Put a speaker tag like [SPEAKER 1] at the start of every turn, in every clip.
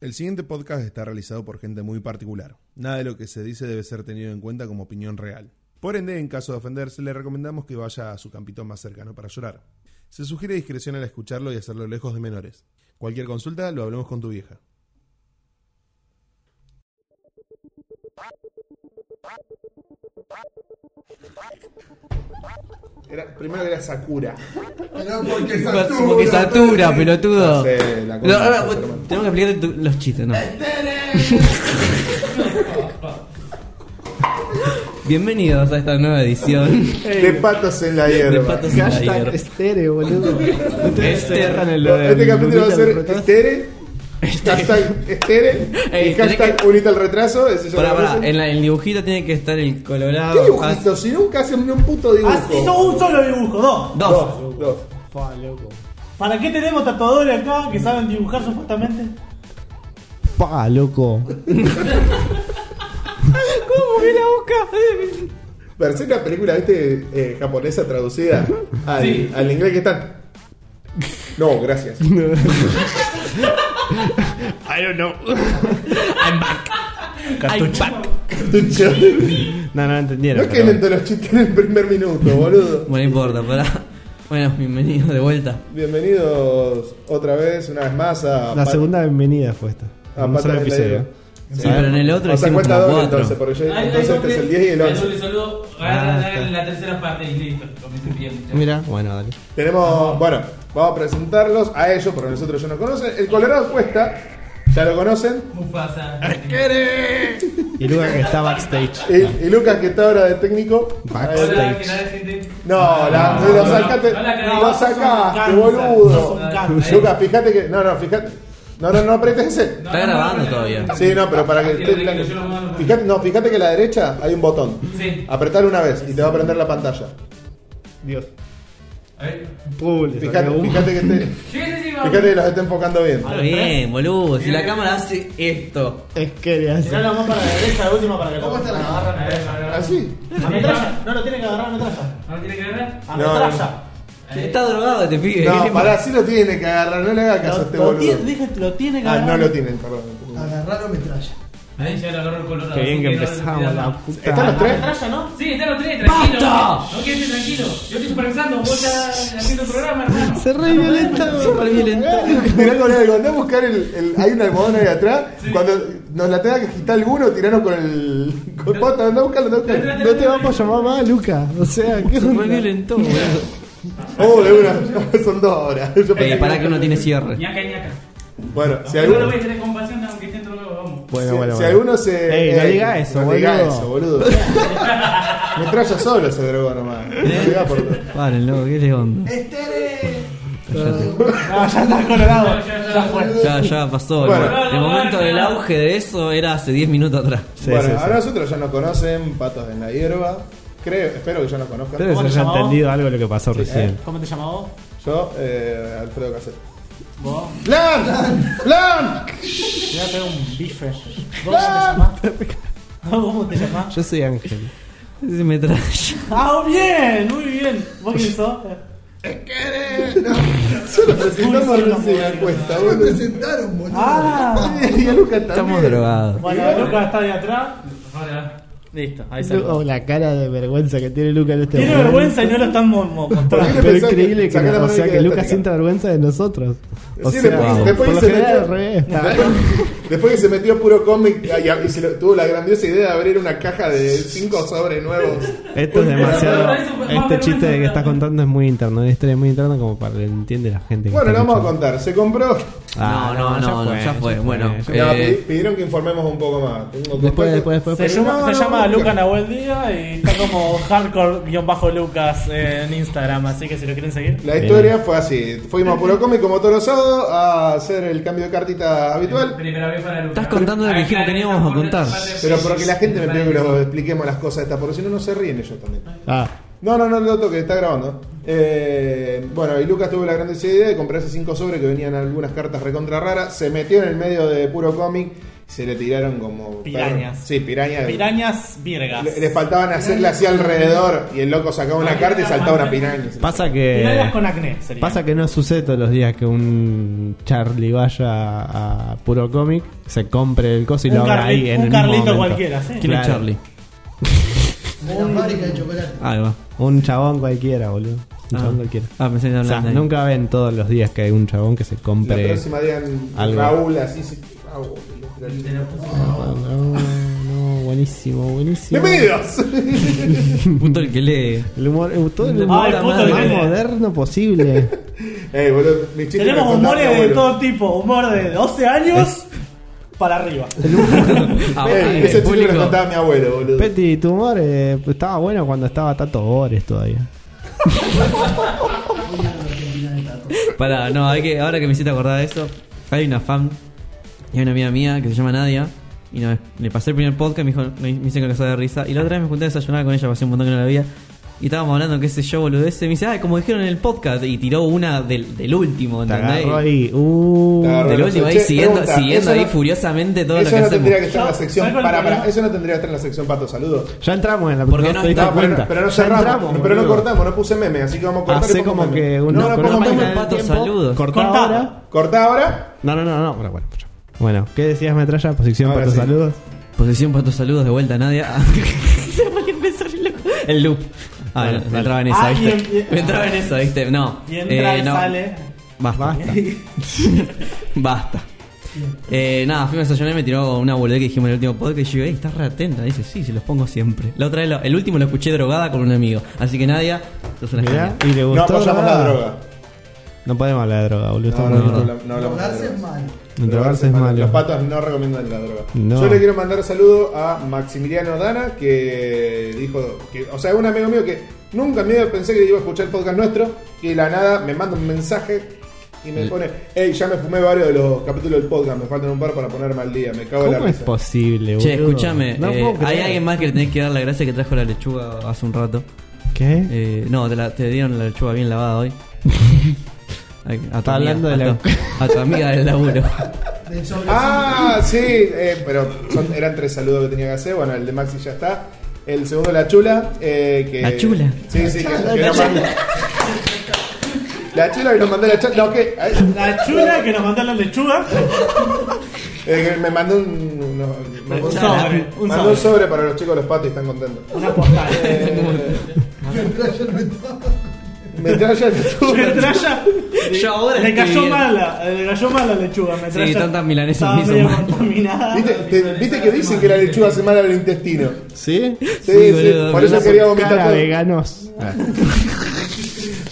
[SPEAKER 1] El siguiente podcast está realizado por gente muy particular. Nada de lo que se dice debe ser tenido en cuenta como opinión real. Por ende, en caso de ofenderse, le recomendamos que vaya a su campito más cercano para llorar. Se sugiere discreción al escucharlo y hacerlo lejos de menores. Cualquier consulta lo hablemos con tu vieja. Era, primero era Sakura.
[SPEAKER 2] Pero porque satura.
[SPEAKER 3] Como que satura, pelotudo.
[SPEAKER 1] No sé, la
[SPEAKER 3] Pero ahora,
[SPEAKER 1] concha,
[SPEAKER 3] vos-
[SPEAKER 1] hermano.
[SPEAKER 3] tenemos que explicarte tu- los chistes, ¿no? Bienvenidos a esta nueva edición.
[SPEAKER 1] De patos en la hierba.
[SPEAKER 3] De patos en la
[SPEAKER 2] Hashtag
[SPEAKER 3] hierba. Este
[SPEAKER 2] estéreo, boludo. No te
[SPEAKER 3] Estéreo.
[SPEAKER 2] dejan el-
[SPEAKER 1] No, este
[SPEAKER 2] el
[SPEAKER 1] capítulo va a
[SPEAKER 2] Lunita
[SPEAKER 1] ser
[SPEAKER 2] del retraso.
[SPEAKER 1] estere, hashtag estere,
[SPEAKER 3] Este. Ey,
[SPEAKER 1] y
[SPEAKER 3] tenés
[SPEAKER 1] hashtag unita al retraso. ese ya
[SPEAKER 3] Pará,
[SPEAKER 1] lo
[SPEAKER 3] pará,
[SPEAKER 1] conocen.
[SPEAKER 3] en la- en el dibujito tiene que estar el colorado.
[SPEAKER 1] ¿Qué dibujito? Si nunca hacen ni un
[SPEAKER 3] Ah,
[SPEAKER 1] puto dibujo.
[SPEAKER 4] Haz- hizo un solo dibujo, dos.
[SPEAKER 3] Haz- dos.
[SPEAKER 1] Dos, dos.
[SPEAKER 2] Fa, loco.
[SPEAKER 4] ¿Para qué tenemos tatuadores acá que saben dibujar supuestamente?
[SPEAKER 2] Fa, loco.
[SPEAKER 3] ¿Cómo que la boca?
[SPEAKER 1] Parece una película este, eh, japonesa traducida al, al inglés que están. No, gracias.
[SPEAKER 3] I don't know. I'm back. I'm back.
[SPEAKER 2] No, no
[SPEAKER 1] no
[SPEAKER 2] entendieron.
[SPEAKER 1] es que
[SPEAKER 2] pero-
[SPEAKER 1] lento los chistes en el primer minuto, boludo.
[SPEAKER 3] Bueno, no importa, pará. Bueno, bienvenidos de vuelta.
[SPEAKER 1] Bienvenidos otra vez, una vez más a.
[SPEAKER 2] La
[SPEAKER 1] Pat-
[SPEAKER 2] segunda bienvenida fue esta.
[SPEAKER 1] a
[SPEAKER 2] Un
[SPEAKER 1] Patas
[SPEAKER 2] solo
[SPEAKER 1] en la
[SPEAKER 2] episodio.
[SPEAKER 1] Hierba.
[SPEAKER 3] Sí, pero en el otro
[SPEAKER 1] O sea,
[SPEAKER 3] hicimos
[SPEAKER 1] cuenta
[SPEAKER 3] como
[SPEAKER 1] doble
[SPEAKER 3] cuatro.
[SPEAKER 1] entonces, porque yo,
[SPEAKER 5] Ahí
[SPEAKER 1] entonces
[SPEAKER 5] está,
[SPEAKER 1] este es el
[SPEAKER 5] doble.
[SPEAKER 1] 10 y el
[SPEAKER 5] Ahí
[SPEAKER 1] 11.
[SPEAKER 5] doble saludo.
[SPEAKER 2] Ah,
[SPEAKER 5] Ah,
[SPEAKER 2] está.
[SPEAKER 5] la tercera parte y listo. Comencé bien. chao.
[SPEAKER 2] Mira, bueno, dale.
[SPEAKER 1] Tenemos, bueno, vamos a presentarlos a ellos porque nosotros ya nos conocen. El Colorado Cuesta, ya lo conocen.
[SPEAKER 5] Mufasa.
[SPEAKER 2] Y Luca que está backstage.
[SPEAKER 1] Y, y Lucas, que está ahora de técnico. Eh,
[SPEAKER 2] Backstage.
[SPEAKER 5] Hola, ¿qué tal, gente?
[SPEAKER 1] Ah, No, la,
[SPEAKER 5] no,
[SPEAKER 1] lo
[SPEAKER 5] no,
[SPEAKER 1] sacaste,
[SPEAKER 5] no, no la cagás,
[SPEAKER 1] lo
[SPEAKER 5] sos
[SPEAKER 1] sacaste,
[SPEAKER 4] un cáncer,
[SPEAKER 1] boludo.
[SPEAKER 4] sos un cáncer.
[SPEAKER 1] Lucas, fíjate que. No, no, fíjate. No, no, no apretes ese.
[SPEAKER 5] No,
[SPEAKER 3] Está
[SPEAKER 5] no, no,
[SPEAKER 3] grabando
[SPEAKER 5] no, no,
[SPEAKER 3] todavía.
[SPEAKER 5] no.
[SPEAKER 1] Sí, no, pero para que
[SPEAKER 5] Tranquilo,
[SPEAKER 1] esté
[SPEAKER 5] tranquilo,
[SPEAKER 1] blanco.
[SPEAKER 5] yo lo mando.
[SPEAKER 1] Fíjate, no, fíjate que a la derecha hay un botón.
[SPEAKER 5] Sí.
[SPEAKER 1] Apretar una vez y te va a prender la pantalla.
[SPEAKER 2] Dios.
[SPEAKER 5] A ver.
[SPEAKER 2] Pule,
[SPEAKER 1] Fíjate,
[SPEAKER 2] salió humo.
[SPEAKER 1] fíjate que te-
[SPEAKER 5] Sí, sí, sí, vamos.
[SPEAKER 1] fíjate que los está enfocando bien.
[SPEAKER 3] Está bien, boludo. Si la cámara hace esto.
[SPEAKER 2] Es que le hace.
[SPEAKER 4] Tiralo más para la derecha, la última para que ¿Cómo está la
[SPEAKER 5] A ver, a ver, a ver.
[SPEAKER 1] Así.
[SPEAKER 4] A metralla, no lo tiene que agarrar a metralla.
[SPEAKER 5] ¿No tiene que ver?
[SPEAKER 4] A
[SPEAKER 1] No,
[SPEAKER 4] metralla.
[SPEAKER 5] Eh,
[SPEAKER 3] Está drogado este pibe. ¿Qué le
[SPEAKER 1] No,
[SPEAKER 3] pasa?
[SPEAKER 1] pará, sí lo tiene que agarrar, no le haga caso a este
[SPEAKER 4] Lo, lo tiene,
[SPEAKER 1] boludo.
[SPEAKER 4] dije, lo tiene que
[SPEAKER 1] Ah,
[SPEAKER 4] agarrar.
[SPEAKER 1] no lo tienen, perdón.
[SPEAKER 4] Agarrar a metralla.
[SPEAKER 5] Ahí ya lo agarró el colorado.
[SPEAKER 2] Qué bien
[SPEAKER 5] así
[SPEAKER 2] que
[SPEAKER 5] no-
[SPEAKER 2] empezamos, la
[SPEAKER 1] ¿Están
[SPEAKER 2] puta.
[SPEAKER 1] los
[SPEAKER 4] ¿A
[SPEAKER 1] tres?
[SPEAKER 4] metralla no?
[SPEAKER 5] Sí, están los tres, tranquilo. ¿eh?
[SPEAKER 3] ¡Basta!
[SPEAKER 5] No quédate tranquilo. Yo estoy supervisando, vos estás haciendo el programa, hermano.
[SPEAKER 2] Se re violenta,
[SPEAKER 3] Se re violentó.
[SPEAKER 1] Mirá con algo, andá a buscar el, el- Hay un almohadón ahí atrás. Cuando nos la tenga que quitar alguno, tiranos con el. Con pata, andá a buscarlo, andá a buscarlo.
[SPEAKER 2] No te vamos a llamar más, Luca. O sea, qué
[SPEAKER 3] Se re
[SPEAKER 2] onda?
[SPEAKER 3] violentó, boludo.
[SPEAKER 1] Oh, de una. Son dos horas. Yo pensé
[SPEAKER 3] Eh, pará que uno tiene cierre.
[SPEAKER 5] Ñaca, ñaca.
[SPEAKER 1] Bueno, si
[SPEAKER 5] Yo no
[SPEAKER 1] alguno.
[SPEAKER 5] voy a tener compasión aunque esté drogado, vamos.
[SPEAKER 1] Si,
[SPEAKER 2] Bueno, bueno,
[SPEAKER 1] si
[SPEAKER 2] bueno.
[SPEAKER 1] alguno se. eh,
[SPEAKER 2] Ey, no diga eso,
[SPEAKER 1] no diga
[SPEAKER 2] boludo.
[SPEAKER 1] eso, boludo. Metralla solo se drogó nomás. No diga por todo.
[SPEAKER 3] Párenlo, ¿qué le onda?
[SPEAKER 4] No, ya está colorado.
[SPEAKER 5] Ya, ya,
[SPEAKER 4] Ya
[SPEAKER 5] ya.
[SPEAKER 4] fue.
[SPEAKER 3] Ya, ya pasó.
[SPEAKER 1] Bueno.
[SPEAKER 3] el momento del auge de eso era hace 10 minutos atrás.
[SPEAKER 2] Sí,
[SPEAKER 1] bueno,
[SPEAKER 2] sí, sí.
[SPEAKER 1] ahora nosotros ya nos conocen, patos en la hierba. Creo, espero que ya nos conozcan.
[SPEAKER 2] Espero que se haya
[SPEAKER 4] llamaba?
[SPEAKER 2] entendido algo de lo que pasó recién.
[SPEAKER 4] ¿Cómo te llamás vos?
[SPEAKER 1] Yo, eh, Alfredo Cassette.
[SPEAKER 4] Vos.
[SPEAKER 1] ¡Plan! ¡Plan!
[SPEAKER 4] Te voy a pegar un bife. ¿Vos cómo te llamás? ¿Vos cómo te llamás?
[SPEAKER 2] Yo soy Ángel.
[SPEAKER 3] Se me trae.
[SPEAKER 4] Ah, bien, muy bien. ¿Vos quién sos?
[SPEAKER 1] Solo presentamos
[SPEAKER 4] Uy, sí, la
[SPEAKER 1] recién la
[SPEAKER 4] modelo.
[SPEAKER 1] cuesta, boludo. presentaron, boludo.
[SPEAKER 4] Ah.
[SPEAKER 1] Y a Lucas también.
[SPEAKER 3] Estamos drogados.
[SPEAKER 4] Bueno, Lucas está de atrás.
[SPEAKER 5] Ahora,
[SPEAKER 4] Listo, ahí
[SPEAKER 2] Lu-
[SPEAKER 4] salió.
[SPEAKER 2] oh, la cara de vergüenza que tiene Luca en este
[SPEAKER 4] Tiene
[SPEAKER 2] momento.
[SPEAKER 4] vergüenza y no lo están mo- mo-
[SPEAKER 1] ¿Por qué
[SPEAKER 4] mostrando.
[SPEAKER 1] le
[SPEAKER 2] Pero es
[SPEAKER 1] pensás que-
[SPEAKER 2] increíble que,
[SPEAKER 1] sacá la
[SPEAKER 2] o
[SPEAKER 1] mano
[SPEAKER 2] sea,
[SPEAKER 1] que
[SPEAKER 2] que
[SPEAKER 1] queda
[SPEAKER 2] Lucas
[SPEAKER 1] estática?
[SPEAKER 2] sienta vergüenza de nosotros. O
[SPEAKER 1] Sí,
[SPEAKER 2] sea,
[SPEAKER 1] después-
[SPEAKER 2] wow.
[SPEAKER 1] después
[SPEAKER 2] por lo
[SPEAKER 1] se
[SPEAKER 2] general
[SPEAKER 1] metió-
[SPEAKER 2] al revés. está.
[SPEAKER 1] Después que se metió puro cómic y, y- y se le- tuvo la grandiosa idea de abrir una caja de cinco sobres nuevos.
[SPEAKER 2] Esto es demasiado.
[SPEAKER 5] Eso fue más
[SPEAKER 2] Este
[SPEAKER 5] vergüenza,
[SPEAKER 2] chiste que
[SPEAKER 5] ¿verdad?
[SPEAKER 2] estás contando es muy interno. Es historia muy interna como para que entiende la gente. Que
[SPEAKER 1] Bueno,
[SPEAKER 2] está
[SPEAKER 1] lo vamos a
[SPEAKER 2] escuchando.
[SPEAKER 1] contar. Se compró.
[SPEAKER 2] Ah,
[SPEAKER 3] No, no, no, no, ya fue. Bueno,
[SPEAKER 2] ya-
[SPEAKER 1] No,
[SPEAKER 3] Eh.
[SPEAKER 1] pi- pidieron que informemos un poco más. Tengo
[SPEAKER 2] Después,
[SPEAKER 1] contacto-
[SPEAKER 2] después, después.
[SPEAKER 4] Se
[SPEAKER 2] después.
[SPEAKER 4] llama,
[SPEAKER 1] No,
[SPEAKER 4] se
[SPEAKER 1] no,
[SPEAKER 4] llama
[SPEAKER 1] Lucas.
[SPEAKER 4] Luca Nahuel Díaz y está como hardcore-lucas en Instagram, así que si lo quieren seguir.
[SPEAKER 1] La historia fue así. Fuimos a puro cómic como todos los sábados a hacer el cambio de cartita habitual.
[SPEAKER 5] primera vez para Lucas.
[SPEAKER 3] Estás contando lo que dijimos que no íbamos a contar.
[SPEAKER 1] Pero porque la gente me pidió que los expliquemos las cosas estas, porque si no, no se ríen ellos también.
[SPEAKER 2] Ah,
[SPEAKER 1] No, no, no, lo toque, está grabando. Eh, bueno, y Lucas tuvo la grandiosa idea de comprarse cinco sobres que venían algunas cartas recontra raras. Se metió en el medio de puro cómic. Se le tiraron como.
[SPEAKER 4] Pirañas.
[SPEAKER 1] perro- Sí, pirañas.
[SPEAKER 4] Pirañas virgas.
[SPEAKER 1] Le, le faltaban hacerle así alrededor. Y el loco sacaba una carta y saltaba una piraña.
[SPEAKER 2] Pasa
[SPEAKER 4] Pirañas
[SPEAKER 2] que.
[SPEAKER 4] con acné
[SPEAKER 2] eh,
[SPEAKER 4] sería.
[SPEAKER 2] Pasa que no sucede todos los días que un Charlie vaya a puro cómic, se compre el coso y
[SPEAKER 4] Un
[SPEAKER 2] lo haga
[SPEAKER 4] Carli-
[SPEAKER 2] ahí en
[SPEAKER 4] un
[SPEAKER 2] el
[SPEAKER 4] Carlito
[SPEAKER 2] mismo momento.
[SPEAKER 4] cualquiera, sí.
[SPEAKER 3] ¿Quién es
[SPEAKER 2] Claro.
[SPEAKER 3] Charlie?
[SPEAKER 6] De la fábrica de chocolate.
[SPEAKER 3] Ahí va.
[SPEAKER 2] Un chabón cualquiera, boludo. Un
[SPEAKER 3] Ah,
[SPEAKER 2] chabón cualquiera.
[SPEAKER 3] ah pensé que
[SPEAKER 2] O sea,
[SPEAKER 3] hablaban de ahí.
[SPEAKER 2] nunca ven todos los días que hay un chabón que se
[SPEAKER 1] La
[SPEAKER 2] compre.
[SPEAKER 1] próxima digan
[SPEAKER 2] Algo.
[SPEAKER 1] Raúl así. Ah, sí, Raúl.
[SPEAKER 2] No, Ah, no, buenísimo, buenísimo.
[SPEAKER 1] ¡Bienvenidos!
[SPEAKER 3] Puto el que lee.
[SPEAKER 2] El humor, eh, todo el
[SPEAKER 3] Ay,
[SPEAKER 2] humor
[SPEAKER 4] Ah, puto
[SPEAKER 2] más
[SPEAKER 4] que tiene.
[SPEAKER 2] moderno posible.
[SPEAKER 1] Ey, boludo, mis chistes
[SPEAKER 4] Tenemos
[SPEAKER 1] me contaban,
[SPEAKER 4] humores de
[SPEAKER 1] abuelo.
[SPEAKER 4] todo tipo. Humor de 12 años para arriba.
[SPEAKER 1] Ey,
[SPEAKER 3] Ahora, Ah, el
[SPEAKER 1] Eh, ese chiste me lo
[SPEAKER 3] público.
[SPEAKER 1] contaba mi abuelo, boludo.
[SPEAKER 2] Petty, tu humor eh, estaba bueno cuando estaba Tato Bores todavía.
[SPEAKER 3] Pará, no, hay que, ahora que me hiciste acordar de eso, hay una fan y hay una amiga mía que se llama Nadia. Y una vez le pasé el primer podcast, me, dijo, me, me hice con de risa. Y la otra vez me junté a desayunar con ella, pasé un montón que no la veía. Y estábamos hablando, qué sé yo, boludece. Me dice, ah, como dijeron en el podcast. Y tiró una del, del último,
[SPEAKER 2] Te agarró
[SPEAKER 3] ¿entendés?
[SPEAKER 2] ahí. Uh,
[SPEAKER 1] Te agarró.
[SPEAKER 3] Del último, ahí
[SPEAKER 1] Che,
[SPEAKER 3] siguiendo,
[SPEAKER 1] pregunta,
[SPEAKER 3] siguiendo
[SPEAKER 1] eso
[SPEAKER 3] ahí
[SPEAKER 1] no-
[SPEAKER 3] furiosamente todo lo
[SPEAKER 1] Eso
[SPEAKER 3] que
[SPEAKER 1] no
[SPEAKER 3] hacemos.
[SPEAKER 1] tendría que estar en la
[SPEAKER 4] Yo- ¿sabes
[SPEAKER 1] sección.
[SPEAKER 4] cuál
[SPEAKER 1] Pará,
[SPEAKER 4] es el
[SPEAKER 1] pará,
[SPEAKER 4] problema?
[SPEAKER 1] eso no tendría que estar en la sección Pato Saludos.
[SPEAKER 2] ya entramos en la
[SPEAKER 3] Porque
[SPEAKER 2] no
[SPEAKER 3] no
[SPEAKER 2] te diste
[SPEAKER 3] está-
[SPEAKER 1] Pero,
[SPEAKER 2] cuenta.
[SPEAKER 1] no- pero no
[SPEAKER 2] Ya
[SPEAKER 1] cerramos,
[SPEAKER 2] entramos,
[SPEAKER 1] pero no
[SPEAKER 2] boludo.
[SPEAKER 1] cortamos, no puse meme, así que vamos a cortar. y
[SPEAKER 2] Hacé
[SPEAKER 1] pongo
[SPEAKER 2] como
[SPEAKER 1] meme.
[SPEAKER 2] que una
[SPEAKER 1] No, no pongo
[SPEAKER 2] con una
[SPEAKER 3] cortamos
[SPEAKER 1] meme.
[SPEAKER 2] máquina
[SPEAKER 3] el pato
[SPEAKER 2] del tiempo,
[SPEAKER 3] saludos.
[SPEAKER 2] Cortá
[SPEAKER 4] Cortá.
[SPEAKER 2] ahora.
[SPEAKER 1] Cortá ahora.
[SPEAKER 2] No, no, no, no. Bueno, bueno. ya. Bueno, ¿qué decías, Metralla? Posición
[SPEAKER 1] Ahora
[SPEAKER 2] Pato
[SPEAKER 1] sí.
[SPEAKER 2] Saludos.
[SPEAKER 3] Posesión para tus saludos de vuelta, Nadia. Se me pone a pensar el loop. El loop. Ah,
[SPEAKER 2] Vale,
[SPEAKER 3] me
[SPEAKER 2] vale.
[SPEAKER 3] entraba en esa,
[SPEAKER 4] Ah, y
[SPEAKER 3] ¿viste?
[SPEAKER 4] en- y-
[SPEAKER 3] me entraba en esa, ¿viste? No.
[SPEAKER 4] Y entra
[SPEAKER 3] eh,
[SPEAKER 4] y
[SPEAKER 3] no.
[SPEAKER 4] sale.
[SPEAKER 3] Basta.
[SPEAKER 2] Basta.
[SPEAKER 3] Basta. Eh, nada, fuimos a desayunar y me tiró una boludez que dijimos en el último podcast. Y yo, ey, estás re atenta. Dice, sí, se los pongo siempre. La otra vez, lo- el último lo escuché drogada con un amigo. Así que Nadia, sos una
[SPEAKER 2] Mirá,
[SPEAKER 3] genia.
[SPEAKER 2] y le
[SPEAKER 1] No
[SPEAKER 2] gustó.
[SPEAKER 1] apoyamos la
[SPEAKER 2] nada.
[SPEAKER 1] droga.
[SPEAKER 2] No podemos hablar de droga, boludo.
[SPEAKER 1] No,
[SPEAKER 2] estamos
[SPEAKER 1] no,
[SPEAKER 2] en
[SPEAKER 1] no,
[SPEAKER 2] otro.
[SPEAKER 1] habla- no hablamos de
[SPEAKER 6] Drogarse
[SPEAKER 1] droga.
[SPEAKER 6] es malo.
[SPEAKER 2] Drogarse es malo.
[SPEAKER 1] Los patos no recomiendan la droga.
[SPEAKER 2] No.
[SPEAKER 1] Yo le quiero mandar saludo a Maximiliano Dana, que dijo, que, o sea, un amigo mío que nunca en mi vida pensé que iba a escuchar el podcast nuestro, y de la nada me manda un mensaje y me
[SPEAKER 3] El-
[SPEAKER 1] pone, hey, ya me fumé varios de los capítulos del podcast, me faltan un par para ponerme al día, me cago en la
[SPEAKER 2] ¿Cómo es
[SPEAKER 1] risa.
[SPEAKER 2] posible, boludo?
[SPEAKER 3] Che, escúchame.
[SPEAKER 2] No
[SPEAKER 3] eh,
[SPEAKER 2] puedo creer.
[SPEAKER 3] hay alguien más que le tenés que dar la gracia que trajo la lechuga hace un rato.
[SPEAKER 2] ¿Qué?
[SPEAKER 3] Eh, no, te, la- te dieron la lechuga bien lavada hoy. A, a tu
[SPEAKER 2] Está hablando de
[SPEAKER 3] a
[SPEAKER 2] la-
[SPEAKER 3] tu- a tu amiga del laburo.
[SPEAKER 6] Del sobre-
[SPEAKER 1] Ah, sí, eh, pero son- eran tres saludos que tenía que hacer. Bueno, el de Maxi ya está. El segundo, la chula. eh, que,
[SPEAKER 3] La chula.
[SPEAKER 1] Sí, sí, que,
[SPEAKER 6] La
[SPEAKER 1] que nos
[SPEAKER 6] chula.
[SPEAKER 1] mandó- La chula que nos mandó la chula. No, que, ay,
[SPEAKER 4] La chula que nos mandó la lechuga.
[SPEAKER 1] eh, que me mandó un, no, me mandó
[SPEAKER 4] Un
[SPEAKER 1] un
[SPEAKER 4] sobre, un
[SPEAKER 1] mandó un
[SPEAKER 4] sobre.
[SPEAKER 1] sobre para los chicos de los patos y están contentos.
[SPEAKER 4] Una postal.
[SPEAKER 1] Eh,
[SPEAKER 6] Me trae el mentón.
[SPEAKER 1] metralla de tu-
[SPEAKER 4] Metralla.
[SPEAKER 3] Yo ahora
[SPEAKER 4] le
[SPEAKER 3] estoy
[SPEAKER 4] cayó
[SPEAKER 3] bien.
[SPEAKER 4] mala, le cayó mala la lechuga. Metralla.
[SPEAKER 3] Sí, tantas milanesas
[SPEAKER 4] Estaba
[SPEAKER 3] me hizo
[SPEAKER 4] medio
[SPEAKER 3] mal.
[SPEAKER 4] contaminada.
[SPEAKER 1] ¿Viste, te- viste que dicen que la lechuga hace mal al intestino.
[SPEAKER 2] ¿Sí?
[SPEAKER 1] Sí, sí,
[SPEAKER 3] Sí, boludo,
[SPEAKER 1] por
[SPEAKER 3] me
[SPEAKER 1] eso
[SPEAKER 3] da
[SPEAKER 1] quería vomitar
[SPEAKER 2] Cara
[SPEAKER 1] todo. Ah.
[SPEAKER 2] veganos.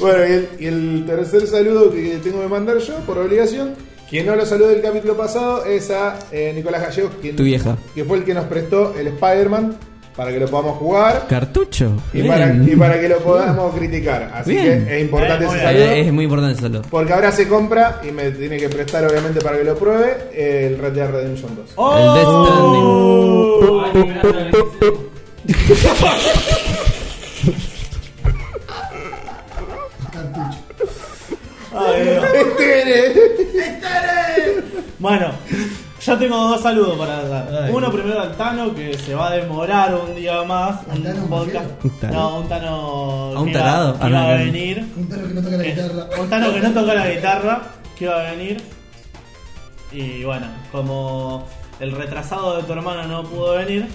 [SPEAKER 1] Bueno, y el, y el tercer saludo que tengo que mandar yo, por obligación, quien no lo saludó del capítulo pasado es a eh, Nicolás Gallegos, quien,
[SPEAKER 3] Tu vieja.
[SPEAKER 1] que fue el que nos prestó el Spider-Man para que lo podamos jugar
[SPEAKER 3] Cartucho.
[SPEAKER 1] y para,
[SPEAKER 3] Bien.
[SPEAKER 1] y para que lo podamos criticar. Así
[SPEAKER 3] Bien.
[SPEAKER 1] que es importante
[SPEAKER 4] Eh,
[SPEAKER 1] ese
[SPEAKER 4] muy
[SPEAKER 1] saludo.
[SPEAKER 3] Eh, es muy importante el saludo.
[SPEAKER 1] Porque ahora se compra y me tiene que prestar, obviamente, para que lo pruebe eh, el Red Dead Redemption 2.
[SPEAKER 3] El Death
[SPEAKER 4] ¡Oh! Ay, Dios. Bueno, yo tengo dos saludos para dar.
[SPEAKER 3] Ay.
[SPEAKER 4] Uno primero al Tano, que se va a demorar un día más.
[SPEAKER 6] ¿Al
[SPEAKER 4] un
[SPEAKER 6] Tano
[SPEAKER 4] podcast.
[SPEAKER 6] Marcelo?
[SPEAKER 2] Un Tano.
[SPEAKER 4] No, un Tano.
[SPEAKER 3] ¿A un
[SPEAKER 4] que iba-
[SPEAKER 3] tarado?
[SPEAKER 4] que
[SPEAKER 3] Ah,
[SPEAKER 4] iba
[SPEAKER 3] no,
[SPEAKER 4] a
[SPEAKER 3] no.
[SPEAKER 4] venir. Eh,
[SPEAKER 6] Un perro que no toca la guitarra.
[SPEAKER 4] Un Tano que no toca la guitarra, que iba a venir. Y bueno, como el retrasado de tu hermano no pudo venir.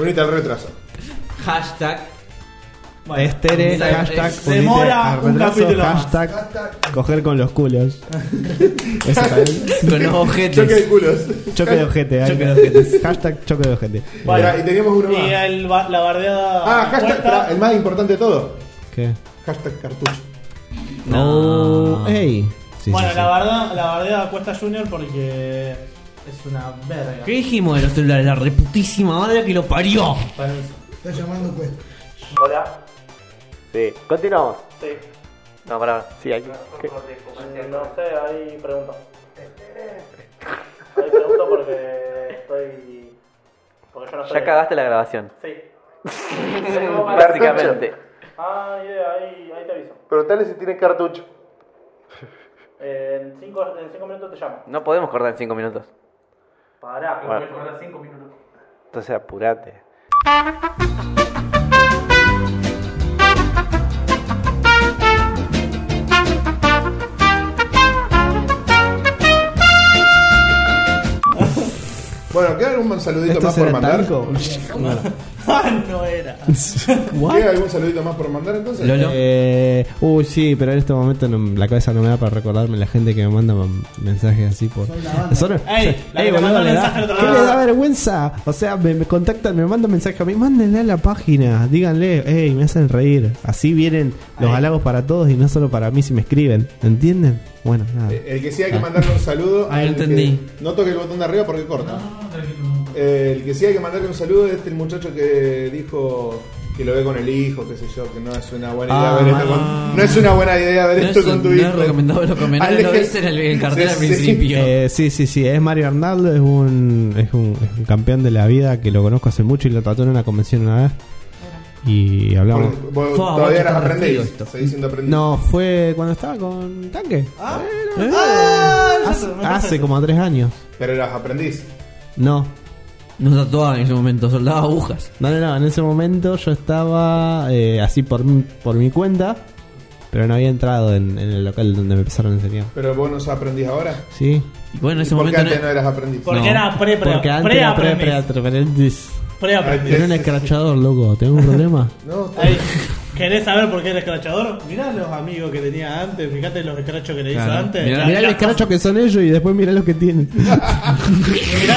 [SPEAKER 1] Unite al retraso.
[SPEAKER 3] Hashtag.
[SPEAKER 4] Bueno,
[SPEAKER 3] Este.
[SPEAKER 2] Estere,
[SPEAKER 3] Bueno,
[SPEAKER 2] hashtag.
[SPEAKER 3] se-
[SPEAKER 2] unite
[SPEAKER 4] demora
[SPEAKER 2] al
[SPEAKER 4] un capítulo más.
[SPEAKER 2] Hashtag.
[SPEAKER 6] Hashtag.
[SPEAKER 2] Coger con los culos. Eso también.
[SPEAKER 3] Con
[SPEAKER 1] Choque
[SPEAKER 3] los
[SPEAKER 1] de
[SPEAKER 3] ojetes.
[SPEAKER 1] culos.
[SPEAKER 2] Choque de ojete. ahí.
[SPEAKER 3] Choque de ojetes.
[SPEAKER 2] Hashtag choque de ojete.
[SPEAKER 4] Bueno.
[SPEAKER 1] Mirá, y teníamos uno
[SPEAKER 4] Y
[SPEAKER 1] más.
[SPEAKER 4] el ba- la bardeada.
[SPEAKER 1] Ah, hashtag,
[SPEAKER 4] puesta.
[SPEAKER 1] pará, el más importante de todo.
[SPEAKER 2] ¿Qué?
[SPEAKER 1] Hashtag cartucho.
[SPEAKER 3] No.
[SPEAKER 2] ¡Ey! Sí,
[SPEAKER 4] bueno,
[SPEAKER 2] sí,
[SPEAKER 4] la
[SPEAKER 2] sí.
[SPEAKER 4] verdad, la bardeada cuesta Junior porque es una verga.
[SPEAKER 3] ¿Qué dijimos de los celulares? La reputísima madre que lo parió.
[SPEAKER 4] Para eso.
[SPEAKER 6] Está llamando Cuesta.
[SPEAKER 7] Hola.
[SPEAKER 8] Sí, continuamos.
[SPEAKER 4] Sí.
[SPEAKER 8] No, pará, sí, aquí. ¿Qué?
[SPEAKER 4] No sé, ahí pregunto. Ahí pregunto porque estoy. Porque yo no
[SPEAKER 8] Ya cagaste la grabación.
[SPEAKER 4] Sí.
[SPEAKER 8] Básicamente.
[SPEAKER 4] Ah, yeah, ahí, ahí te aviso.
[SPEAKER 1] Preguntale si tiene cartucho.
[SPEAKER 4] Eh, en 5 en cinco minutos te llamo.
[SPEAKER 8] No podemos cortar en 5 minutos.
[SPEAKER 4] Pará.
[SPEAKER 8] Bueno.
[SPEAKER 5] Ahora 5 minutos.
[SPEAKER 8] Entonces apurate.
[SPEAKER 1] Bueno, ¿queda algún saludito
[SPEAKER 2] ¿Esto
[SPEAKER 1] más por
[SPEAKER 2] será
[SPEAKER 1] mandar?
[SPEAKER 2] talco?
[SPEAKER 4] Ah, no era.
[SPEAKER 1] ¿Queda algún saludito más por mandar entonces?
[SPEAKER 3] Lolo.
[SPEAKER 2] Eh, uy, sí, pero en este momento no- la cabeza no me da para recordarme la gente que me manda man- mensajes así por.
[SPEAKER 6] Son la banda.
[SPEAKER 2] Son-
[SPEAKER 4] Ey, la
[SPEAKER 2] ey,
[SPEAKER 4] que te
[SPEAKER 2] boludo,
[SPEAKER 4] mandó
[SPEAKER 2] le
[SPEAKER 4] mensaje al
[SPEAKER 2] da,
[SPEAKER 4] otro
[SPEAKER 2] ¿Qué
[SPEAKER 4] lado.
[SPEAKER 2] le da vergüenza? O sea, me, me contactan, me mandan mensaje a mí, mándenle a la página, díganle, ey, me hacen reír. Así vienen los halagos para todos y no solo para mí si me escriben. ¿Entienden? Bueno, nada.
[SPEAKER 1] Eh, El que sí hay que mandarle un saludo.
[SPEAKER 3] Ah,
[SPEAKER 1] al
[SPEAKER 3] entendí.
[SPEAKER 1] que- no toque el botón de arriba porque corta.
[SPEAKER 5] No, tranquilo.
[SPEAKER 1] Eh, el que sí hay que mandarle un saludo es el muchacho que dijo que lo ve con el hijo, qué sé yo, que no es una buena idea
[SPEAKER 2] Ah.
[SPEAKER 1] ver esto con, no es una buena idea ver
[SPEAKER 3] No
[SPEAKER 1] esto
[SPEAKER 3] es
[SPEAKER 1] con
[SPEAKER 3] un-
[SPEAKER 1] tu
[SPEAKER 3] no
[SPEAKER 1] hijo.
[SPEAKER 3] es recomendable los comentarios, lo
[SPEAKER 1] Aleje-
[SPEAKER 3] ves en el- el cartel al
[SPEAKER 1] Sí, sí.
[SPEAKER 3] principio.
[SPEAKER 2] Eh, sí, sí, sí, es Mario Arnaldo, es un, es, un, es un campeón de la vida que lo conozco hace mucho y lo trató en una convención una vez. Y hablamos.
[SPEAKER 1] Porque vos
[SPEAKER 3] Fua, vos
[SPEAKER 1] todavía
[SPEAKER 3] te
[SPEAKER 1] eras
[SPEAKER 3] estás
[SPEAKER 1] aprendiz,
[SPEAKER 3] refrío esto.
[SPEAKER 1] seguís siendo aprendiz.
[SPEAKER 2] No, fue cuando estaba con Tanque.
[SPEAKER 4] Ah,
[SPEAKER 2] Eh,
[SPEAKER 4] ah, ya
[SPEAKER 2] hace
[SPEAKER 4] sé, me pasa
[SPEAKER 2] hace
[SPEAKER 4] eso.
[SPEAKER 2] como tres años.
[SPEAKER 1] Pero eras aprendiz.
[SPEAKER 2] No.
[SPEAKER 3] Nos tatuaban en ese momento, soldaba agujas.
[SPEAKER 2] No, no, no, en ese momento yo estaba eh, así por, mi- por mi cuenta, pero no había entrado en, en el local donde me empezaron a enseñar.
[SPEAKER 1] Pero vos no sos aprendiz ahora.
[SPEAKER 2] Sí.
[SPEAKER 3] Y bueno, en ese
[SPEAKER 1] ¿Por qué
[SPEAKER 3] momento.
[SPEAKER 1] antes no
[SPEAKER 3] no-
[SPEAKER 1] eras aprendiz?
[SPEAKER 4] Porque
[SPEAKER 2] No,
[SPEAKER 4] era pre- pre-
[SPEAKER 2] Porque antes era pre, pre,
[SPEAKER 4] pre-aprendiz.
[SPEAKER 2] aprendiz.
[SPEAKER 4] Preaprendiz.
[SPEAKER 2] Era un escrachador, loco. ¿Tengo un problema?
[SPEAKER 1] No, está-
[SPEAKER 4] Ey, ¿Querés saber por qué era escrachador? Mirá los amigos que tenía antes, fíjate los escrachos que le hizo
[SPEAKER 3] Claro.
[SPEAKER 4] antes.
[SPEAKER 3] Mirá-
[SPEAKER 4] La-
[SPEAKER 2] Mirá el
[SPEAKER 4] la-
[SPEAKER 2] escracho que son ellos y después mirá lo que tienen.
[SPEAKER 4] Mirá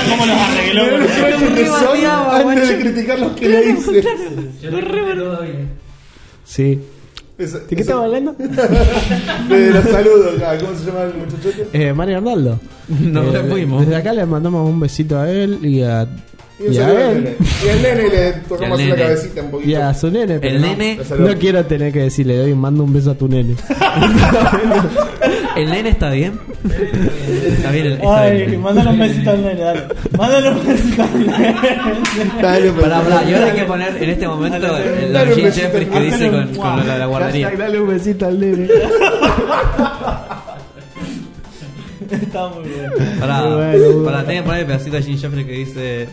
[SPEAKER 4] cómo los arregló.
[SPEAKER 1] Creo que
[SPEAKER 3] re
[SPEAKER 1] son
[SPEAKER 3] bardeaba,
[SPEAKER 1] antes de
[SPEAKER 3] guacho.
[SPEAKER 1] criticar los que le hice.
[SPEAKER 5] Yo lo intenté todavía.
[SPEAKER 2] Sí.
[SPEAKER 1] Esa-
[SPEAKER 2] ¿De qué
[SPEAKER 1] esa-
[SPEAKER 2] estaba hablando?
[SPEAKER 1] De los saludos, ah, ¿cómo se llama el muchachote?
[SPEAKER 2] Eh, Mario Arnaldo.
[SPEAKER 3] No
[SPEAKER 2] Eh,
[SPEAKER 3] lo fuimos.
[SPEAKER 2] Desde acá le mandamos un besito a él y a,
[SPEAKER 1] Y un
[SPEAKER 2] y a
[SPEAKER 1] saludo al
[SPEAKER 2] él.
[SPEAKER 1] nene. Y al nene le
[SPEAKER 3] Y al
[SPEAKER 1] tocamos así la
[SPEAKER 3] nene.
[SPEAKER 1] cabecita un poquito.
[SPEAKER 2] Y a su nene, pero
[SPEAKER 3] El
[SPEAKER 2] no,
[SPEAKER 3] nene-
[SPEAKER 2] no quiero tener que decirle, doy, mando un beso a tu nene.
[SPEAKER 3] ¿El nene está bien? está bien, el- está bien.
[SPEAKER 4] Ay, mandale un besito al nene, dale. Mandale un besito al nene.
[SPEAKER 1] Dale, pues.
[SPEAKER 3] Pará, pará, y ahora hay que poner en este momento
[SPEAKER 1] Dale
[SPEAKER 3] el Don
[SPEAKER 1] un
[SPEAKER 3] Jim
[SPEAKER 1] besito,
[SPEAKER 3] Jeffries que
[SPEAKER 1] hacele
[SPEAKER 3] dice
[SPEAKER 1] un
[SPEAKER 3] con, con lo de la guardería.
[SPEAKER 2] Hashtag, Dale un besito al nene.
[SPEAKER 4] Está muy bien.
[SPEAKER 3] Pará,
[SPEAKER 2] Muy bueno, muy
[SPEAKER 3] pará,
[SPEAKER 2] bueno.
[SPEAKER 3] tenés que poner el pedacito de Jim Jeffries que dice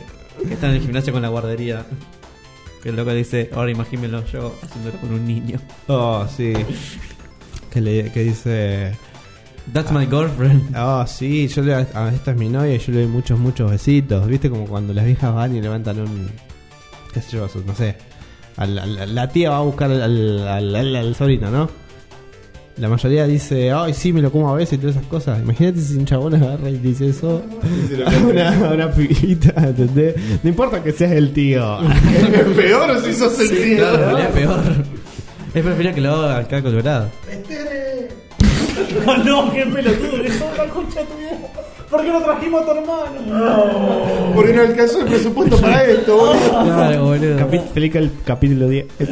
[SPEAKER 3] que está en el gimnasio con la guardería. Que el loco dice, ahora imagínenlo yo haciéndolo con un niño.
[SPEAKER 2] Oh, sí. Que, le, que dice...
[SPEAKER 3] That's my girlfriend.
[SPEAKER 2] Oh, sí, yo le, ah, esta es mi novia y yo le doy muchos, muchos besitos. ¿Viste? Como cuando las viejas van y levantan un... qué sé yo, no sé. Al- al- al- la tía va a buscar al, al- al- al- al sobrino, ¿no? La mayoría dice, ay, sí, me lo como a veces y todas esas cosas. Imagínate si un chabón agarra y dice eso
[SPEAKER 1] Se lo
[SPEAKER 2] a una, a una pibita, ¿entendés? No importa que seas el tío. Ah,
[SPEAKER 1] Es peor si sos el tío.
[SPEAKER 3] Claro, en realidad es peor. Es preferible que lo haga acá colorado.
[SPEAKER 6] Este
[SPEAKER 4] No, no, qué pelotudo, que sos la concha de tu vida. ¿Por qué no trajimos a tu hermano?
[SPEAKER 1] Porque no alcanzó el presupuesto para esto, boludo.
[SPEAKER 3] Claro, boludo.
[SPEAKER 2] Capi- Felica el capítulo 10.
[SPEAKER 1] Eh,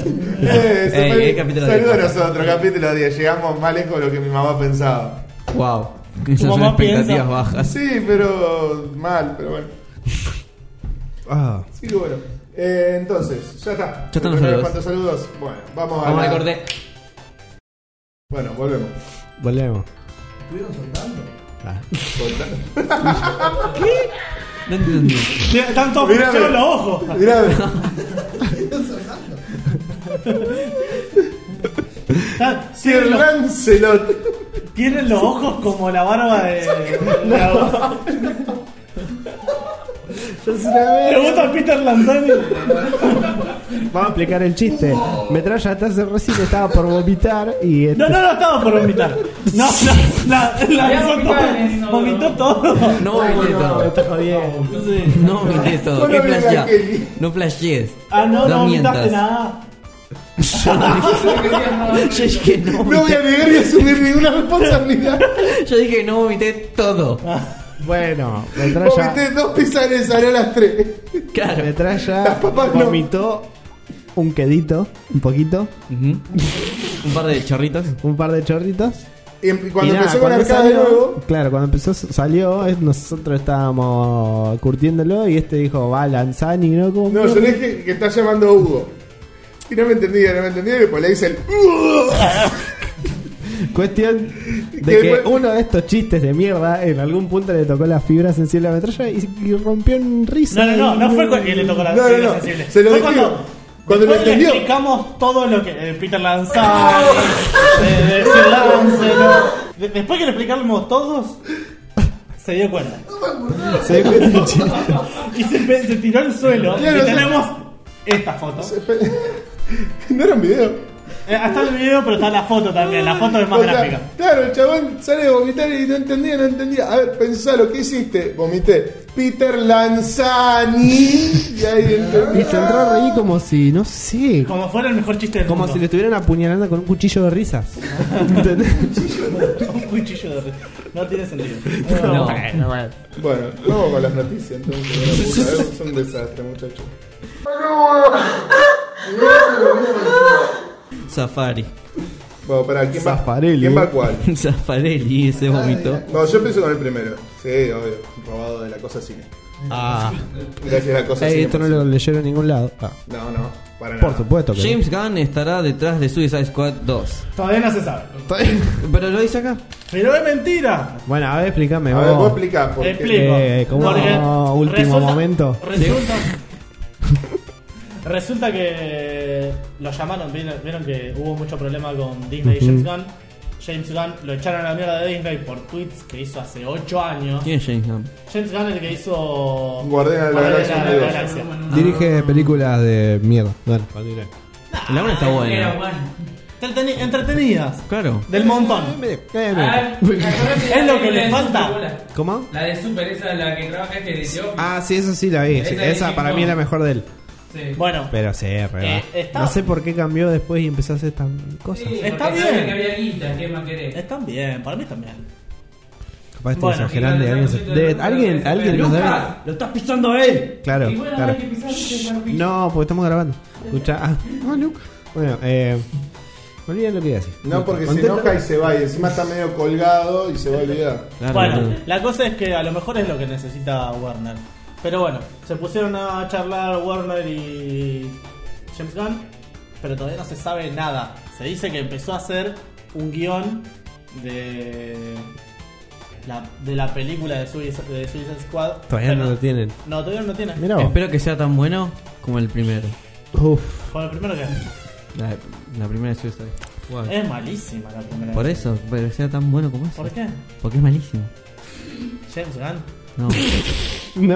[SPEAKER 1] se
[SPEAKER 3] Ey,
[SPEAKER 1] fue-
[SPEAKER 3] eh, capítulo
[SPEAKER 1] Saludos a
[SPEAKER 3] diez.
[SPEAKER 1] nosotros, capítulo 10. Llegamos más lejos de lo que mi mamá pensaba.
[SPEAKER 3] wow. Esas son
[SPEAKER 4] mamá
[SPEAKER 3] expectativas
[SPEAKER 4] piensa-
[SPEAKER 3] bajas.
[SPEAKER 1] Sí, pero mal, pero bueno.
[SPEAKER 2] Ah.
[SPEAKER 1] Sí, que bueno. Eh, entonces, ya está.
[SPEAKER 3] Ya están los
[SPEAKER 1] Primero,
[SPEAKER 3] saludos.
[SPEAKER 1] ¿Cuántos saludos? Bueno, vamos a.
[SPEAKER 3] Vamos
[SPEAKER 1] la-
[SPEAKER 3] al corte.
[SPEAKER 1] Bueno, volvemos.
[SPEAKER 2] Volvemos.
[SPEAKER 6] ¿Estuvieron soltando?
[SPEAKER 3] No entendí.
[SPEAKER 4] Están todos
[SPEAKER 1] Mírame.
[SPEAKER 4] pinchados los ojos.
[SPEAKER 1] Mirá,
[SPEAKER 6] ¿Estuvieron soltando?
[SPEAKER 4] Están-
[SPEAKER 1] Sir
[SPEAKER 4] tienen, los,
[SPEAKER 1] Lancelot.
[SPEAKER 4] tienen los ojos como la barba de. la- ¿Te gusta Peter Lanzani?
[SPEAKER 2] Vamos a aplicar el chiste. Metralla hasta hace recién estaba por vomitar y. este,
[SPEAKER 4] No, no, no estaba por vomitar. No, no, la, la
[SPEAKER 5] Había
[SPEAKER 4] hizo
[SPEAKER 5] vomitado
[SPEAKER 4] todo.
[SPEAKER 5] en eso,
[SPEAKER 4] Vomitó
[SPEAKER 5] no.
[SPEAKER 4] todo.
[SPEAKER 3] No vomité
[SPEAKER 2] me
[SPEAKER 3] todo.
[SPEAKER 2] está jodiendo.
[SPEAKER 3] No vomité todo.
[SPEAKER 1] Vos
[SPEAKER 3] ¿Qué
[SPEAKER 1] no veas
[SPEAKER 3] flashea?
[SPEAKER 1] aquel-
[SPEAKER 3] No flashees.
[SPEAKER 4] Ah, no, no vomitaste
[SPEAKER 3] mientas.
[SPEAKER 4] nada.
[SPEAKER 3] Yo dije no
[SPEAKER 1] No voy
[SPEAKER 3] vomité.
[SPEAKER 1] a negar ni asumir ninguna responsabilidad.
[SPEAKER 3] Yo dije no vomité todo.
[SPEAKER 2] Bueno, Metralla.
[SPEAKER 1] Vomité dos pisanes, salió a las tres.
[SPEAKER 3] Claro.
[SPEAKER 2] Metralla
[SPEAKER 1] Las papas no.
[SPEAKER 2] vomitó un quedito, un poquito,
[SPEAKER 3] Ujú. Un par de chorritos.
[SPEAKER 2] un par de chorritos.
[SPEAKER 1] Y em- y cuando
[SPEAKER 2] Y nada,
[SPEAKER 1] empezó con
[SPEAKER 2] cuando
[SPEAKER 1] Arcada de
[SPEAKER 2] salió-
[SPEAKER 1] nuevo,
[SPEAKER 2] Claro, cuando empezó salió, es- nosotros estábamos curtiéndolo y este dijo, va, Lanzani, ¿no? Como-
[SPEAKER 1] No, yo le dije que está llamando a Hugo. Y no me entendía, no me entendía. Y después le dice el.
[SPEAKER 2] Cuestión
[SPEAKER 1] Que
[SPEAKER 2] de que
[SPEAKER 1] después-
[SPEAKER 2] uno de estos chistes de mierda en algún punto le tocó la fibra sensible a la metralla y, y rompió en risa.
[SPEAKER 4] No, no, no, no fue cuando le tocó la
[SPEAKER 1] No, no,
[SPEAKER 4] fibra
[SPEAKER 1] no.
[SPEAKER 4] sensible.
[SPEAKER 1] Se lo
[SPEAKER 4] fue
[SPEAKER 1] describo.
[SPEAKER 4] cuando,
[SPEAKER 1] Cuando lo
[SPEAKER 4] después le
[SPEAKER 1] entendió.
[SPEAKER 4] explicamos todo lo que eh, Peter Lanzani, de, de Sir Lancelot. De- después que le explicamos todos, se dio cuenta.
[SPEAKER 2] Se dio cuenta del chiste.
[SPEAKER 4] Y se, pe- se tiró al suelo
[SPEAKER 1] Claro,
[SPEAKER 4] y
[SPEAKER 1] sí.
[SPEAKER 4] tenemos esta foto.
[SPEAKER 1] no era un video.
[SPEAKER 4] Eh, hasta el video, pero está la foto también. La foto es más
[SPEAKER 1] O sea,
[SPEAKER 4] gráfica.
[SPEAKER 1] Claro, el chabón sale de vomitar y no entendía, no entendía. A ver, pensá lo que hiciste. Vomité. Peter Lanzani. Y ahí entendí.
[SPEAKER 2] Y se entró a reír como si, no sé,
[SPEAKER 4] Como fuera el mejor chiste del
[SPEAKER 2] como
[SPEAKER 4] mundo.
[SPEAKER 2] si le estuvieran apuñalando con un cuchillo de risas. ¿Entendés?
[SPEAKER 4] Un cuchillo de re- No tiene sentido.
[SPEAKER 3] No.
[SPEAKER 2] Bueno, bueno.
[SPEAKER 1] Bueno, vamos con las noticias entonces. Bueno, puta, es un desastre, muchachos.
[SPEAKER 3] Safari.
[SPEAKER 1] Bueno, pará, ¿quién va,
[SPEAKER 2] Zaffarelli,
[SPEAKER 1] ¿quién va
[SPEAKER 2] eh.
[SPEAKER 1] cuál?
[SPEAKER 3] Zafarelli, ese vomitó.
[SPEAKER 1] No, yo empiezo con el primero. Sí, obvio. Robado de la cosa cine.
[SPEAKER 2] Ah,
[SPEAKER 1] Gracias a la cosa
[SPEAKER 2] eh,
[SPEAKER 1] cine.
[SPEAKER 2] esto no lo leyeron en ningún lado. Ah,
[SPEAKER 1] No, no, para
[SPEAKER 2] por
[SPEAKER 1] nada.
[SPEAKER 2] supuesto que no.
[SPEAKER 3] James Gunn estará detrás de Suicide Squad 2.
[SPEAKER 4] Todavía no se sabe.
[SPEAKER 3] Pero lo dice acá.
[SPEAKER 4] Pero es mentira.
[SPEAKER 2] Bueno, a ver, explícame.
[SPEAKER 1] A ver,
[SPEAKER 2] vos.
[SPEAKER 1] vos explicá por qué.
[SPEAKER 4] Explico.
[SPEAKER 2] Eh, ¿cómo? No, último momento.
[SPEAKER 4] Resulta, resulta que lo llamaron, vieron, vieron que hubo mucho problema con Disney y James Gunn. James Gunn lo echaron a la mierda de Disney por tweets que hizo hace 8 años.
[SPEAKER 3] ¿Quién es James Gunn?
[SPEAKER 4] James Gunn es el que hizo
[SPEAKER 1] Guardianes de la Galaxia
[SPEAKER 4] Guardianes
[SPEAKER 1] uno y dos.
[SPEAKER 2] Dirige películas de mierda. Bueno, continúe.
[SPEAKER 3] La una está
[SPEAKER 5] Era
[SPEAKER 3] buena.
[SPEAKER 5] humano.
[SPEAKER 4] Entreteni- entretenidas.
[SPEAKER 3] Claro.
[SPEAKER 4] Del montón.
[SPEAKER 5] A ver, acordate de
[SPEAKER 4] Es lo
[SPEAKER 5] la
[SPEAKER 4] que le
[SPEAKER 5] de
[SPEAKER 4] falta.
[SPEAKER 5] Super,
[SPEAKER 2] ¿Cómo?
[SPEAKER 5] La de Super, esa la que trabaja este de The Office.
[SPEAKER 2] Ah, sí, eso sí la vi. sí,
[SPEAKER 5] Esa es
[SPEAKER 2] esa
[SPEAKER 5] Jim
[SPEAKER 2] para mí
[SPEAKER 5] Bond.
[SPEAKER 2] es la mejor de él.
[SPEAKER 5] Sí.
[SPEAKER 4] Bueno,
[SPEAKER 2] Pero sí, re va.
[SPEAKER 4] Eh, está-
[SPEAKER 2] No sé por qué cambió después y empezó a hacer estas cosas.
[SPEAKER 5] Sí,
[SPEAKER 4] Está
[SPEAKER 5] porque saben
[SPEAKER 4] bien.
[SPEAKER 5] que había guita, ¿qué más querés?
[SPEAKER 4] están bien, para mí están bien.
[SPEAKER 2] Capaz este estoy
[SPEAKER 4] Bueno,
[SPEAKER 2] exagerando y alguien se- debe- Alguien, alguien nos debe-
[SPEAKER 3] ¡Lo estás pisando a él!
[SPEAKER 2] Claro,
[SPEAKER 5] Y bueno,
[SPEAKER 2] claro.
[SPEAKER 5] hay que pisar, viste, el barbilla.
[SPEAKER 2] No, porque estamos grabando. Escucha. Ah, no, Luke. Bueno, eh. Me olvidé lo que iba a decir.
[SPEAKER 1] No, porque se
[SPEAKER 2] Contento.
[SPEAKER 1] enoja y se va. Y encima está medio colgado y se va a olvidar.
[SPEAKER 3] Claro,
[SPEAKER 4] Bueno,
[SPEAKER 3] boludo.
[SPEAKER 4] la cosa es que a lo mejor es lo que necesita Warner. Pero bueno, se pusieron a charlar Warner y James Gunn, pero todavía no se sabe nada. Se dice que empezó a hacer un guión de la, de la película de Suicide, de Suicide Squad.
[SPEAKER 2] Todavía
[SPEAKER 4] Pero-
[SPEAKER 2] no lo tienen.
[SPEAKER 4] No, todavía no lo tiene.
[SPEAKER 2] Mirá vos.
[SPEAKER 3] Espero que sea tan bueno como el primero.
[SPEAKER 2] Uf.
[SPEAKER 4] Bueno, primero que
[SPEAKER 3] La, la primera de Suicide Squad.
[SPEAKER 4] es malísima la primera.
[SPEAKER 3] Por
[SPEAKER 4] vez.
[SPEAKER 3] eso, pero que sea tan bueno como eso.
[SPEAKER 4] ¿Por qué?
[SPEAKER 3] Porque es malísimo.
[SPEAKER 4] James Gunn.
[SPEAKER 3] No.
[SPEAKER 1] La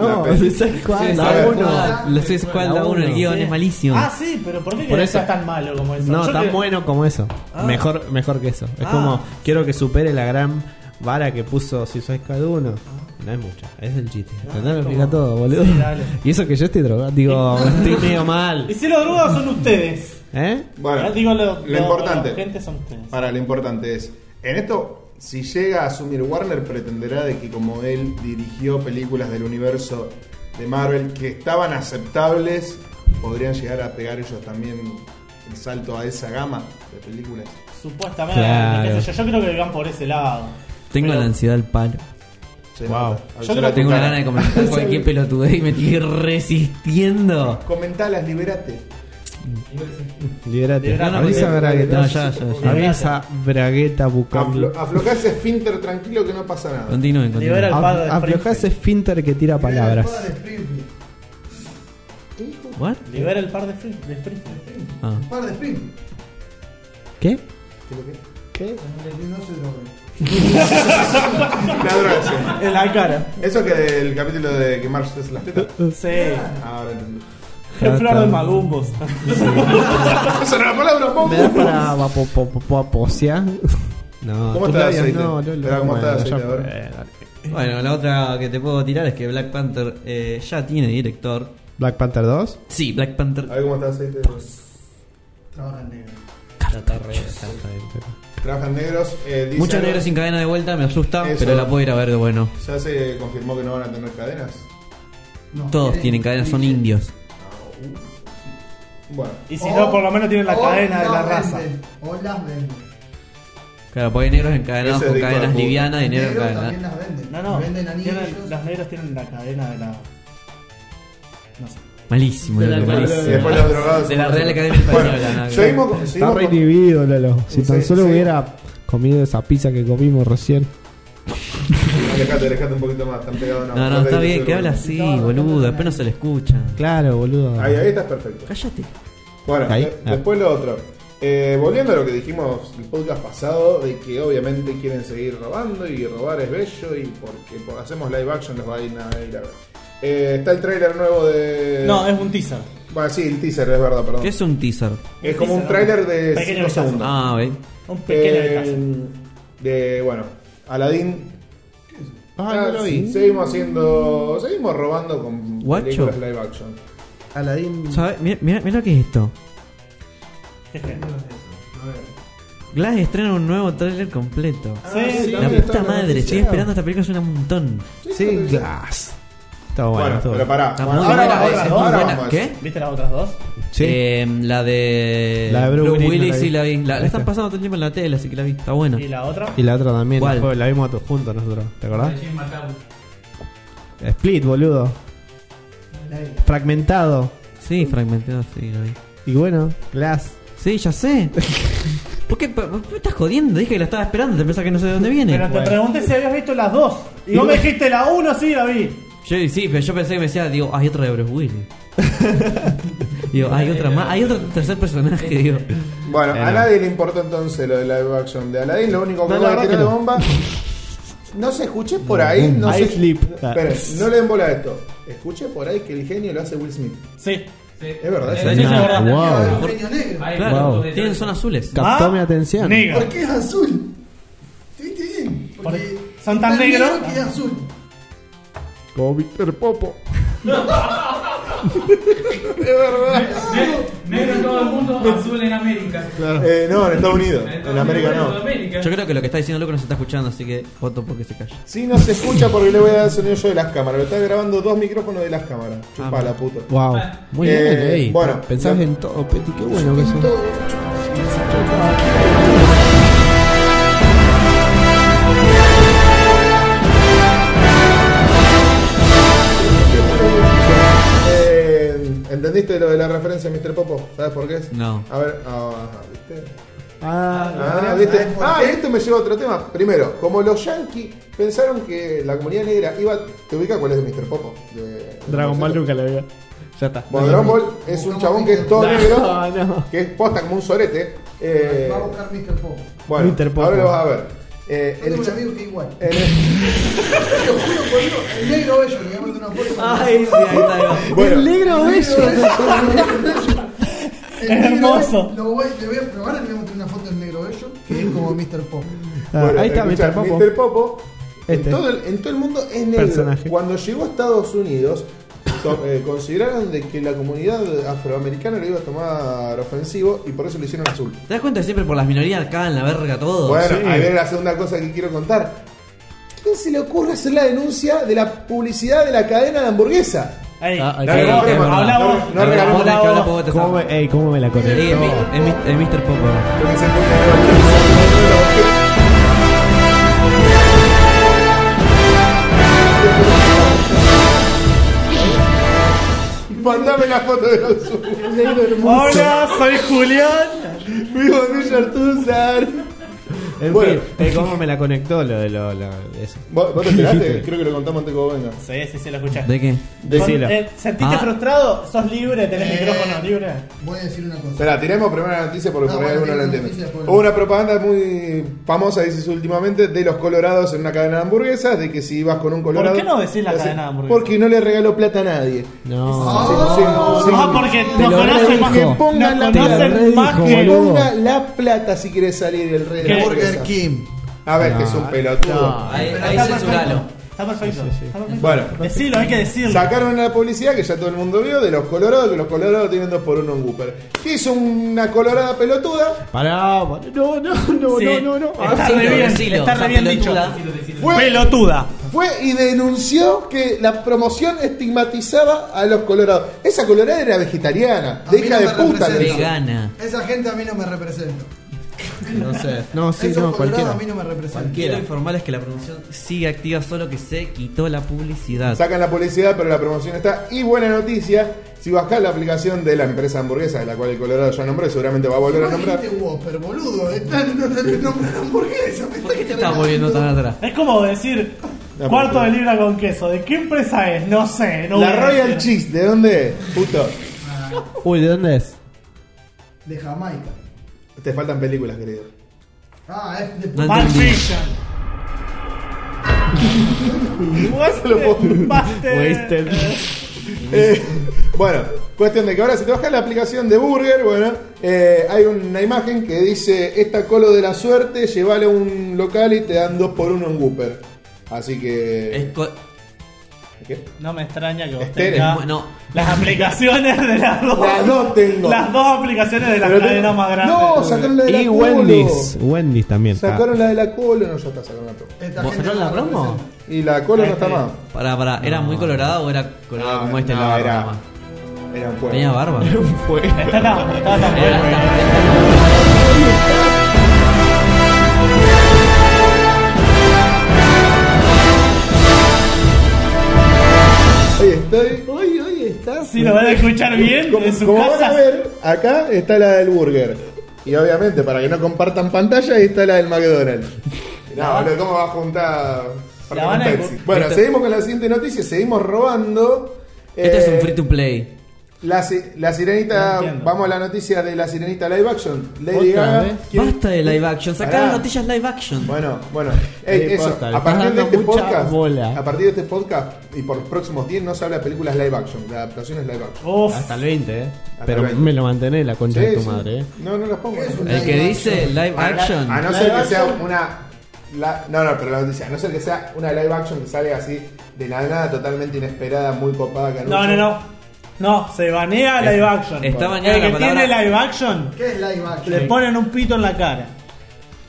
[SPEAKER 2] No,
[SPEAKER 1] peli-
[SPEAKER 2] Suicide Squad,
[SPEAKER 5] Suicide
[SPEAKER 2] la
[SPEAKER 1] Squad.
[SPEAKER 2] uno.
[SPEAKER 3] La Suicide Squad, la 1, el guión
[SPEAKER 4] Sí.
[SPEAKER 3] es malísimo.
[SPEAKER 4] Ah, sí, pero ¿por qué
[SPEAKER 2] Por
[SPEAKER 4] que
[SPEAKER 2] eso-
[SPEAKER 4] sea tan malo como eso?
[SPEAKER 2] No,
[SPEAKER 4] Yo
[SPEAKER 2] tan
[SPEAKER 4] que-
[SPEAKER 2] bueno como eso.
[SPEAKER 4] Ah.
[SPEAKER 2] Mejor, mejor que eso. Es
[SPEAKER 4] Ah.
[SPEAKER 2] como, quiero que supere la gran vara que puso Suicide Squad 1. No es mucha, es el chiste. ¿Entendés? Lo explica
[SPEAKER 4] Ah, como-
[SPEAKER 2] todo, boludo.
[SPEAKER 4] Sí, dale.
[SPEAKER 2] y eso que yo estoy drogado, digo, estoy medio mal.
[SPEAKER 4] Y si los drogados son ustedes.
[SPEAKER 2] ¿Eh?
[SPEAKER 1] Bueno,
[SPEAKER 4] Ya digo lo,
[SPEAKER 1] lo
[SPEAKER 4] lo-
[SPEAKER 1] importante. Ah.
[SPEAKER 4] La gente son ustedes.
[SPEAKER 1] Ahora, lo importante es, en esto, si llega a asumir Warner, pretenderá de que como él dirigió películas del universo de Marvel que estaban aceptables, podrían llegar a pegar ellos también el salto a esa gama de películas.
[SPEAKER 4] Supuestamente.
[SPEAKER 2] Claro.
[SPEAKER 4] qué sé yo. yo creo que van por ese lado.
[SPEAKER 3] Tengo
[SPEAKER 4] Pero-
[SPEAKER 3] la ansiedad al palo.
[SPEAKER 1] Se
[SPEAKER 2] Wow.
[SPEAKER 1] nota.
[SPEAKER 4] Yo
[SPEAKER 1] Se
[SPEAKER 4] creo
[SPEAKER 1] nota
[SPEAKER 3] Tengo
[SPEAKER 1] tu
[SPEAKER 3] una
[SPEAKER 1] cara.
[SPEAKER 3] gana de comentar cualquier pelotudez y me estoy resistiendo.
[SPEAKER 1] Comentalas, liberate.
[SPEAKER 2] Liberate.
[SPEAKER 4] Liberate.
[SPEAKER 2] Avisa
[SPEAKER 1] Liberate.
[SPEAKER 2] Bragueta.
[SPEAKER 3] No, ya, ya, ya.
[SPEAKER 2] Avisa Bragueta Bucambi.
[SPEAKER 1] Aflo- aflojá ese esfínter tranquilo que no pasa nada.
[SPEAKER 3] Continúen,
[SPEAKER 4] Libera
[SPEAKER 3] continúen.
[SPEAKER 4] el padre de
[SPEAKER 2] Aflojá ese
[SPEAKER 4] Springfield.
[SPEAKER 2] finter que tira palabras.
[SPEAKER 6] Par
[SPEAKER 3] ¿What?
[SPEAKER 4] Libera el par de, Spring- de Springfield.
[SPEAKER 3] Ah.
[SPEAKER 6] de Springfield.
[SPEAKER 2] ¿Qué?
[SPEAKER 6] Que No se droguen.
[SPEAKER 1] La droga,
[SPEAKER 4] En la cara.
[SPEAKER 1] sí. Eso que del capítulo de que Marsh es las tetas.
[SPEAKER 4] Sí.
[SPEAKER 1] Ahora entendí.
[SPEAKER 4] El flor de magumbos.
[SPEAKER 1] Esa era la palabra, Pombo.
[SPEAKER 2] ¿Me das para vapo- po- po- po- posear? No,
[SPEAKER 1] ¿Cómo
[SPEAKER 2] tus
[SPEAKER 1] está el
[SPEAKER 2] labios
[SPEAKER 1] aceite?
[SPEAKER 2] No, Lolo.
[SPEAKER 1] Espera, ¿cómo está el
[SPEAKER 2] Bueno,
[SPEAKER 1] aceite?
[SPEAKER 2] ya
[SPEAKER 1] A ver.
[SPEAKER 2] fue, dale.
[SPEAKER 3] Bueno, la otra que te puedo tirar es que Black Panther eh, ya tiene director.
[SPEAKER 2] Black Panther 2.
[SPEAKER 3] Sí, Black
[SPEAKER 1] A
[SPEAKER 3] Panther.
[SPEAKER 1] ver cómo está el aceite.
[SPEAKER 6] Trabajan negro.
[SPEAKER 1] Trabajan negros. Eh, dice
[SPEAKER 3] Muchos
[SPEAKER 1] algo-
[SPEAKER 3] negros sin cadena de vuelta, me asusta,
[SPEAKER 1] Eso.
[SPEAKER 3] pero la puedo ir a ver de bueno.
[SPEAKER 1] Ya se confirmó que no van a tener cadenas.
[SPEAKER 6] No,
[SPEAKER 3] Todos
[SPEAKER 6] quieren-
[SPEAKER 3] tienen cadenas, son indios.
[SPEAKER 1] Bueno,
[SPEAKER 4] Y si no, por lo menos tienen la
[SPEAKER 6] O
[SPEAKER 4] cadena de la
[SPEAKER 6] las
[SPEAKER 4] raza.
[SPEAKER 6] Oh, venden, O las venden.
[SPEAKER 3] Claro, porque hay negros encadenados
[SPEAKER 1] Ese es
[SPEAKER 3] con
[SPEAKER 1] rico de
[SPEAKER 3] cadenas
[SPEAKER 1] puta.
[SPEAKER 3] livianas y negros
[SPEAKER 6] Negros también
[SPEAKER 3] encadenados.
[SPEAKER 6] las venden.
[SPEAKER 4] No, no.
[SPEAKER 6] Venden anillos.
[SPEAKER 4] tienen- los negros tienen la cadena de la. No sé.
[SPEAKER 3] Malísimo,
[SPEAKER 5] De la
[SPEAKER 3] loco,
[SPEAKER 5] cual-
[SPEAKER 3] malísimo.
[SPEAKER 1] Y después los drogados.
[SPEAKER 3] De la Real Academia Española. nada
[SPEAKER 1] Bueno,
[SPEAKER 3] que
[SPEAKER 1] seguimos con-
[SPEAKER 2] Está
[SPEAKER 1] seguimos
[SPEAKER 2] re
[SPEAKER 1] con-
[SPEAKER 2] inhibido, Lolo. Si tan
[SPEAKER 1] Sí,
[SPEAKER 2] solo
[SPEAKER 1] sí.
[SPEAKER 2] hubiera comido esa pizza que comimos recién.
[SPEAKER 1] Alejate, alejate un poquito más. Están pegados.
[SPEAKER 3] No, no, está bien, que habla así, boludo. Después no se le escucha.
[SPEAKER 2] Claro, boludo.
[SPEAKER 1] Ahí, ahí estás perfecto.
[SPEAKER 3] Cállate.
[SPEAKER 1] Bueno,
[SPEAKER 2] Ahí,
[SPEAKER 1] de-
[SPEAKER 2] ah.
[SPEAKER 1] después lo otro. Eh, volviendo a lo que dijimos el podcast pasado, de que obviamente quieren seguir robando y robar es bello y porque por- hacemos live action los va a ir a, ir a ver. Eh, está el trailer nuevo de...
[SPEAKER 4] No, es un teaser.
[SPEAKER 1] Bueno, sí, el teaser, es verdad, perdón.
[SPEAKER 3] ¿Qué es un teaser?
[SPEAKER 1] Es como un
[SPEAKER 4] teaser,
[SPEAKER 1] trailer de
[SPEAKER 4] Pequeño
[SPEAKER 1] 5
[SPEAKER 4] vistazo.
[SPEAKER 1] segundos.
[SPEAKER 3] Ah, ve.
[SPEAKER 4] Un pequeño
[SPEAKER 1] Eh,
[SPEAKER 4] detalle.
[SPEAKER 1] de, bueno, Aladdin.
[SPEAKER 2] Ah, no lo
[SPEAKER 1] sí,
[SPEAKER 2] vi.
[SPEAKER 1] Seguimos haciendo... Seguimos robando con
[SPEAKER 3] Guacho.
[SPEAKER 1] películas live action.
[SPEAKER 2] Aladín.
[SPEAKER 3] ¿Sabes? Mira, mira, mira lo que es esto. Glass estrena un nuevo tráiler completo.
[SPEAKER 4] Sí,
[SPEAKER 1] sí,
[SPEAKER 3] La
[SPEAKER 1] también está
[SPEAKER 3] puta
[SPEAKER 1] en la
[SPEAKER 3] madre, estoy
[SPEAKER 1] noticia.
[SPEAKER 3] esperando esta película suena un montón.
[SPEAKER 2] Sí, Glass. Está bueno.
[SPEAKER 1] Bueno,
[SPEAKER 2] está
[SPEAKER 1] pero
[SPEAKER 2] bueno.
[SPEAKER 1] pará.
[SPEAKER 3] Está
[SPEAKER 1] Bueno,
[SPEAKER 3] muy
[SPEAKER 1] ahora
[SPEAKER 3] buena,
[SPEAKER 1] vamos-
[SPEAKER 3] es, es muy
[SPEAKER 1] ahora
[SPEAKER 3] buena.
[SPEAKER 1] vamos a eso.
[SPEAKER 3] ¿Qué?
[SPEAKER 4] ¿Viste las otras dos?
[SPEAKER 2] Sí.
[SPEAKER 3] Eh, la de.
[SPEAKER 2] La de Bruce
[SPEAKER 3] Bruce
[SPEAKER 2] Willis no la
[SPEAKER 3] Willis
[SPEAKER 2] vi.
[SPEAKER 3] y la vi. La,
[SPEAKER 2] Ahí
[SPEAKER 3] la están
[SPEAKER 2] está.
[SPEAKER 3] pasando todo el tiempo en la tele, así que la vi. Está buena.
[SPEAKER 4] ¿Y la otra?
[SPEAKER 2] Y la otra también.
[SPEAKER 3] ¿Cuál?
[SPEAKER 2] la fue- La vimos a todos juntos nosotros. ¿Te acordás?
[SPEAKER 5] Jim Macau.
[SPEAKER 2] Split, boludo. Fragmentado.
[SPEAKER 3] Sí, fragmentado, sí, la vi.
[SPEAKER 2] Y bueno, Glass.
[SPEAKER 3] Sí, ya sé. ¿Por qué, ¿Por qué me estás jodiendo? Dije que la estaba esperando, te pensás que no sé de dónde viene.
[SPEAKER 4] Pero te pregunté si habías visto las dos. Y vos me dijiste la uno, sí, la vi.
[SPEAKER 3] Yo, sí, pero yo pensé que me decía, digo, hay otra de Bruce Willis. digo, hay otra más, hay otro tercer personaje, digo.
[SPEAKER 1] Bueno,
[SPEAKER 2] Eh,
[SPEAKER 1] a
[SPEAKER 2] no.
[SPEAKER 1] nadie le importó entonces lo de live action de Aladdin. Lo único que
[SPEAKER 2] No,
[SPEAKER 1] voy
[SPEAKER 2] la
[SPEAKER 1] a
[SPEAKER 2] verdad
[SPEAKER 1] tirar
[SPEAKER 2] que
[SPEAKER 1] de
[SPEAKER 2] no.
[SPEAKER 1] bomba. No se escuché por ahí. No
[SPEAKER 2] I
[SPEAKER 1] sé.
[SPEAKER 2] sleep.
[SPEAKER 1] Esperen, no le den bola a esto. Escuché por ahí que el genio lo hace Will Smith.
[SPEAKER 4] Sí.
[SPEAKER 5] Sí.
[SPEAKER 1] Es verdad,
[SPEAKER 5] Eh,
[SPEAKER 1] sí.
[SPEAKER 5] sí, sí, es
[SPEAKER 2] No,
[SPEAKER 5] verdad.
[SPEAKER 2] wow.
[SPEAKER 5] Por- Hay
[SPEAKER 3] Claro,
[SPEAKER 5] fotos de-
[SPEAKER 3] tienen, son azules.
[SPEAKER 2] Captó
[SPEAKER 4] Ah,
[SPEAKER 2] mi atención.
[SPEAKER 4] Negro.
[SPEAKER 6] ¿Por qué es azul? ¿Viste bien? Porque
[SPEAKER 4] Porque son tan negros.
[SPEAKER 6] que es azul.
[SPEAKER 2] Como Víctor Popo.
[SPEAKER 5] Ne- Negro en todo el mundo, azul en América.
[SPEAKER 1] Eh, no, en Estados Unidos. En América no.
[SPEAKER 5] Sudamérica.
[SPEAKER 3] Yo creo que lo que está diciendo loco no se está escuchando, así que voto porque se calla.
[SPEAKER 1] Sí, no se escucha porque le voy a dar el sonido yo de las cámaras. Lo está grabando dos micrófonos de las cámaras. Chupa la puta.
[SPEAKER 2] Wow. Muy
[SPEAKER 1] Eh,
[SPEAKER 2] bien, ey.
[SPEAKER 1] bueno,
[SPEAKER 2] Pensás
[SPEAKER 1] no-
[SPEAKER 2] en todo, Peti. Qué bueno que eso.
[SPEAKER 1] Eh, ¿Entendiste lo de la referencia de Mr. Popo? ¿Sabes por qué es?
[SPEAKER 3] No.
[SPEAKER 1] A ver, ah, ¿viste?
[SPEAKER 2] Ah,
[SPEAKER 1] Ah, ¿viste? Ah, y esto me lleva a otro tema. Primero, como los yankees pensaron que la comunidad negra iba. ¿Te ubica cuál es de Mr. Popo? De-
[SPEAKER 2] Dragon
[SPEAKER 1] de-
[SPEAKER 2] Ball nunca la veo. Ya está.
[SPEAKER 1] Bueno, Dragon Ball es un chabón que es todo
[SPEAKER 2] No,
[SPEAKER 1] negro,
[SPEAKER 2] no.
[SPEAKER 1] que es posta como un sorete. Eh,
[SPEAKER 6] Va a buscar Mr. Pop.
[SPEAKER 1] bueno,
[SPEAKER 2] Mr. Popo.
[SPEAKER 1] ahora lo vas a ver. Eh,
[SPEAKER 6] Yo
[SPEAKER 1] el
[SPEAKER 6] tengo un
[SPEAKER 1] cha-
[SPEAKER 6] amigo que es igual.
[SPEAKER 1] el-
[SPEAKER 6] Te lo juro, boludo, El negro bello, le llaman de una forma.
[SPEAKER 3] Ay, sí, ahí está.
[SPEAKER 1] bueno,
[SPEAKER 2] El negro
[SPEAKER 6] El
[SPEAKER 2] bello.
[SPEAKER 6] negro bello. El
[SPEAKER 4] Es
[SPEAKER 6] negro
[SPEAKER 4] hermoso.
[SPEAKER 6] bello, Lo voy, le voy a probar, le voy a meter una foto del negro bello, que es como Mr. Pop.
[SPEAKER 2] Ah,
[SPEAKER 1] Bueno,
[SPEAKER 2] ahí está
[SPEAKER 1] escuchá,
[SPEAKER 2] Mr. Popo.
[SPEAKER 1] Mr. Popo,
[SPEAKER 2] Este.
[SPEAKER 1] en, todo el, en todo el mundo es negro.
[SPEAKER 2] Personaje.
[SPEAKER 1] Cuando llegó a Estados Unidos, to- eh, consideraron de que la comunidad afroamericana lo iba a tomar ofensivo y por eso lo hicieron azul.
[SPEAKER 3] ¿Te das cuenta que siempre por las minorías acá en la verga todo?
[SPEAKER 1] Bueno,
[SPEAKER 2] sí.
[SPEAKER 1] ahí viene la segunda cosa que quiero contar. ¿Quién se le ocurre hacer la denuncia de la publicidad de la cadena de hamburguesa?
[SPEAKER 4] Ey,
[SPEAKER 3] Ah,
[SPEAKER 1] No
[SPEAKER 3] sí,
[SPEAKER 1] regaló
[SPEAKER 3] es
[SPEAKER 1] crema,
[SPEAKER 3] verdad.
[SPEAKER 4] habla vos.
[SPEAKER 1] no- no regaló
[SPEAKER 3] Vos tenés que hablar,
[SPEAKER 4] vos.
[SPEAKER 3] porque vos
[SPEAKER 2] ¿Cómo
[SPEAKER 3] te
[SPEAKER 2] me, ey, cómo me la
[SPEAKER 3] estás- Sí, es mi-
[SPEAKER 2] conectó?
[SPEAKER 3] es mi- es Mr. Popper.
[SPEAKER 1] Creo que se fue un negro. Mandame la foto de los
[SPEAKER 4] Hola, soy Julián.
[SPEAKER 1] Vivo en Villa Artuzar.
[SPEAKER 2] En
[SPEAKER 1] Bueno.
[SPEAKER 2] fin, ey, ¿cómo me la conectó lo de lo, lo- eso?
[SPEAKER 1] ¿Vos, vos te enteraste? Creo que lo contamos antes que vos vengas.
[SPEAKER 4] Sí, sí, sí, lo escuché.
[SPEAKER 3] ¿De qué?
[SPEAKER 2] Decilo.
[SPEAKER 4] Con- eh, ¿Sentiste
[SPEAKER 3] Ah.
[SPEAKER 4] frustrado? ¿Sos libre? ¿Tenés
[SPEAKER 6] Eh.
[SPEAKER 4] micrófono libre?
[SPEAKER 6] Voy a decir una cosa.
[SPEAKER 1] Espera, tiremos primero la noticia porque
[SPEAKER 6] Ah,
[SPEAKER 1] por ahí
[SPEAKER 6] bueno,
[SPEAKER 1] alguno no
[SPEAKER 6] tiene
[SPEAKER 1] entiende.
[SPEAKER 6] noticias, Pablo.
[SPEAKER 1] Hubo una propaganda muy famosa, dices últimamente, de los colorados en una cadena de hamburguesas, de que si ibas con un colorado...
[SPEAKER 4] qué no decís la
[SPEAKER 1] te hace-
[SPEAKER 4] cadena de hamburguesas?
[SPEAKER 1] Porque no le regaló plata a nadie.
[SPEAKER 2] No.
[SPEAKER 6] Ah.
[SPEAKER 1] Sí, sí,
[SPEAKER 4] no,
[SPEAKER 1] sí.
[SPEAKER 4] Ah, porque
[SPEAKER 2] Te
[SPEAKER 4] nos
[SPEAKER 2] lo
[SPEAKER 4] conocen
[SPEAKER 2] redijo.
[SPEAKER 4] más
[SPEAKER 1] Que pongan la
[SPEAKER 4] nos conocen
[SPEAKER 1] plata.
[SPEAKER 4] más
[SPEAKER 2] redijo,
[SPEAKER 1] Que
[SPEAKER 4] que
[SPEAKER 2] boludo.
[SPEAKER 1] ponga la plata si quieres salir del rey de la
[SPEAKER 4] ¿Qué?
[SPEAKER 1] hamburguesa.
[SPEAKER 6] King.
[SPEAKER 1] A ver, que es un pelotudo.
[SPEAKER 3] Ahí,
[SPEAKER 4] Pero
[SPEAKER 3] ahí
[SPEAKER 4] está
[SPEAKER 3] censuralo.
[SPEAKER 4] perfecto. Está perfecto. está perfecto.
[SPEAKER 1] Bueno,
[SPEAKER 4] Decilo, hay que decirlo.
[SPEAKER 1] Sacaron la publicidad que ya todo el mundo vio de los colorados, que los colorados tienen dos por uno en Cooper. Que hizo una colorada pelotuda,
[SPEAKER 2] Pará, pará. no, no, no,
[SPEAKER 4] Sí.
[SPEAKER 2] no, no, no. Ah,
[SPEAKER 4] Está re
[SPEAKER 3] Decilo,
[SPEAKER 4] bien,
[SPEAKER 3] decilo,
[SPEAKER 4] está
[SPEAKER 3] o sea,
[SPEAKER 4] re bien dicho.
[SPEAKER 3] pelotuda.
[SPEAKER 1] fue,
[SPEAKER 4] Pelotuda.
[SPEAKER 1] fue y denunció que la promoción estigmatizaba a los colorados. Esa colorada era vegetariana,
[SPEAKER 6] A
[SPEAKER 1] de
[SPEAKER 6] mí
[SPEAKER 1] hija
[SPEAKER 6] no
[SPEAKER 1] de
[SPEAKER 6] me
[SPEAKER 1] puta. le
[SPEAKER 6] representa.
[SPEAKER 1] dijo.
[SPEAKER 3] Vegana.
[SPEAKER 6] Esa gente a mí no me representa.
[SPEAKER 2] Entonces, no, sí,
[SPEAKER 6] Eso
[SPEAKER 2] no,
[SPEAKER 6] colorado
[SPEAKER 2] cualquiera.
[SPEAKER 6] a mí no me representa.
[SPEAKER 3] Quiero informarles que la promoción sigue activa, solo que se quitó la publicidad.
[SPEAKER 1] Sacan la publicidad, pero la promoción está. Y buena noticia, si bajás la aplicación de la empresa hamburguesa, de la cual el Colorado ya nombró, y seguramente va a volver a nombrar.
[SPEAKER 6] Dijiste este Whopper, boludo. Está en el nombre de la hamburguesa.
[SPEAKER 3] ¿Por qué te estás volviendo tan atrás?
[SPEAKER 4] Es como decir
[SPEAKER 1] No,
[SPEAKER 4] cuarto
[SPEAKER 1] pero-
[SPEAKER 4] de libra con queso. ¿De qué empresa es? No sé. No voy
[SPEAKER 1] La
[SPEAKER 4] a
[SPEAKER 1] Royal
[SPEAKER 4] decir.
[SPEAKER 1] Cheese, ¿de dónde? es? Puto.
[SPEAKER 2] Uy, ¿de dónde es?
[SPEAKER 6] De Jamaica.
[SPEAKER 1] Te faltan películas, querido.
[SPEAKER 6] Ah, es de
[SPEAKER 3] No
[SPEAKER 4] Pulp
[SPEAKER 3] entendí.
[SPEAKER 4] Fiction.
[SPEAKER 1] Se lo puedo-
[SPEAKER 4] Buster.
[SPEAKER 2] Wasted.
[SPEAKER 1] Eh, bueno, cuestión de que ahora si te bajas la aplicación de Burger, bueno, eh, hay una imagen que dice, esta colo de la suerte, llévala a un local y te dan dos por uno en Whooper. Así
[SPEAKER 3] Es
[SPEAKER 1] que...
[SPEAKER 3] co-
[SPEAKER 1] ¿Qué?
[SPEAKER 4] No me extraña que vos
[SPEAKER 1] Esperen,
[SPEAKER 4] tengas
[SPEAKER 3] bueno,
[SPEAKER 4] las aplicaciones de las dos.
[SPEAKER 1] Este Las dos tengo.
[SPEAKER 4] Las dos aplicaciones de las
[SPEAKER 1] Pero
[SPEAKER 4] cadenas
[SPEAKER 1] tengo-
[SPEAKER 4] más grandes.
[SPEAKER 1] No, sacaron la de la
[SPEAKER 2] Y
[SPEAKER 1] colo.
[SPEAKER 2] Wendy's. Wendy's también.
[SPEAKER 1] Sacaron la de la colo, no, ya está, sacaron la promo.
[SPEAKER 6] Esta
[SPEAKER 3] ¿Vos
[SPEAKER 6] gente
[SPEAKER 3] sacaron
[SPEAKER 6] no
[SPEAKER 3] la promo?
[SPEAKER 6] representa.
[SPEAKER 1] Y la colo no está
[SPEAKER 4] Este.
[SPEAKER 1] más.
[SPEAKER 3] Pará, pará, ¿era muy colorado o era colorado
[SPEAKER 1] No,
[SPEAKER 3] como este
[SPEAKER 1] no,
[SPEAKER 3] la barba
[SPEAKER 1] era-
[SPEAKER 3] nada más?
[SPEAKER 1] Era un juego.
[SPEAKER 3] ¿Tenía barba?
[SPEAKER 4] Esta no, esta no.
[SPEAKER 3] Era hasta-
[SPEAKER 1] Ahí estoy. Hoy, hoy estás.
[SPEAKER 4] Si lo van a escuchar bien,
[SPEAKER 1] Como,
[SPEAKER 4] en sus
[SPEAKER 1] como van a
[SPEAKER 4] casas.
[SPEAKER 1] ver, acá está la del burger. Y obviamente, para que no compartan pantalla, ahí está la del McDonald's. No, boludo, ¿cómo va a juntar
[SPEAKER 4] La van a
[SPEAKER 1] Pepsi?
[SPEAKER 4] encu-
[SPEAKER 1] Bueno,
[SPEAKER 3] Esto-
[SPEAKER 1] seguimos con la siguiente noticia. Seguimos robando.
[SPEAKER 3] Este es
[SPEAKER 1] Eh,
[SPEAKER 3] un free to play.
[SPEAKER 1] La, si- la sirenita.
[SPEAKER 4] No entiendo.
[SPEAKER 1] vamos a la noticia de la sirenita live action. Lady
[SPEAKER 2] ¿Otra
[SPEAKER 1] Gaga.
[SPEAKER 2] vez?
[SPEAKER 3] Basta de live action, sacaron
[SPEAKER 1] Pará.
[SPEAKER 3] noticias live action.
[SPEAKER 1] Bueno, bueno, Ey,
[SPEAKER 2] Eh,
[SPEAKER 1] eso,
[SPEAKER 2] posta, le
[SPEAKER 1] a partir
[SPEAKER 2] estás
[SPEAKER 1] de
[SPEAKER 2] dando
[SPEAKER 1] este
[SPEAKER 2] mucha
[SPEAKER 1] podcast,
[SPEAKER 2] bola.
[SPEAKER 1] a partir de este podcast y por los próximos 10 no se habla de películas live action, de adaptaciones live action.
[SPEAKER 4] Uf,
[SPEAKER 2] Hasta el 20, eh.
[SPEAKER 1] Hasta
[SPEAKER 2] Pero
[SPEAKER 1] el 20.
[SPEAKER 2] me lo mantené la concha de
[SPEAKER 1] Sí,
[SPEAKER 2] tu
[SPEAKER 1] sí.
[SPEAKER 2] madre, eh.
[SPEAKER 1] No, no las pongo.
[SPEAKER 6] Es un-
[SPEAKER 3] El que dice live
[SPEAKER 1] A la-
[SPEAKER 3] action.
[SPEAKER 1] A no ser
[SPEAKER 6] Live
[SPEAKER 1] que sea
[SPEAKER 6] action.
[SPEAKER 1] una la- no, no, pero la noticia, a no ser que sea una live action que salga así de la nada, totalmente inesperada, muy copada que
[SPEAKER 4] no, no,
[SPEAKER 1] anuncien.
[SPEAKER 4] no. No, se banea live action.
[SPEAKER 3] está baneada
[SPEAKER 4] el que
[SPEAKER 3] la palabra-
[SPEAKER 4] tiene live action,
[SPEAKER 6] ¿Qué es live action?
[SPEAKER 4] le ponen un pito en la cara.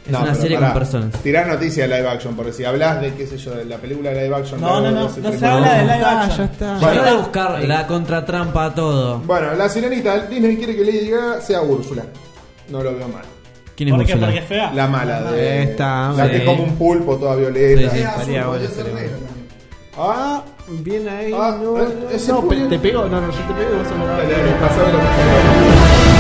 [SPEAKER 3] Es una
[SPEAKER 1] pero
[SPEAKER 3] serie
[SPEAKER 1] pará,
[SPEAKER 3] con personas.
[SPEAKER 1] Tirás noticias de live action, porque si hablas de, qué sé yo, de la película live action.
[SPEAKER 4] No,
[SPEAKER 1] de-
[SPEAKER 4] no, no,
[SPEAKER 1] de-
[SPEAKER 4] no
[SPEAKER 1] de-
[SPEAKER 4] se habla de live
[SPEAKER 2] Ah, ya
[SPEAKER 4] action.
[SPEAKER 2] está.
[SPEAKER 1] Bueno.
[SPEAKER 3] Yo voy a buscar la contratrampa a todo.
[SPEAKER 1] Bueno, la sirenita, Disney quiere que Lady Gaga sea Úrsula. No lo veo mal.
[SPEAKER 3] ¿Quién es
[SPEAKER 4] ¿Por qué?
[SPEAKER 3] Úrsula?
[SPEAKER 4] Porque es fea.
[SPEAKER 1] La mala de
[SPEAKER 2] Esta,
[SPEAKER 1] La que
[SPEAKER 3] sí.
[SPEAKER 1] come un pulpo toda violeta.
[SPEAKER 3] Sí, sí.
[SPEAKER 6] Es azul,
[SPEAKER 2] estaría bueno,
[SPEAKER 6] podría ser
[SPEAKER 2] estaría
[SPEAKER 6] negro
[SPEAKER 2] bueno.
[SPEAKER 6] también.
[SPEAKER 1] Ah,
[SPEAKER 2] Bien ahí,
[SPEAKER 1] Ah,
[SPEAKER 2] no,
[SPEAKER 1] eh,
[SPEAKER 2] no,
[SPEAKER 1] ese
[SPEAKER 2] no,
[SPEAKER 1] puño.
[SPEAKER 2] pe- te pego, no, no, yo te pego y vos
[SPEAKER 1] dale,
[SPEAKER 2] me
[SPEAKER 1] dale, pasame lo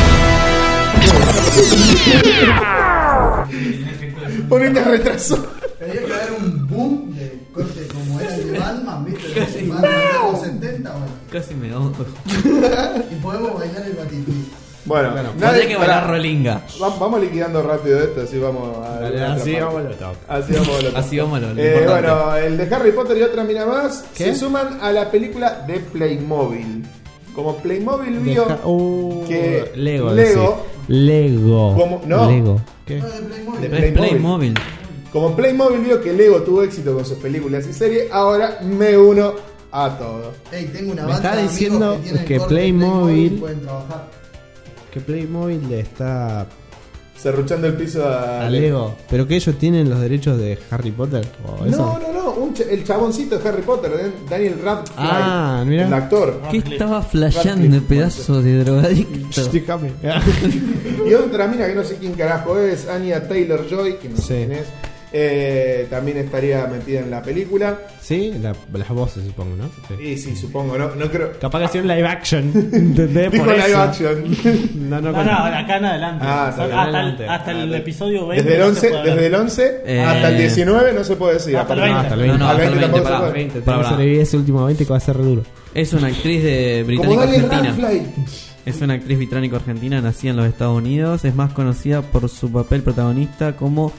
[SPEAKER 1] que- Ponete retraso.
[SPEAKER 6] Tenía que haber un boom de corte como era el de Batman, ¿viste? El de Batman de los 70, bueno.
[SPEAKER 3] Casi me da un...
[SPEAKER 6] Y podemos bailar el batití.
[SPEAKER 1] Bueno,
[SPEAKER 3] Tendré que bailar
[SPEAKER 1] pará.
[SPEAKER 3] rolinga.
[SPEAKER 1] Va- Vamos liquidando rápido esto, así vamos a. a
[SPEAKER 2] Así
[SPEAKER 1] atrapar.
[SPEAKER 2] vamos a lo toque.
[SPEAKER 1] Así vamos a lo
[SPEAKER 3] Así vamos a lo- lo
[SPEAKER 1] Eh,
[SPEAKER 3] importante.
[SPEAKER 1] Bueno, el de Harry Potter y otra mira más
[SPEAKER 2] ¿Qué?
[SPEAKER 1] se suman a la película de Playmobil. Como Playmobil vio.
[SPEAKER 2] Deja- Uh,
[SPEAKER 1] que
[SPEAKER 2] Lego.
[SPEAKER 1] Lego-
[SPEAKER 2] decí. Lego.
[SPEAKER 1] ¿Cómo? No.
[SPEAKER 2] Lego. ¿Qué?
[SPEAKER 6] No, de Playmobil.
[SPEAKER 1] De
[SPEAKER 3] Es Playmobil.
[SPEAKER 1] Como Playmobil vio que Lego tuvo éxito con sus películas y series, ahora me uno a todo.
[SPEAKER 6] Ey, tengo una
[SPEAKER 2] Me
[SPEAKER 6] banda
[SPEAKER 2] está
[SPEAKER 6] de amigos
[SPEAKER 2] diciendo
[SPEAKER 6] que, tienen
[SPEAKER 2] que
[SPEAKER 6] corte de
[SPEAKER 2] Playmobil-
[SPEAKER 6] pueden trabajar.
[SPEAKER 2] Que Playmobil le está
[SPEAKER 1] Cerruchando el piso a,
[SPEAKER 2] a Lego. Pero que ellos tienen los derechos de Harry Potter. ¿o eso?
[SPEAKER 1] No, no, no, un ch- el chaboncito de Harry Potter, Dan- Daniel Radcliffe,
[SPEAKER 2] Ah, mirá.
[SPEAKER 1] el actor.
[SPEAKER 3] ¿Qué
[SPEAKER 4] Radcliffe.
[SPEAKER 3] estaba flasheando, pedazo de drogadicto?
[SPEAKER 2] Déjame.
[SPEAKER 1] Y otra mina que no sé quién carajo es, Anya Taylor Joy, que no sé
[SPEAKER 2] Sí.
[SPEAKER 1] quién es, eh, también estaría metida en la película.
[SPEAKER 2] sí, la- las voces supongo, ¿no? Sí.
[SPEAKER 1] Y sí, supongo, no, no creo.
[SPEAKER 2] Capaz que hacía un live action. ¿Entendés?
[SPEAKER 1] Dijo
[SPEAKER 2] Por
[SPEAKER 1] live
[SPEAKER 2] eso.
[SPEAKER 1] action.
[SPEAKER 2] No, no,
[SPEAKER 4] No,
[SPEAKER 2] con-
[SPEAKER 4] no, acá en adelante.
[SPEAKER 1] Ah, está bien.
[SPEAKER 4] hasta,
[SPEAKER 2] Adelante.
[SPEAKER 4] El, hasta el episodio 20.
[SPEAKER 1] Desde el
[SPEAKER 4] no se
[SPEAKER 1] 11,
[SPEAKER 4] puede hablar.
[SPEAKER 1] desde el 11
[SPEAKER 3] Eh.
[SPEAKER 1] hasta el 19 no se puede decir.
[SPEAKER 4] Hasta el
[SPEAKER 1] aparte.
[SPEAKER 2] hasta el
[SPEAKER 3] No,
[SPEAKER 2] 20.
[SPEAKER 3] no,
[SPEAKER 1] Al
[SPEAKER 3] hasta el
[SPEAKER 1] 20
[SPEAKER 3] 20,
[SPEAKER 1] tampoco se
[SPEAKER 3] pará.
[SPEAKER 1] puede.
[SPEAKER 2] 20,
[SPEAKER 3] Pará,
[SPEAKER 2] tengo que
[SPEAKER 3] pará.
[SPEAKER 2] sobrevivir ese último 20 que va a ser re duro.
[SPEAKER 3] Es una actriz de
[SPEAKER 1] Como Daniel
[SPEAKER 3] británico-argentina.
[SPEAKER 1] Radcliffe.
[SPEAKER 3] Es una actriz británico-argentina nacida en los Estados Unidos. Es más conocida por su papel protagonista como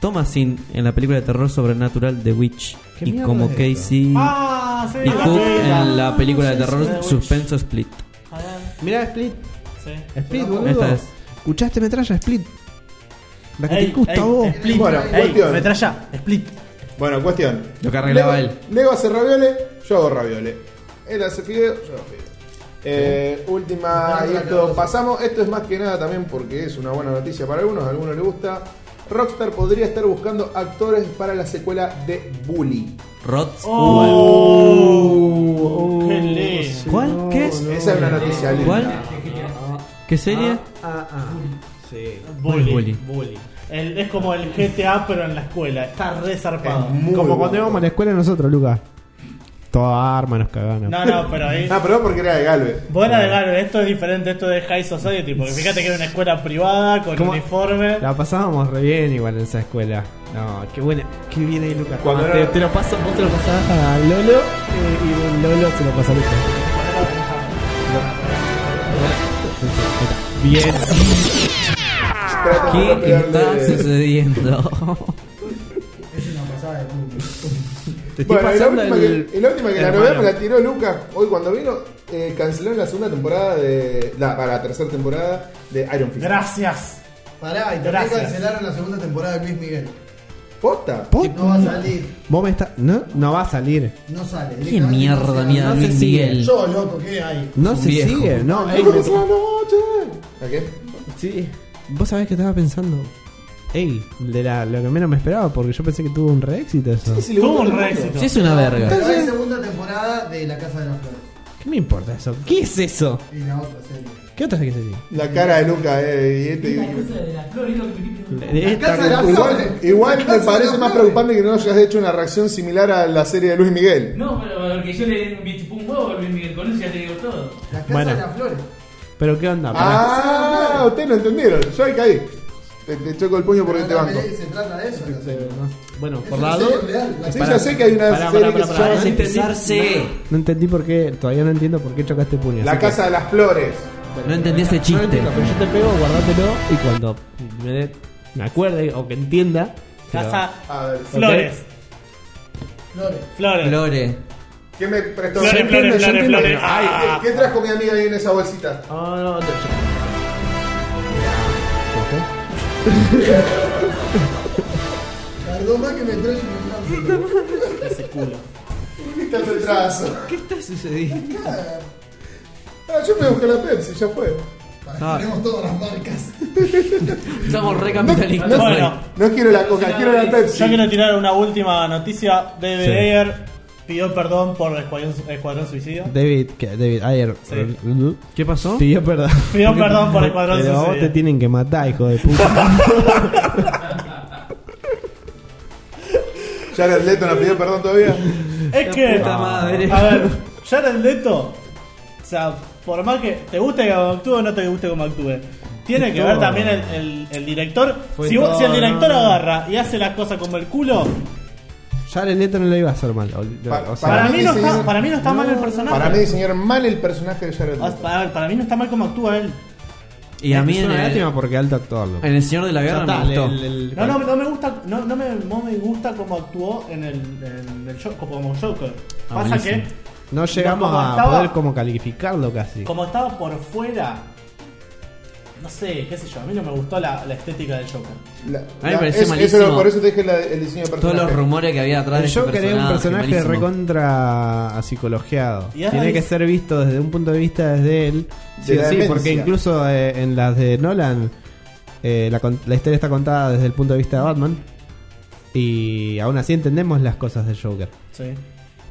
[SPEAKER 3] Thomasin en la película de terror sobrenatural The Witch.
[SPEAKER 2] ¿Qué
[SPEAKER 3] Y
[SPEAKER 2] mierda
[SPEAKER 3] como
[SPEAKER 2] es
[SPEAKER 3] Casey
[SPEAKER 4] Ah, sí,
[SPEAKER 3] y
[SPEAKER 4] ah,
[SPEAKER 3] Cook
[SPEAKER 4] sí,
[SPEAKER 3] en la película de
[SPEAKER 4] sí,
[SPEAKER 3] terror
[SPEAKER 4] sí, sí,
[SPEAKER 3] Suspenso Split.
[SPEAKER 4] Ah,
[SPEAKER 2] Mirá Split.
[SPEAKER 4] sí.
[SPEAKER 2] Split, boludo.
[SPEAKER 3] Esta es.
[SPEAKER 2] ¿Escuchaste metralla Split? La que
[SPEAKER 4] Ey,
[SPEAKER 2] te gusta
[SPEAKER 4] ey,
[SPEAKER 2] a vos.
[SPEAKER 4] Split.
[SPEAKER 1] Bueno,
[SPEAKER 4] Ey,
[SPEAKER 1] cuestión.
[SPEAKER 4] metralla, Split.
[SPEAKER 1] Bueno, cuestión.
[SPEAKER 3] Lo que arreglaba
[SPEAKER 1] Lego,
[SPEAKER 3] él.
[SPEAKER 1] Lego hace raviole, yo hago raviole. Él hace fideo, yo hago fideo. Eh, última,
[SPEAKER 6] Ah,
[SPEAKER 1] y
[SPEAKER 6] la
[SPEAKER 1] esto
[SPEAKER 6] que-
[SPEAKER 1] pasamos. Esto es más que nada también porque es una buena noticia para algunos, a algunos les gusta. Rockstar podría estar buscando actores para la secuela de Bully.
[SPEAKER 3] Rods.
[SPEAKER 4] Oh, qué lindo.
[SPEAKER 3] Mm. ¿Cuál? ¿Qué es?
[SPEAKER 1] Esa es una noticia linda.
[SPEAKER 2] Ah,
[SPEAKER 3] ¿Cuál? ¿Qué serie?
[SPEAKER 2] Sí.
[SPEAKER 4] Bully.
[SPEAKER 3] Bully.
[SPEAKER 4] bully. El- es como el GTA, pero en la escuela. Está re zarpado.
[SPEAKER 6] Es muy
[SPEAKER 2] Como
[SPEAKER 6] bueno.
[SPEAKER 2] cuando íbamos a la escuela nosotros, Lucas. Toda arma nos cagaron.
[SPEAKER 4] No, no, pero ahí.
[SPEAKER 1] Ah, pero porque era de Galvez.
[SPEAKER 4] Vos de Galvez, esto es diferente, esto es High Society, porque fíjate que era una escuela privada con
[SPEAKER 2] ¿Cómo?
[SPEAKER 4] uniforme.
[SPEAKER 2] La pasábamos re bien igual en esa escuela. No, qué buena, qué bien ahí Lucas.
[SPEAKER 1] Cuando
[SPEAKER 2] Ah,
[SPEAKER 1] era-
[SPEAKER 2] te, te lo paso, vos te lo pasabas a Lolo eh, y de Lolo se lo pasa a Lucas. Lo- Bien.
[SPEAKER 1] Trata de no
[SPEAKER 3] Ah, ¿Qué está
[SPEAKER 1] pegarle-
[SPEAKER 3] sucediendo?
[SPEAKER 6] Es una pasada de culo.
[SPEAKER 2] Te estoy
[SPEAKER 1] Bueno, y la
[SPEAKER 2] pasando
[SPEAKER 1] última,
[SPEAKER 2] el,
[SPEAKER 1] que, y la última que la
[SPEAKER 2] el
[SPEAKER 1] novedad me
[SPEAKER 2] hermano.
[SPEAKER 1] la tiró Lucas hoy cuando vino, eh, canceló la segunda temporada de. La, para la tercera temporada de Iron Fist.
[SPEAKER 4] Gracias.
[SPEAKER 6] Pará, y también
[SPEAKER 4] Gracias.
[SPEAKER 6] cancelaron la segunda temporada de Luis Miguel.
[SPEAKER 1] ¿Posta?
[SPEAKER 2] ¿Vos,
[SPEAKER 6] No va a salir,
[SPEAKER 2] vos me estás. No, no va a salir.
[SPEAKER 6] no sale.
[SPEAKER 3] ¿Qué
[SPEAKER 6] directamente
[SPEAKER 3] mierda,
[SPEAKER 6] no sale.
[SPEAKER 3] mierda,
[SPEAKER 2] no sé
[SPEAKER 3] Luis
[SPEAKER 2] si-
[SPEAKER 3] Miguel?
[SPEAKER 6] Yo, loco, ¿qué hay?
[SPEAKER 2] No
[SPEAKER 3] Es un
[SPEAKER 2] se
[SPEAKER 3] viejo.
[SPEAKER 2] sigue, no.
[SPEAKER 1] Ay,
[SPEAKER 2] ey,
[SPEAKER 1] ¿cómo es la noche? ¿A qué?
[SPEAKER 2] sí. Vos sabés que estaba pensando. Ey, de la, lo que menos me esperaba, porque yo pensé que tuvo un re éxito eso.
[SPEAKER 1] Sí, sí, le
[SPEAKER 4] Tuvo
[SPEAKER 1] gusta
[SPEAKER 4] un
[SPEAKER 1] el
[SPEAKER 4] re
[SPEAKER 1] mundo.
[SPEAKER 4] éxito.
[SPEAKER 3] Sí, es una verga.
[SPEAKER 6] Pero hay segunda temporada de La Casa de las Flores.
[SPEAKER 2] ¿Qué me importa eso? ¿Qué es eso?
[SPEAKER 6] Y la otra serie.
[SPEAKER 2] ¿Qué otra que se dice?
[SPEAKER 1] La cara de Lucas, eh, y este-
[SPEAKER 5] La cosa de la flor es lo que me quiero preguntar.
[SPEAKER 6] La Casa de las
[SPEAKER 1] Igual,
[SPEAKER 6] Flores.
[SPEAKER 1] igual
[SPEAKER 6] La
[SPEAKER 1] me
[SPEAKER 6] Casa de
[SPEAKER 1] parece
[SPEAKER 6] las
[SPEAKER 1] más
[SPEAKER 6] Flores.
[SPEAKER 1] preocupante que no hayas hecho una reacción similar a la serie de Luis Miguel.
[SPEAKER 5] No, pero porque yo le me chupó un huevo a Luis Miguel, con eso ya te digo todo.
[SPEAKER 6] La Casa
[SPEAKER 2] Bueno.
[SPEAKER 6] de las Flores.
[SPEAKER 2] ¿Pero qué onda? Pará.
[SPEAKER 1] Ah, ustedes no entendieron. Yo ahí caí. Te, te choco el puño por
[SPEAKER 6] Pero
[SPEAKER 1] este
[SPEAKER 6] la
[SPEAKER 1] banco.
[SPEAKER 6] peli Se trata de eso. la serie.
[SPEAKER 2] Bueno,
[SPEAKER 6] Es
[SPEAKER 2] por
[SPEAKER 6] una
[SPEAKER 2] la
[SPEAKER 6] serie
[SPEAKER 2] dos-
[SPEAKER 6] real, la
[SPEAKER 1] Sí,
[SPEAKER 6] serie-
[SPEAKER 1] ya sé que hay una
[SPEAKER 2] Pará,
[SPEAKER 1] serie que
[SPEAKER 2] pará, pará,
[SPEAKER 1] se
[SPEAKER 2] pará.
[SPEAKER 1] llama
[SPEAKER 3] Para de empezarse.
[SPEAKER 2] No entendí por qué, todavía no entiendo por qué chocaste puño.
[SPEAKER 1] La
[SPEAKER 2] así que-
[SPEAKER 1] Casa de las Flores.
[SPEAKER 3] No entendí ese
[SPEAKER 2] No lo
[SPEAKER 3] chiste.
[SPEAKER 2] entiendo, pero yo te pego, guardátelo y cuando me, dé- me acuerde o que entienda. se lo-
[SPEAKER 4] Casa
[SPEAKER 1] A ver,
[SPEAKER 4] Flores.
[SPEAKER 6] Flores.
[SPEAKER 4] Flores.
[SPEAKER 3] Flore.
[SPEAKER 1] ¿qué me prestó?
[SPEAKER 4] Flores,
[SPEAKER 1] Yo
[SPEAKER 4] flores,
[SPEAKER 1] entiendo, yo
[SPEAKER 4] flores,
[SPEAKER 1] entiendo.
[SPEAKER 4] flores.
[SPEAKER 1] Ay,
[SPEAKER 4] Ah.
[SPEAKER 1] ¿Qué trajo mi amiga ahí en esa bolsita?
[SPEAKER 2] Ah, no, no,
[SPEAKER 6] Tardó más que me traes un
[SPEAKER 4] Ese culo.
[SPEAKER 1] ¿Viste el retraso?
[SPEAKER 3] ¿Qué está sucediendo?
[SPEAKER 1] Ah, yo me busqué la Pepsi, ya fue.
[SPEAKER 6] Para
[SPEAKER 4] Ah.
[SPEAKER 6] que Tenemos todas las marcas.
[SPEAKER 3] Estamos recapitalistas.
[SPEAKER 4] Bueno,
[SPEAKER 1] No quiero la coca, quiero la Pepsi.
[SPEAKER 4] yo quiero tirar una última noticia. David Ayer pidió perdón por Escuadrón, Escuadrón Suicida.
[SPEAKER 2] David, que- David, ayer.
[SPEAKER 4] Sí.
[SPEAKER 3] ¿Qué pasó?
[SPEAKER 2] Pidió perdón.
[SPEAKER 4] Pidió perdón por Escuadrón
[SPEAKER 2] Pero a vos te
[SPEAKER 4] Suicida.
[SPEAKER 2] tienen que matar, hijo de puta.
[SPEAKER 1] Jared Leto no pidió perdón todavía.
[SPEAKER 4] Es que.
[SPEAKER 3] puta madre.
[SPEAKER 4] A ver, Jared Leto. O sea, por más que te guste como actúe o no te guste como actúe. Tiene que ver
[SPEAKER 2] Todo.
[SPEAKER 4] también el, el- el director.
[SPEAKER 2] Fue
[SPEAKER 4] Si, vos-
[SPEAKER 2] todo,
[SPEAKER 4] si el director
[SPEAKER 2] no, no.
[SPEAKER 4] agarra y hace las cosas como el culo,
[SPEAKER 2] ya el Leto no lo iba a hacer mal. o-
[SPEAKER 1] Pa-
[SPEAKER 2] o sea,
[SPEAKER 4] para,
[SPEAKER 1] mí
[SPEAKER 4] mí no
[SPEAKER 1] sí,
[SPEAKER 4] está,
[SPEAKER 1] no.
[SPEAKER 4] para mí no está mal el personaje.
[SPEAKER 1] Para mí diseñar mal el personaje de Jared
[SPEAKER 4] O
[SPEAKER 1] Leto.
[SPEAKER 4] sea, a ver, para mí no está mal como actúa él.
[SPEAKER 3] Y a mí
[SPEAKER 2] es
[SPEAKER 3] en
[SPEAKER 2] una
[SPEAKER 3] el,
[SPEAKER 2] lástima porque alto actor. loco.
[SPEAKER 3] en el Señor de la
[SPEAKER 2] Ya
[SPEAKER 3] Guerra
[SPEAKER 2] está,
[SPEAKER 3] me gustó.
[SPEAKER 2] el- el-
[SPEAKER 4] No, no, no me gusta, no, no me, no me gusta como actuó en el, en el jo- como Joker.
[SPEAKER 2] Ah,
[SPEAKER 4] Pasa
[SPEAKER 2] buenísimo.
[SPEAKER 4] que
[SPEAKER 2] No llegamos
[SPEAKER 4] No, como
[SPEAKER 2] a
[SPEAKER 4] estaba-
[SPEAKER 2] poder como calificarlo casi.
[SPEAKER 4] como estaba por fuera, no sé, qué sé yo, a mí no me gustó la, la estética del Joker.
[SPEAKER 1] La-
[SPEAKER 3] me
[SPEAKER 1] la-
[SPEAKER 3] pareció
[SPEAKER 1] es-
[SPEAKER 3] malísimo.
[SPEAKER 1] eso- por eso te dije la- el diseño de
[SPEAKER 3] Todos
[SPEAKER 1] personaje.
[SPEAKER 3] los rumores que había atrás de
[SPEAKER 2] El
[SPEAKER 3] ese
[SPEAKER 2] Joker es un personaje
[SPEAKER 3] malísimo.
[SPEAKER 2] recontra psicologiado.
[SPEAKER 4] Y ahora
[SPEAKER 2] Tiene que
[SPEAKER 4] dice-
[SPEAKER 2] ser visto desde un punto de vista desde él. Sí,
[SPEAKER 1] la
[SPEAKER 2] o sí,
[SPEAKER 1] demencia.
[SPEAKER 2] porque incluso eh, en las de Nolan eh, la, con- la historia está contada desde el punto de vista de Batman. Y aún así entendemos las cosas del Joker.
[SPEAKER 4] Sí.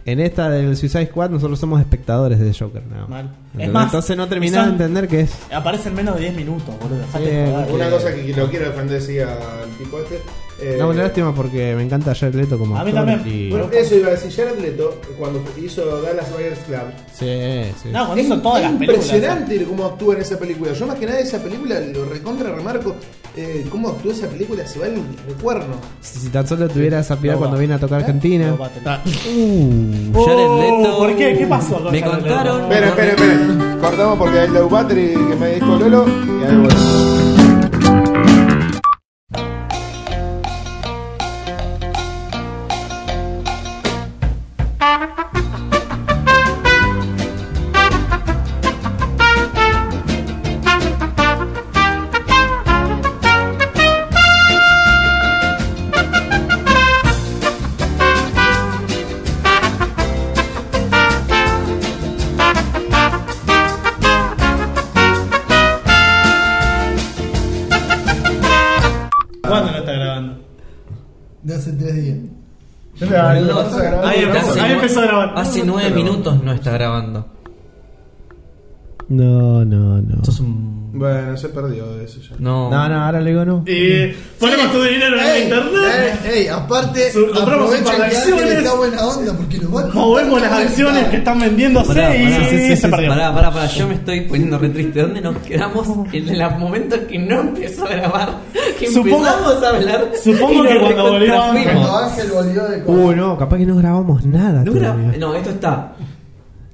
[SPEAKER 2] En esta del Suicide Squad nosotros somos espectadores de Joker. nada más.
[SPEAKER 4] Mal.
[SPEAKER 2] Entonces,
[SPEAKER 4] Es más,
[SPEAKER 2] entonces no terminás
[SPEAKER 4] son-
[SPEAKER 2] de entender que es...
[SPEAKER 4] Aparecen menos de 10 minutos, boludo. dejate
[SPEAKER 2] Sí,
[SPEAKER 4] de joder.
[SPEAKER 1] Una cosa que lo quiero defender, sí, al tipo este. eh,
[SPEAKER 2] No, una lástima porque me encanta Jared Leto como
[SPEAKER 4] A mí
[SPEAKER 2] actor
[SPEAKER 4] también.
[SPEAKER 2] y-
[SPEAKER 1] Bueno, eso iba a decir Jared Leto cuando hizo Dallas Buyers Club.
[SPEAKER 2] Sí, sí.
[SPEAKER 4] No, cuando hizo
[SPEAKER 1] es
[SPEAKER 4] todas las películas. ¿eh?
[SPEAKER 1] impresionante cómo actúa en esa película. Yo más que nada esa película lo recontra remarco. eh, cómo actúa esa película se va el recuerno.
[SPEAKER 2] Si, si tan solo tuviera esa piedad
[SPEAKER 4] No
[SPEAKER 2] cuando
[SPEAKER 4] va.
[SPEAKER 2] viene a tocar
[SPEAKER 1] ¿Eh?
[SPEAKER 2] Argentina.
[SPEAKER 4] No, bate.
[SPEAKER 2] Uh,
[SPEAKER 3] Jared Leto.
[SPEAKER 4] Oh, ¿Por qué? ¿Qué pasó con
[SPEAKER 3] Me
[SPEAKER 4] Jared Leto?
[SPEAKER 3] contaron.
[SPEAKER 1] Espera, espera, espera. Cortamos porque hay Low Battery que me dijo Lolo y ahí volvemos.
[SPEAKER 4] ¿Cuándo no está grabando?
[SPEAKER 6] De hace tres días.
[SPEAKER 3] No,
[SPEAKER 4] Ahí empezó-
[SPEAKER 3] hace
[SPEAKER 4] ahí
[SPEAKER 3] nue-
[SPEAKER 4] empezó a grabar.
[SPEAKER 3] Hace nueve minutos no está grabando.
[SPEAKER 2] No, no, no.
[SPEAKER 3] Sos un.
[SPEAKER 1] Bueno, se perdió eso ya.
[SPEAKER 3] No.
[SPEAKER 2] No, no, ahora le digo no.
[SPEAKER 4] Y ponemos tu dinero en
[SPEAKER 6] Ey,
[SPEAKER 4] internet.
[SPEAKER 6] ey, ey, aparte,
[SPEAKER 4] Su- compramos un
[SPEAKER 6] aprovechen
[SPEAKER 4] par de
[SPEAKER 6] que alguien
[SPEAKER 4] acciones.
[SPEAKER 6] está buena onda porque nos va a contar
[SPEAKER 4] Movemos las
[SPEAKER 6] cómo está.
[SPEAKER 4] acciones que están vendiéndose
[SPEAKER 3] Pará,
[SPEAKER 4] y
[SPEAKER 3] pará, sí, sí,
[SPEAKER 4] se
[SPEAKER 3] sí,
[SPEAKER 4] perdió.
[SPEAKER 3] pará, pará, pará, yo me estoy poniendo re triste. ¿Dónde nos quedamos en el momento que no empezó a grabar? Que
[SPEAKER 4] Supongo-
[SPEAKER 3] empezamos a hablar.
[SPEAKER 4] supongo
[SPEAKER 3] y nos
[SPEAKER 4] que cuando volvió
[SPEAKER 3] recontrafuimos.
[SPEAKER 6] Cuando Ángel volvió de
[SPEAKER 2] Uh, no, capaz que no grabamos nada.
[SPEAKER 3] No,
[SPEAKER 2] todavía.
[SPEAKER 3] gra- no, esto está.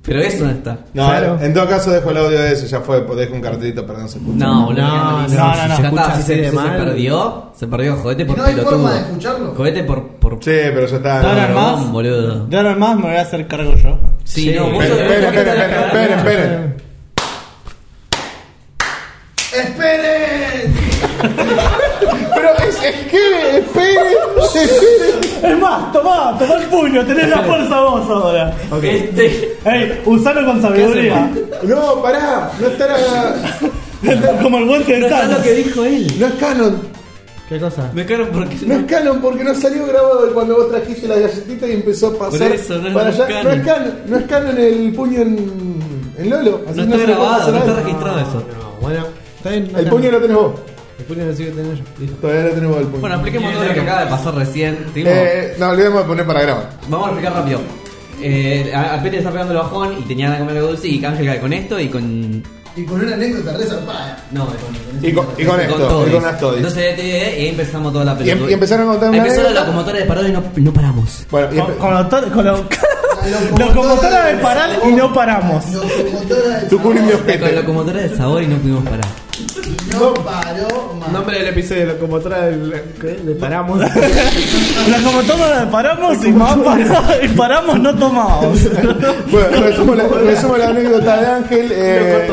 [SPEAKER 3] Pero eso no está.
[SPEAKER 1] No,
[SPEAKER 2] Claro.
[SPEAKER 1] en todo caso dejo el audio de eso, ya fue, dejo un cartelito, perdón, se escucha.
[SPEAKER 3] No, boludo,
[SPEAKER 2] No,
[SPEAKER 3] que
[SPEAKER 4] no, no, no.
[SPEAKER 3] Ya está,
[SPEAKER 2] Escucha
[SPEAKER 3] si
[SPEAKER 2] así
[SPEAKER 3] se,
[SPEAKER 2] de
[SPEAKER 3] si se
[SPEAKER 2] mal.
[SPEAKER 3] perdió, se perdió, jodete por
[SPEAKER 6] no hay
[SPEAKER 3] pelotudo.
[SPEAKER 6] forma de escucharlo.
[SPEAKER 3] Jodete por. por
[SPEAKER 1] Sí, pero ya está.
[SPEAKER 4] Ahora
[SPEAKER 3] por
[SPEAKER 4] más.
[SPEAKER 3] bon, boludo.
[SPEAKER 4] De ahora en más me voy a hacer cargo yo.
[SPEAKER 3] Sí,
[SPEAKER 2] Sí.
[SPEAKER 3] no, vos
[SPEAKER 1] Esperen,
[SPEAKER 3] sos el
[SPEAKER 1] esperen,
[SPEAKER 3] único que está
[SPEAKER 1] esperen,
[SPEAKER 3] cagando.
[SPEAKER 1] esperen, esperen.
[SPEAKER 6] ¡Esperen!
[SPEAKER 1] Pero es, es que, esperen, esperen.
[SPEAKER 4] Es más, tomá, tomá el puño, tenés la fuerza vos ahora.
[SPEAKER 3] Este.
[SPEAKER 4] Ey, usalo con sabiduría.
[SPEAKER 1] No, pará, no estará.
[SPEAKER 4] Como el buen
[SPEAKER 3] No está
[SPEAKER 4] Thanos.
[SPEAKER 3] lo que dijo él.
[SPEAKER 1] No es canon,
[SPEAKER 2] ¿Qué cosa?
[SPEAKER 3] Me cagaron porque.
[SPEAKER 1] no es canon porque no salió grabado de cuando vos trajiste la galletita y empezó a pasar.
[SPEAKER 3] Por eso, no es
[SPEAKER 1] para allá.
[SPEAKER 3] canon.
[SPEAKER 1] No es canon, no es canon el puño en, en Lolo. así se
[SPEAKER 3] No está
[SPEAKER 1] le puede
[SPEAKER 3] grabado,
[SPEAKER 1] hacer
[SPEAKER 3] no está
[SPEAKER 1] nada.
[SPEAKER 3] registrado eso.
[SPEAKER 2] No, bueno. Está bien, no
[SPEAKER 1] El
[SPEAKER 2] está
[SPEAKER 1] puño
[SPEAKER 2] mal.
[SPEAKER 1] lo tenés vos.
[SPEAKER 2] El puño lo sigue teniendo yo. Listo.
[SPEAKER 1] Todavía lo tenés vos el puño.
[SPEAKER 3] Bueno, expliquemos todo lo que acaba de pasar recién. Tipo,
[SPEAKER 1] eh, no, le vamos a poner para grabar.
[SPEAKER 3] Vamos a explicar rápido. Eh, a, a Pete le está pegando el bajón y tenía ganas de comer algo dulce y Ángel cae con esto y con.
[SPEAKER 6] Y con una anécdota re zarpada.
[SPEAKER 3] No, con.
[SPEAKER 1] Y con, y con esto,
[SPEAKER 3] Todis.
[SPEAKER 1] y con las Todis.
[SPEAKER 3] Entonces, eh, y ahí empezamos toda la
[SPEAKER 1] Y,
[SPEAKER 3] película.
[SPEAKER 1] em- y empezaron a contar una
[SPEAKER 3] Empezó la
[SPEAKER 1] anécdota.
[SPEAKER 3] locomotora de parado y no, no paramos.
[SPEAKER 1] Bueno, y
[SPEAKER 4] Con,
[SPEAKER 1] empe-
[SPEAKER 4] con la autor- con la-
[SPEAKER 6] locomotora
[SPEAKER 4] locomotora de
[SPEAKER 6] del
[SPEAKER 4] parar y
[SPEAKER 6] sabor.
[SPEAKER 4] no paramos.
[SPEAKER 6] Locomotora del
[SPEAKER 1] Tucumán y
[SPEAKER 6] sabor
[SPEAKER 1] Miojete.
[SPEAKER 3] Con la locomotora de sabor y no pudimos parar.
[SPEAKER 6] no paró más.
[SPEAKER 2] Nombre del episodio, locomotora del. ¿qué? Le paramos.
[SPEAKER 4] Locomotora de paramos y más paramos, y paramos no tomamos.
[SPEAKER 1] Bueno, resumo la, resumo la anécdota de Ángel. eh,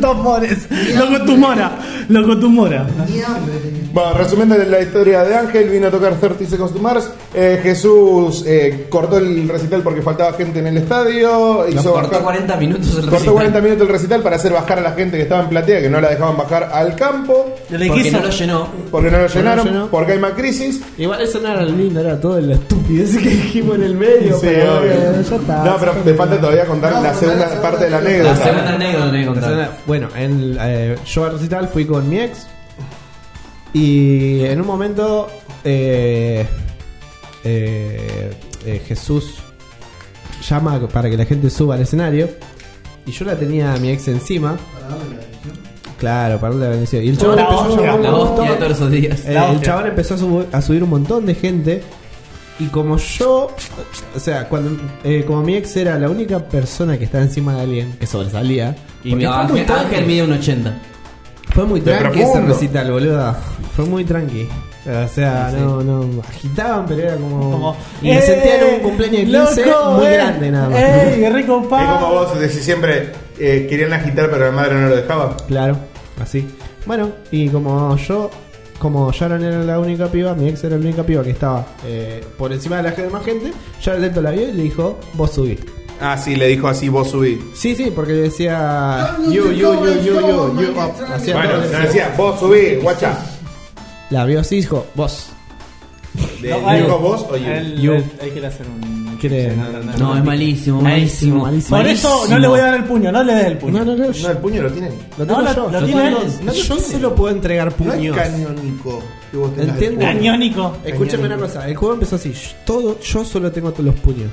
[SPEAKER 4] Tumores. Locotumora. Locotumora.
[SPEAKER 6] Ni hambre tenía.
[SPEAKER 1] bueno, resumiendo la historia de Ángel, vino a tocar 30 Seconds to Mars. eh, Jesús eh, cortó el recital porque faltaba gente en el estadio.
[SPEAKER 3] Nos
[SPEAKER 1] hizo
[SPEAKER 3] cortó
[SPEAKER 1] bajar-
[SPEAKER 3] 40 minutos el
[SPEAKER 1] cortó
[SPEAKER 3] recital.
[SPEAKER 1] 40 minutos el recital para hacer bajar a la gente que estaba en platea, que no la dejaban bajar al campo,
[SPEAKER 4] Le
[SPEAKER 3] Porque
[SPEAKER 4] quiso-
[SPEAKER 3] no lo llenó.
[SPEAKER 1] porque no lo llenaron,
[SPEAKER 2] llenó.
[SPEAKER 1] porque hay más crisis.
[SPEAKER 2] Igual eso no era lo lindo, era todo la estupidez que dijimos en el medio.
[SPEAKER 1] Sí,
[SPEAKER 2] pero
[SPEAKER 1] obvio.
[SPEAKER 2] bueno, ya está.
[SPEAKER 1] No, pero te falta todavía contar
[SPEAKER 6] No,
[SPEAKER 1] la
[SPEAKER 6] no,
[SPEAKER 1] segunda
[SPEAKER 6] no, no,
[SPEAKER 1] parte de la
[SPEAKER 6] no, no,
[SPEAKER 1] anécdota.
[SPEAKER 3] La segunda anécdota tenía que contar.
[SPEAKER 2] Bueno, en, eh, yo al recital fui con mi ex. Y en un momento. eh, eh, eh, Jesús llama para que la gente suba al escenario. Y yo la tenía a mi ex encima.
[SPEAKER 6] Para darle la atención.
[SPEAKER 2] Claro, para darle la bendición. Y el chabón
[SPEAKER 4] La
[SPEAKER 2] empezó a
[SPEAKER 4] hostia,
[SPEAKER 2] llamar
[SPEAKER 3] La
[SPEAKER 2] un
[SPEAKER 3] hostia de
[SPEAKER 2] montón.
[SPEAKER 3] todos esos días.
[SPEAKER 2] Eh, el chabón empezó a, subu- a subir un montón de gente. Y como yo, o sea, cuando eh, como mi ex era la única persona que estaba encima de alguien que sobresalía,
[SPEAKER 3] Y mi
[SPEAKER 2] porque fue, muy
[SPEAKER 3] Ángel,
[SPEAKER 2] tranqui,
[SPEAKER 3] Ángel mide un 80.
[SPEAKER 2] fue muy
[SPEAKER 1] De
[SPEAKER 2] tranqui ese
[SPEAKER 1] profundo.
[SPEAKER 2] recital, boludo. Fue muy tranqui. O sea, no, no, agitaban, pero era como.
[SPEAKER 4] Como,
[SPEAKER 2] y me
[SPEAKER 4] ¡Eh,
[SPEAKER 2] sentía en un cumpleaños de 15
[SPEAKER 4] loco,
[SPEAKER 2] muy
[SPEAKER 4] eh!
[SPEAKER 2] grande nada más.
[SPEAKER 4] ¡Ey, rico
[SPEAKER 1] Es
[SPEAKER 4] pa!
[SPEAKER 1] como vos decís siempre, eh, querían agitar pero la madre no lo dejaba.
[SPEAKER 2] Claro, así. Bueno, y como yo, como Sharon era la única piba, mi ex era la única piba que estaba eh, por encima de la gente- demás gente, Sharon Leto la vio y le dijo, vos subí.
[SPEAKER 1] Ah, sí, le dijo así, vos subí.
[SPEAKER 2] Sí, sí, porque le decía,
[SPEAKER 6] Sharon,
[SPEAKER 2] you, you,
[SPEAKER 6] te
[SPEAKER 2] you,
[SPEAKER 6] cobran,
[SPEAKER 2] you, you,
[SPEAKER 6] Sharon,
[SPEAKER 2] you
[SPEAKER 6] man,
[SPEAKER 2] up".
[SPEAKER 6] Sharon.
[SPEAKER 2] Hacía
[SPEAKER 1] Bueno,
[SPEAKER 2] todo
[SPEAKER 1] se
[SPEAKER 2] eso.
[SPEAKER 1] decía, vos subí, guacha.
[SPEAKER 2] La vio así y dijo, vos.
[SPEAKER 1] Le
[SPEAKER 4] No,
[SPEAKER 1] dijo
[SPEAKER 4] el-
[SPEAKER 1] vos o you.
[SPEAKER 4] el-
[SPEAKER 2] You.
[SPEAKER 4] el- Hay que hacer un.
[SPEAKER 2] Quiere-
[SPEAKER 4] Sí, no, no, no.
[SPEAKER 3] No, es malísimo, malísimo.
[SPEAKER 2] malísimo.
[SPEAKER 4] Por eso no le voy a dar el puño, no le des el puño.
[SPEAKER 2] No, no, no, yo-
[SPEAKER 1] No, el puño lo tienen.
[SPEAKER 2] lo tengo
[SPEAKER 4] No, lo-
[SPEAKER 2] yo.
[SPEAKER 4] lo
[SPEAKER 2] yo
[SPEAKER 4] tiene
[SPEAKER 2] tengo-
[SPEAKER 4] él.
[SPEAKER 2] no, yo se lo puedo entregar
[SPEAKER 1] No es
[SPEAKER 2] puños.
[SPEAKER 1] cañónico que vos tengas el
[SPEAKER 2] Entiendo.
[SPEAKER 1] puño.
[SPEAKER 4] Cañónico.
[SPEAKER 2] Escúchame una cosa, el juego empezó así, sh- todo, yo solo tengo todos los puños.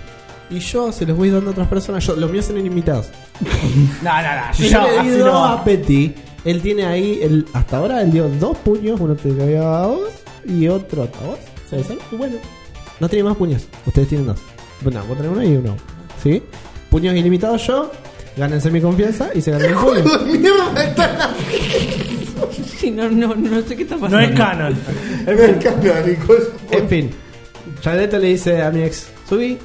[SPEAKER 2] Y yo se los voy dando a otras personas, yo- los míos son ilimitados.
[SPEAKER 4] No, no, no.
[SPEAKER 2] Si
[SPEAKER 4] así
[SPEAKER 2] yo
[SPEAKER 4] no,
[SPEAKER 2] le
[SPEAKER 4] así
[SPEAKER 2] di dos
[SPEAKER 4] no
[SPEAKER 2] a
[SPEAKER 4] va.
[SPEAKER 2] Petty, él tiene ahí, el, hasta ahora él dio dos puños, uno te lo había dado a vos y otro a vos, ¿sabes? Y bueno, no tiene más puños, ustedes tienen dos. Bueno, vos tenés uno y uno, ¿sí? Puños ilimitados yo, gánense mi confianza y se ganan el puño.
[SPEAKER 1] Mierda, está-
[SPEAKER 3] Sí, no, no, no sé qué está pasando.
[SPEAKER 4] No es canon.
[SPEAKER 1] No es canónico. es-
[SPEAKER 2] En fin, Janeto le dice a mi ex, subí,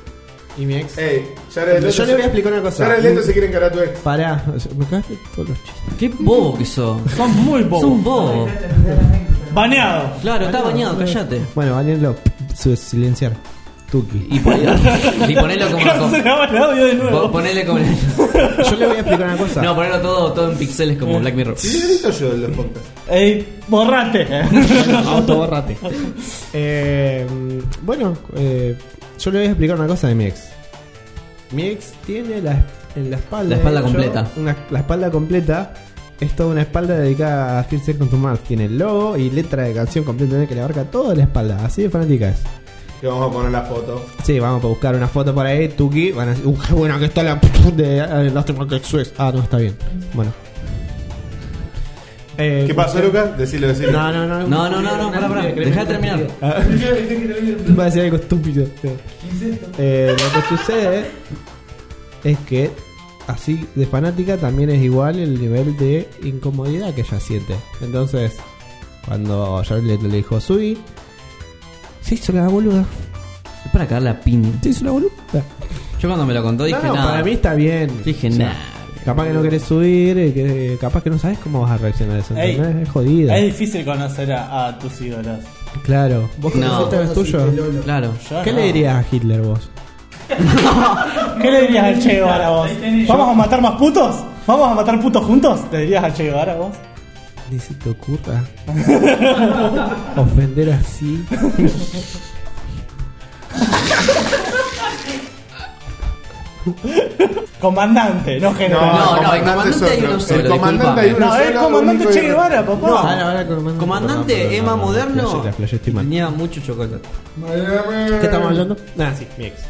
[SPEAKER 2] y mi
[SPEAKER 4] Eh,
[SPEAKER 2] ex...
[SPEAKER 1] Ey, Jared Leto
[SPEAKER 2] Yo le
[SPEAKER 1] se-
[SPEAKER 2] voy a explicar una cosa.
[SPEAKER 1] Jared Leto se quiere encarar a tu ex.
[SPEAKER 2] Pará, me cagaste todos los chistes.
[SPEAKER 3] Qué bobo que sos.
[SPEAKER 4] Son muy
[SPEAKER 3] Sos un
[SPEAKER 4] bobos.
[SPEAKER 3] bobo.
[SPEAKER 4] Baneado.
[SPEAKER 3] Claro, está bañado, callate.
[SPEAKER 2] Bueno, bañenlo, su- silenciar. Tuki.
[SPEAKER 3] Y ponelo, y ponelo como.
[SPEAKER 4] Cancelaba el audio de
[SPEAKER 3] po-
[SPEAKER 4] nuevo.
[SPEAKER 3] Ponele como.
[SPEAKER 2] Yo le voy a explicar una cosa.
[SPEAKER 3] No, ponelo todo, todo en pixeles como Black Mirror.
[SPEAKER 1] Sí, lo he visto yo en los podcasts.
[SPEAKER 4] Ey, borrate.
[SPEAKER 2] Autoborrate. Eh, bueno, eh, yo le voy a explicar una cosa de mi ex. Mi ex tiene la, en la espalda.
[SPEAKER 3] La espalda
[SPEAKER 2] de hecho,
[SPEAKER 3] completa.
[SPEAKER 2] una- la espalda completa. Es toda una espalda dedicada a Feel con tu Mouth. Tiene el logo y letra de canción completamente que le abarca toda la espalda. Así de fanática es.
[SPEAKER 1] Que vamos a poner la foto.
[SPEAKER 2] Sí, vamos a buscar una foto por ahí. Tuki. Van a decir, "Uh, qué buena que está la p- de eh, Lástima que el Suez". Ah, no, está bien. Bueno. Eh,
[SPEAKER 1] ¿Qué pasó, Lucas? Decilo, decilo.
[SPEAKER 2] No, no, no.
[SPEAKER 3] No, no, no, no, pará, pará. Dejá de terminar.
[SPEAKER 2] Ah, Va a decir algo estúpido. Eh, lo que sucede es que así de fanática también es igual el nivel de incomodidad que ella siente. Entonces, cuando ya le, le dijo Sui, se hizo la boluda.
[SPEAKER 3] Es para cagar la piña.
[SPEAKER 2] Se hizo la boluda.
[SPEAKER 3] Yo cuando me lo contó dije
[SPEAKER 2] No, no,
[SPEAKER 3] nada.
[SPEAKER 2] para mí está bien.
[SPEAKER 3] Dije
[SPEAKER 2] O sea,
[SPEAKER 3] nada.
[SPEAKER 2] Capaz que no querés subir, eh, que capaz que no sabes cómo vas a reaccionar a eso.
[SPEAKER 4] Ey.
[SPEAKER 2] ¿entendés? Es jodido.
[SPEAKER 4] Es difícil conocer a, a tus ídolos.
[SPEAKER 2] Claro. ¿Vos
[SPEAKER 3] No.
[SPEAKER 2] conocés a los tuyos?
[SPEAKER 3] Claro.
[SPEAKER 4] Yo
[SPEAKER 2] ¿Qué
[SPEAKER 4] no.
[SPEAKER 2] le dirías a Hitler vos?
[SPEAKER 4] ¿Qué le dirías al Che Guevara vos?
[SPEAKER 5] Ahí tenés yo.
[SPEAKER 4] ¿Vamos a matar más putos? ¿Vamos a matar putos juntos? ¿Te dirías al Che Guevara vos?
[SPEAKER 2] Ni se te ocurra. Ofender así.
[SPEAKER 4] Comandante, no general.
[SPEAKER 3] No, no, el
[SPEAKER 1] comandante es
[SPEAKER 3] comandante hay
[SPEAKER 1] otro.
[SPEAKER 3] uno solo,
[SPEAKER 1] El comandante hay
[SPEAKER 4] No,
[SPEAKER 1] uno
[SPEAKER 4] es
[SPEAKER 1] solo,
[SPEAKER 4] comandante
[SPEAKER 1] único y
[SPEAKER 4] Che
[SPEAKER 1] grande.
[SPEAKER 4] Guevara, papá.
[SPEAKER 2] comandante.
[SPEAKER 3] Comandante Emma Moderno
[SPEAKER 2] La flashé, estoy mal.
[SPEAKER 3] tenía mucho chocolate.
[SPEAKER 2] ¿Qué estamos hablando? Ah, sí, mi ex.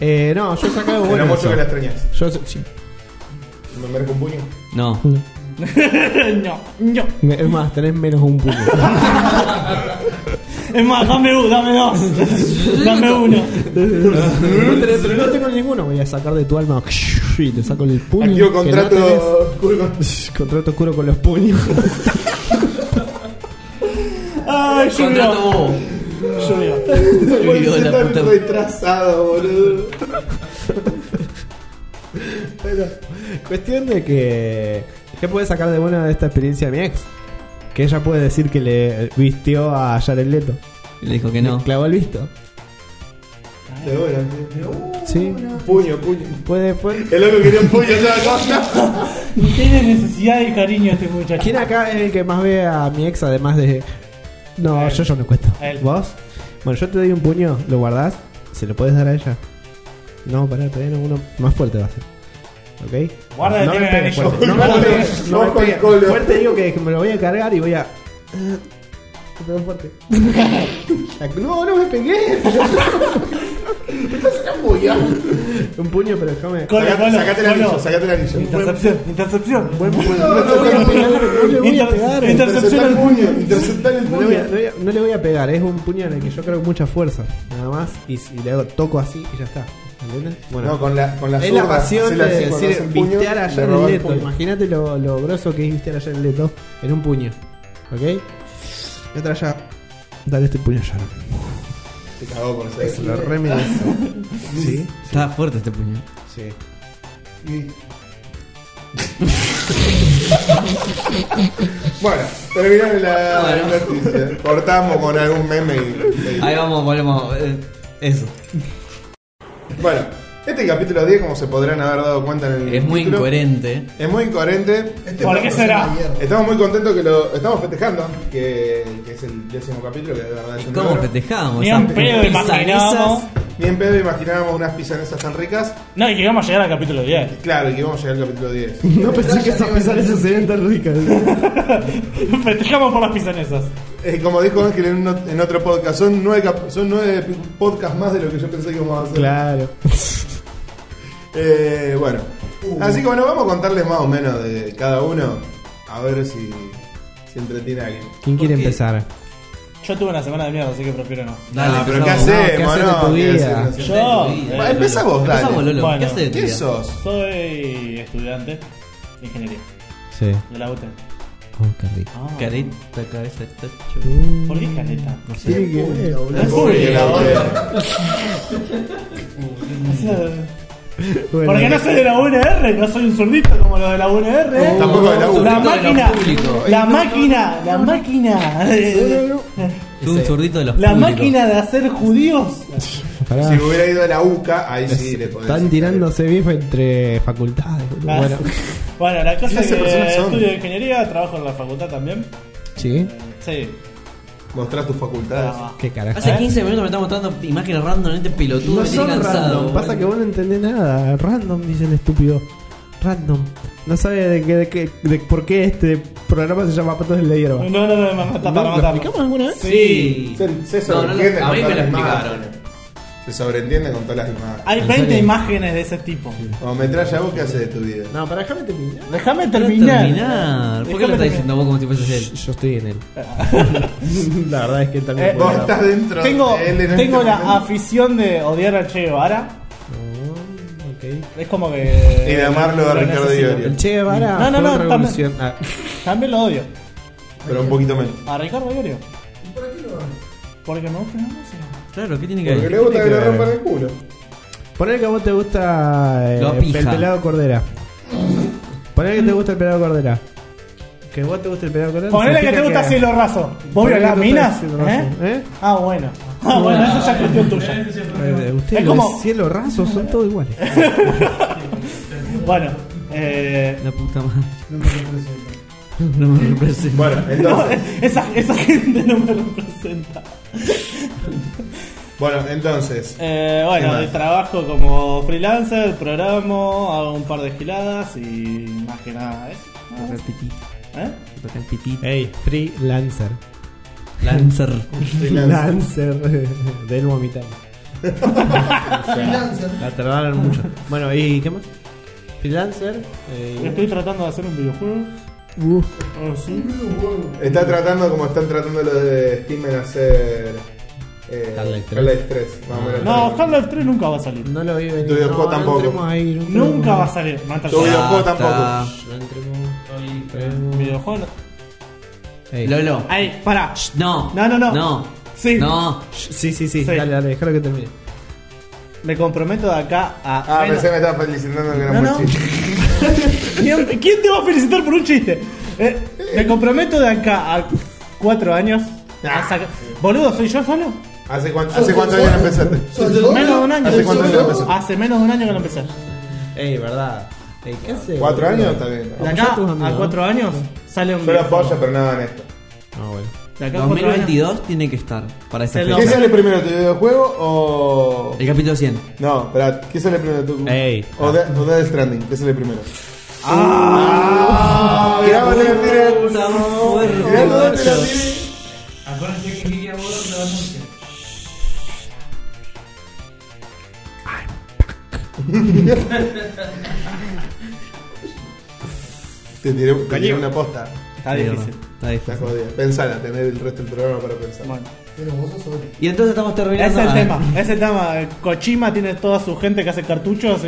[SPEAKER 2] Eh, no, yo sacaba algo
[SPEAKER 1] Era
[SPEAKER 2] bueno.
[SPEAKER 1] mucho
[SPEAKER 2] eso.
[SPEAKER 1] que la extrañas.
[SPEAKER 2] Yo sí.
[SPEAKER 1] Me merco un puño.
[SPEAKER 3] No.
[SPEAKER 4] no, no.
[SPEAKER 2] Me- Es más, tenés menos un puño.
[SPEAKER 4] Es más, dame uno, dame dos. dame uno.
[SPEAKER 2] no tenés- pero no tengo ninguno. Voy a sacar de tu alma. Y te saco el puño. que
[SPEAKER 1] Activo
[SPEAKER 2] no tenés.
[SPEAKER 1] contrato. Curgo.
[SPEAKER 2] Contrato oscuro con los puños.
[SPEAKER 4] Ay,
[SPEAKER 3] Contrato
[SPEAKER 4] llovió.
[SPEAKER 3] vos.
[SPEAKER 4] Llovió.
[SPEAKER 3] Hijo de la
[SPEAKER 1] Tan
[SPEAKER 3] puta.
[SPEAKER 1] retrasado, boludo.
[SPEAKER 2] Cuestión de que. ¿Qué puede sacar de buena de esta experiencia de mi ex? Que ella puede decir que le vistió a Jared Leto.
[SPEAKER 3] Y Le dijo que no.
[SPEAKER 2] Le clavó el visto.
[SPEAKER 1] De buena, tío.
[SPEAKER 2] Sí.
[SPEAKER 1] Puño, puño.
[SPEAKER 2] Puede, puede.
[SPEAKER 1] El loco quería un puño, no, no, no.
[SPEAKER 4] Tiene necesidad de cariño este muchacho.
[SPEAKER 2] ¿Quién acá es el que más ve a mi ex además de.? No,
[SPEAKER 4] Él.
[SPEAKER 2] yo, yo no cuento.
[SPEAKER 4] Él.
[SPEAKER 2] ¿Vos? Bueno, yo te doy un puño, lo guardás, se lo puedes dar a ella. No, pará, todavía no, uno más fuerte va a ser. ¿Ok?
[SPEAKER 4] Guarda que
[SPEAKER 2] no
[SPEAKER 4] tiene
[SPEAKER 2] me pegues
[SPEAKER 4] anillo.
[SPEAKER 2] fuerte. No me
[SPEAKER 1] Ojo,
[SPEAKER 2] pegues, no me
[SPEAKER 1] ojo al
[SPEAKER 2] pegues.
[SPEAKER 1] colo.
[SPEAKER 2] Fuerte digo que me lo voy a cargar y voy a. eh, Te pego fuerte. no, no me pegué. un puño, pero déjame.
[SPEAKER 4] Colo, colo,
[SPEAKER 1] Sacate el anillo,
[SPEAKER 4] colo.
[SPEAKER 1] sacate el anillo.
[SPEAKER 4] Intercepción, intercepción.
[SPEAKER 2] No le voy a pegar.
[SPEAKER 4] Inter-
[SPEAKER 1] Interceptar el puño, interceptar el
[SPEAKER 2] No le, voy
[SPEAKER 1] puño.
[SPEAKER 2] a, no le voy a- no le voy a pegar, es un puño en el que yo creo mucha fuerza, nada más, y, si le hago toco así y ya está. ¿Entiendes?
[SPEAKER 1] No, con la, con la
[SPEAKER 2] es la
[SPEAKER 1] zurda,
[SPEAKER 2] pasión
[SPEAKER 1] hacela
[SPEAKER 2] de
[SPEAKER 1] así cuando
[SPEAKER 2] decir
[SPEAKER 1] hace el puño,
[SPEAKER 2] vistear
[SPEAKER 1] le
[SPEAKER 2] a Jared
[SPEAKER 1] roba el
[SPEAKER 2] Leto.
[SPEAKER 1] puño.
[SPEAKER 2] Imagínate lo, lo grosso que es vistear a Jared Leto en un puño. ¿Ok? Y otra ya. Dale este puño a Jared.
[SPEAKER 1] Te cagó con esa.
[SPEAKER 2] Que Se lo remerece. ¿Sí?
[SPEAKER 3] Está fuerte este puño.
[SPEAKER 2] Sí.
[SPEAKER 1] Bueno, terminamos la
[SPEAKER 3] Bueno.
[SPEAKER 1] noticia. Cortamos con algún meme y.
[SPEAKER 3] Ahí vamos, volvemos. eh, Eso.
[SPEAKER 1] Bueno, este capítulo 10, como se podrán haber dado cuenta en el.
[SPEAKER 3] Es muy
[SPEAKER 1] título,
[SPEAKER 3] incoherente.
[SPEAKER 1] Es muy incoherente.
[SPEAKER 6] Este
[SPEAKER 4] ¿Por qué será?
[SPEAKER 1] Estamos muy contentos que lo estamos festejando, que, que es el décimo capítulo, que de verdad es
[SPEAKER 3] ¿Y
[SPEAKER 1] un
[SPEAKER 3] cómo
[SPEAKER 1] logro.
[SPEAKER 3] festejamos?
[SPEAKER 4] Ni
[SPEAKER 3] esas
[SPEAKER 4] un pedo imaginábamos.
[SPEAKER 3] pizzanizas?
[SPEAKER 1] Ni en pedo imaginábamos unas pizzanezas tan ricas.
[SPEAKER 4] No, y que íbamos a llegar al capítulo 10.
[SPEAKER 1] Claro, y que vamos a llegar al capítulo 10.
[SPEAKER 2] No pensé que esas pesares serían tan ricas.
[SPEAKER 4] Festejamos por las pisanesas.
[SPEAKER 1] Eh, como dijo Ángel en, uno- en otro podcast, son nueve, cap- son nueve pi- podcasts más de lo que yo pensé que íbamos a hacer.
[SPEAKER 2] Claro.
[SPEAKER 1] Eh, bueno.
[SPEAKER 3] Uh.
[SPEAKER 1] Así que bueno, vamos a contarles más o menos de cada uno. A ver si se entretiene alguien.
[SPEAKER 2] ¿Quién quiere
[SPEAKER 3] Porque-
[SPEAKER 2] empezar?
[SPEAKER 4] Yo tuve una semana de mierda, así que prefiero no.
[SPEAKER 3] Dale,
[SPEAKER 1] Ah, pero ¿qué
[SPEAKER 3] empezamos.
[SPEAKER 1] hacemos?
[SPEAKER 2] ¿qué haces de tu
[SPEAKER 1] No, ¿Qué
[SPEAKER 2] vida?
[SPEAKER 1] hacemos?
[SPEAKER 4] Yo- Eh,
[SPEAKER 1] Va, empezá vos,
[SPEAKER 3] Empezá
[SPEAKER 1] dale.
[SPEAKER 3] vos, Lolo.
[SPEAKER 4] Bueno.
[SPEAKER 3] ¿Qué haces de tu
[SPEAKER 1] ¿Qué
[SPEAKER 3] vida?
[SPEAKER 1] sos?
[SPEAKER 4] Soy estudiante de ingeniería
[SPEAKER 2] Sí.
[SPEAKER 4] de la E. UTE.
[SPEAKER 2] Oh, qué rico.
[SPEAKER 4] Ah.
[SPEAKER 3] Carita, cabeza, tacho.
[SPEAKER 4] ¿Por qué caleta?
[SPEAKER 3] No sé.
[SPEAKER 2] Tiene que ver.
[SPEAKER 4] Es
[SPEAKER 1] E.
[SPEAKER 4] pública, boludo.
[SPEAKER 2] Bueno,
[SPEAKER 4] E. Porque no soy de la UNR, no soy un zurdito como los de la UNR.
[SPEAKER 1] Tampoco de la U.
[SPEAKER 4] ¿eh? La
[SPEAKER 3] Zurdito de los
[SPEAKER 4] máquina,
[SPEAKER 3] públicos.
[SPEAKER 4] la máquina, la máquina,
[SPEAKER 2] no, no.
[SPEAKER 3] Tú un zurdito de los
[SPEAKER 4] la
[SPEAKER 3] públicos.
[SPEAKER 4] máquina de hacer judíos.
[SPEAKER 2] Pará.
[SPEAKER 1] Si hubiera ido a la UCA, ahí sí le podés.
[SPEAKER 2] Están tirándose bife entre facultades. boludo.
[SPEAKER 4] Ah.
[SPEAKER 2] Bueno,
[SPEAKER 4] Bueno, la cosa es
[SPEAKER 1] 15
[SPEAKER 4] que
[SPEAKER 1] personas son.
[SPEAKER 4] estudio de ingeniería, trabajo en la facultad también.
[SPEAKER 2] sí.
[SPEAKER 4] Sí.
[SPEAKER 1] Mostrás tus facultades.
[SPEAKER 4] Ah,
[SPEAKER 2] ¿Qué carajo?
[SPEAKER 3] Hace 15 minutos me está mostrando imágenes random en este pelotudo.
[SPEAKER 2] No
[SPEAKER 3] me tiene
[SPEAKER 2] son
[SPEAKER 3] cansado.
[SPEAKER 2] random,
[SPEAKER 3] boludo.
[SPEAKER 2] pasa que vos no entendés nada. Random, dice el estúpido. Random. No sabe de, qué- de, qué- de por qué este programa se llama Patos en la Hierba.
[SPEAKER 4] No, no, no, no, no, está
[SPEAKER 2] ¿No?
[SPEAKER 4] para
[SPEAKER 2] ¿Lo
[SPEAKER 4] matarlo.
[SPEAKER 2] explicamos alguna vez?
[SPEAKER 3] Sí.
[SPEAKER 1] Se, se
[SPEAKER 3] No, no, no,
[SPEAKER 1] sobreentiende
[SPEAKER 3] a
[SPEAKER 1] con
[SPEAKER 3] mí
[SPEAKER 1] todas las imágenes. Se sobreentiende con
[SPEAKER 3] me lo explicaron.
[SPEAKER 1] todas las imágenes.
[SPEAKER 4] Hay
[SPEAKER 3] ¿En
[SPEAKER 4] 20
[SPEAKER 3] serio?
[SPEAKER 4] imágenes de ese tipo.
[SPEAKER 1] O metralla vos qué haces de tu vida.
[SPEAKER 2] No, para déjame terminar.
[SPEAKER 4] Déjame
[SPEAKER 3] Terminar.
[SPEAKER 4] terminar.
[SPEAKER 3] ¿Por qué lo estás diciendo vos como si fuese él?
[SPEAKER 2] Yo estoy en él. la verdad es que él también.
[SPEAKER 4] Eh,
[SPEAKER 1] Vos
[SPEAKER 2] podría-
[SPEAKER 1] estás dentro
[SPEAKER 4] Tengo,
[SPEAKER 1] de él en este
[SPEAKER 4] tengo la
[SPEAKER 1] momento.
[SPEAKER 4] afición de odiar a Che Guevara.
[SPEAKER 2] Oh, ok.
[SPEAKER 4] Es como que.
[SPEAKER 1] Y de amarlo a
[SPEAKER 4] lo
[SPEAKER 1] Ricardo
[SPEAKER 4] necesito.
[SPEAKER 1] Iorio.
[SPEAKER 2] El Che Guevara.
[SPEAKER 4] No, no,
[SPEAKER 2] fue
[SPEAKER 4] no,
[SPEAKER 2] un
[SPEAKER 4] también-
[SPEAKER 2] revolucion- ah,
[SPEAKER 4] También lo odio.
[SPEAKER 1] Pero un poquito menos.
[SPEAKER 4] A Ricardo Iorio.
[SPEAKER 6] ¿Y por qué lo van?
[SPEAKER 4] Porque me gusta la música.
[SPEAKER 3] Claro, ¿qué tiene que
[SPEAKER 1] Porque
[SPEAKER 3] ver?
[SPEAKER 1] le gusta que
[SPEAKER 2] tiene
[SPEAKER 1] le
[SPEAKER 2] que ver?
[SPEAKER 1] rompan el culo.
[SPEAKER 2] Poner que a vos te gusta eh,
[SPEAKER 3] La pija.
[SPEAKER 2] el pelado cordera. Poner que te gusta el pelado cordera. Que vos te gusta el pelado cordera.
[SPEAKER 4] Ponele que te
[SPEAKER 2] significa
[SPEAKER 4] gusta Cielo Raso. ¿Vos
[SPEAKER 2] Ponele
[SPEAKER 4] violás
[SPEAKER 2] que te gusta
[SPEAKER 4] minas?
[SPEAKER 2] Cielo Raso, ¿eh?
[SPEAKER 4] ¿Eh? Ah, bueno. Ah, bueno, eso ya es cuestión tuya.
[SPEAKER 2] Eh, Ustedes
[SPEAKER 4] Es
[SPEAKER 2] los
[SPEAKER 4] como-
[SPEAKER 2] de cielo raso son todos iguales.
[SPEAKER 4] Bueno, eh.
[SPEAKER 3] La puta madre.
[SPEAKER 6] No me lo presento.
[SPEAKER 3] No me representa.
[SPEAKER 1] Bueno,
[SPEAKER 4] No,
[SPEAKER 1] entonces.
[SPEAKER 4] esa, esa gente no me representa.
[SPEAKER 1] Bueno, entonces.
[SPEAKER 4] Eh,
[SPEAKER 1] ¿Qué
[SPEAKER 4] bueno,
[SPEAKER 1] más?
[SPEAKER 4] de trabajo como freelancer, programo, hago un par de giladas y más que nada eso.
[SPEAKER 3] Toca el pitito.
[SPEAKER 4] ¿Eh?
[SPEAKER 3] Toca el pitito.
[SPEAKER 2] Ey, freelancer.
[SPEAKER 3] Lancer.
[SPEAKER 1] freelance.
[SPEAKER 2] Freelancer. Del vomitar.
[SPEAKER 6] Freelancer.
[SPEAKER 2] La tardaron mucho. Bueno, ¿y qué más? Freelancer. eh,
[SPEAKER 4] Estoy tratando de hacer un videojuego.
[SPEAKER 2] Uh.
[SPEAKER 4] Ah, sí.
[SPEAKER 1] Está tratando como están tratando los de Steam en hacer. Eh,
[SPEAKER 2] Half-Life 3.
[SPEAKER 1] Half-Life 3. Más o menos.
[SPEAKER 4] No, Half-Life 3 nunca va a salir.
[SPEAKER 2] no lo vi venir.
[SPEAKER 1] Tu videojuego
[SPEAKER 2] no,
[SPEAKER 1] tampoco.
[SPEAKER 2] No entremos ahí, no entremos
[SPEAKER 4] Nunca
[SPEAKER 2] ahí.
[SPEAKER 4] va a salir. Mata
[SPEAKER 1] Tu
[SPEAKER 4] el
[SPEAKER 1] videojuego
[SPEAKER 3] Basta.
[SPEAKER 1] tampoco. Ah,
[SPEAKER 2] No entremos.
[SPEAKER 4] videojuego. no-
[SPEAKER 2] Ey.
[SPEAKER 3] Lolo.
[SPEAKER 4] Ay, pará.
[SPEAKER 3] Shh, No.
[SPEAKER 4] No, no, no.
[SPEAKER 3] No.
[SPEAKER 4] Sí.
[SPEAKER 3] No.
[SPEAKER 2] Sí, sí, sí,
[SPEAKER 4] Sí.
[SPEAKER 2] Dale, dale, déjalo que termine.
[SPEAKER 4] Me comprometo de acá a.
[SPEAKER 1] Ah,
[SPEAKER 4] menos-
[SPEAKER 1] pensé que me estaba felicitando que era
[SPEAKER 4] No,
[SPEAKER 1] muy
[SPEAKER 4] no.
[SPEAKER 1] chiste.
[SPEAKER 4] ¿Quién, quién te va a felicitar por un chiste? Eh, me comprometo de acá a cuatro años.
[SPEAKER 1] Ah.
[SPEAKER 4] a saca- Boludo, ¿soy yo solo?
[SPEAKER 1] ¿Hace cuánto, hace cuánto años empezaste?
[SPEAKER 6] ¿Sos solo?
[SPEAKER 4] Menos de un año.
[SPEAKER 1] ¿Hace cuánto
[SPEAKER 6] ¿Sos
[SPEAKER 1] años
[SPEAKER 6] solo?
[SPEAKER 1] empezaste?
[SPEAKER 4] Hace menos de un año que lo empecé.
[SPEAKER 2] Ey, verdad. Ey, ¿qué haces?
[SPEAKER 1] ¿Cuatro
[SPEAKER 2] boludo?
[SPEAKER 1] años? Está bien. está
[SPEAKER 4] De
[SPEAKER 1] bien.
[SPEAKER 2] Apoyá a
[SPEAKER 4] acá
[SPEAKER 2] tus amigos.
[SPEAKER 4] a cuatro años sale un
[SPEAKER 1] Yo era
[SPEAKER 4] videojuego.
[SPEAKER 1] polla, pero nada en esto.
[SPEAKER 2] Ah, bueno.
[SPEAKER 4] De acá a cuatro años.
[SPEAKER 3] 2022 tiene que estar para esa
[SPEAKER 4] Se lo-
[SPEAKER 3] fecha.
[SPEAKER 1] ¿Qué sale primero, tu videojuego o.?
[SPEAKER 3] El capítulo 100.
[SPEAKER 1] No, espera, ¿qué sale primero tú?
[SPEAKER 2] Ey.
[SPEAKER 1] O, de, o Death Stranding, ¿qué sale primero?
[SPEAKER 3] Uh.
[SPEAKER 4] Ah,
[SPEAKER 1] Ah, mirá, te la tiré.
[SPEAKER 3] Puta madre.
[SPEAKER 1] Mirá, no te la tiré.
[SPEAKER 5] Acuérdense que Kiki Abuelo lo anuncia.
[SPEAKER 1] Te tiré, te tiré una posta.
[SPEAKER 4] Está difícil.
[SPEAKER 3] Está
[SPEAKER 1] Está
[SPEAKER 3] difícil.
[SPEAKER 1] jodida. Pensala, tener el resto del programa para pensar.
[SPEAKER 4] Bueno.
[SPEAKER 6] Pero vos sos solo.
[SPEAKER 3] Y entonces estamos
[SPEAKER 4] Ese es
[SPEAKER 3] terminando.
[SPEAKER 4] el
[SPEAKER 3] Ah,
[SPEAKER 4] tema, ese es el tema. Kojima tiene toda su gente que hace cartuchos y.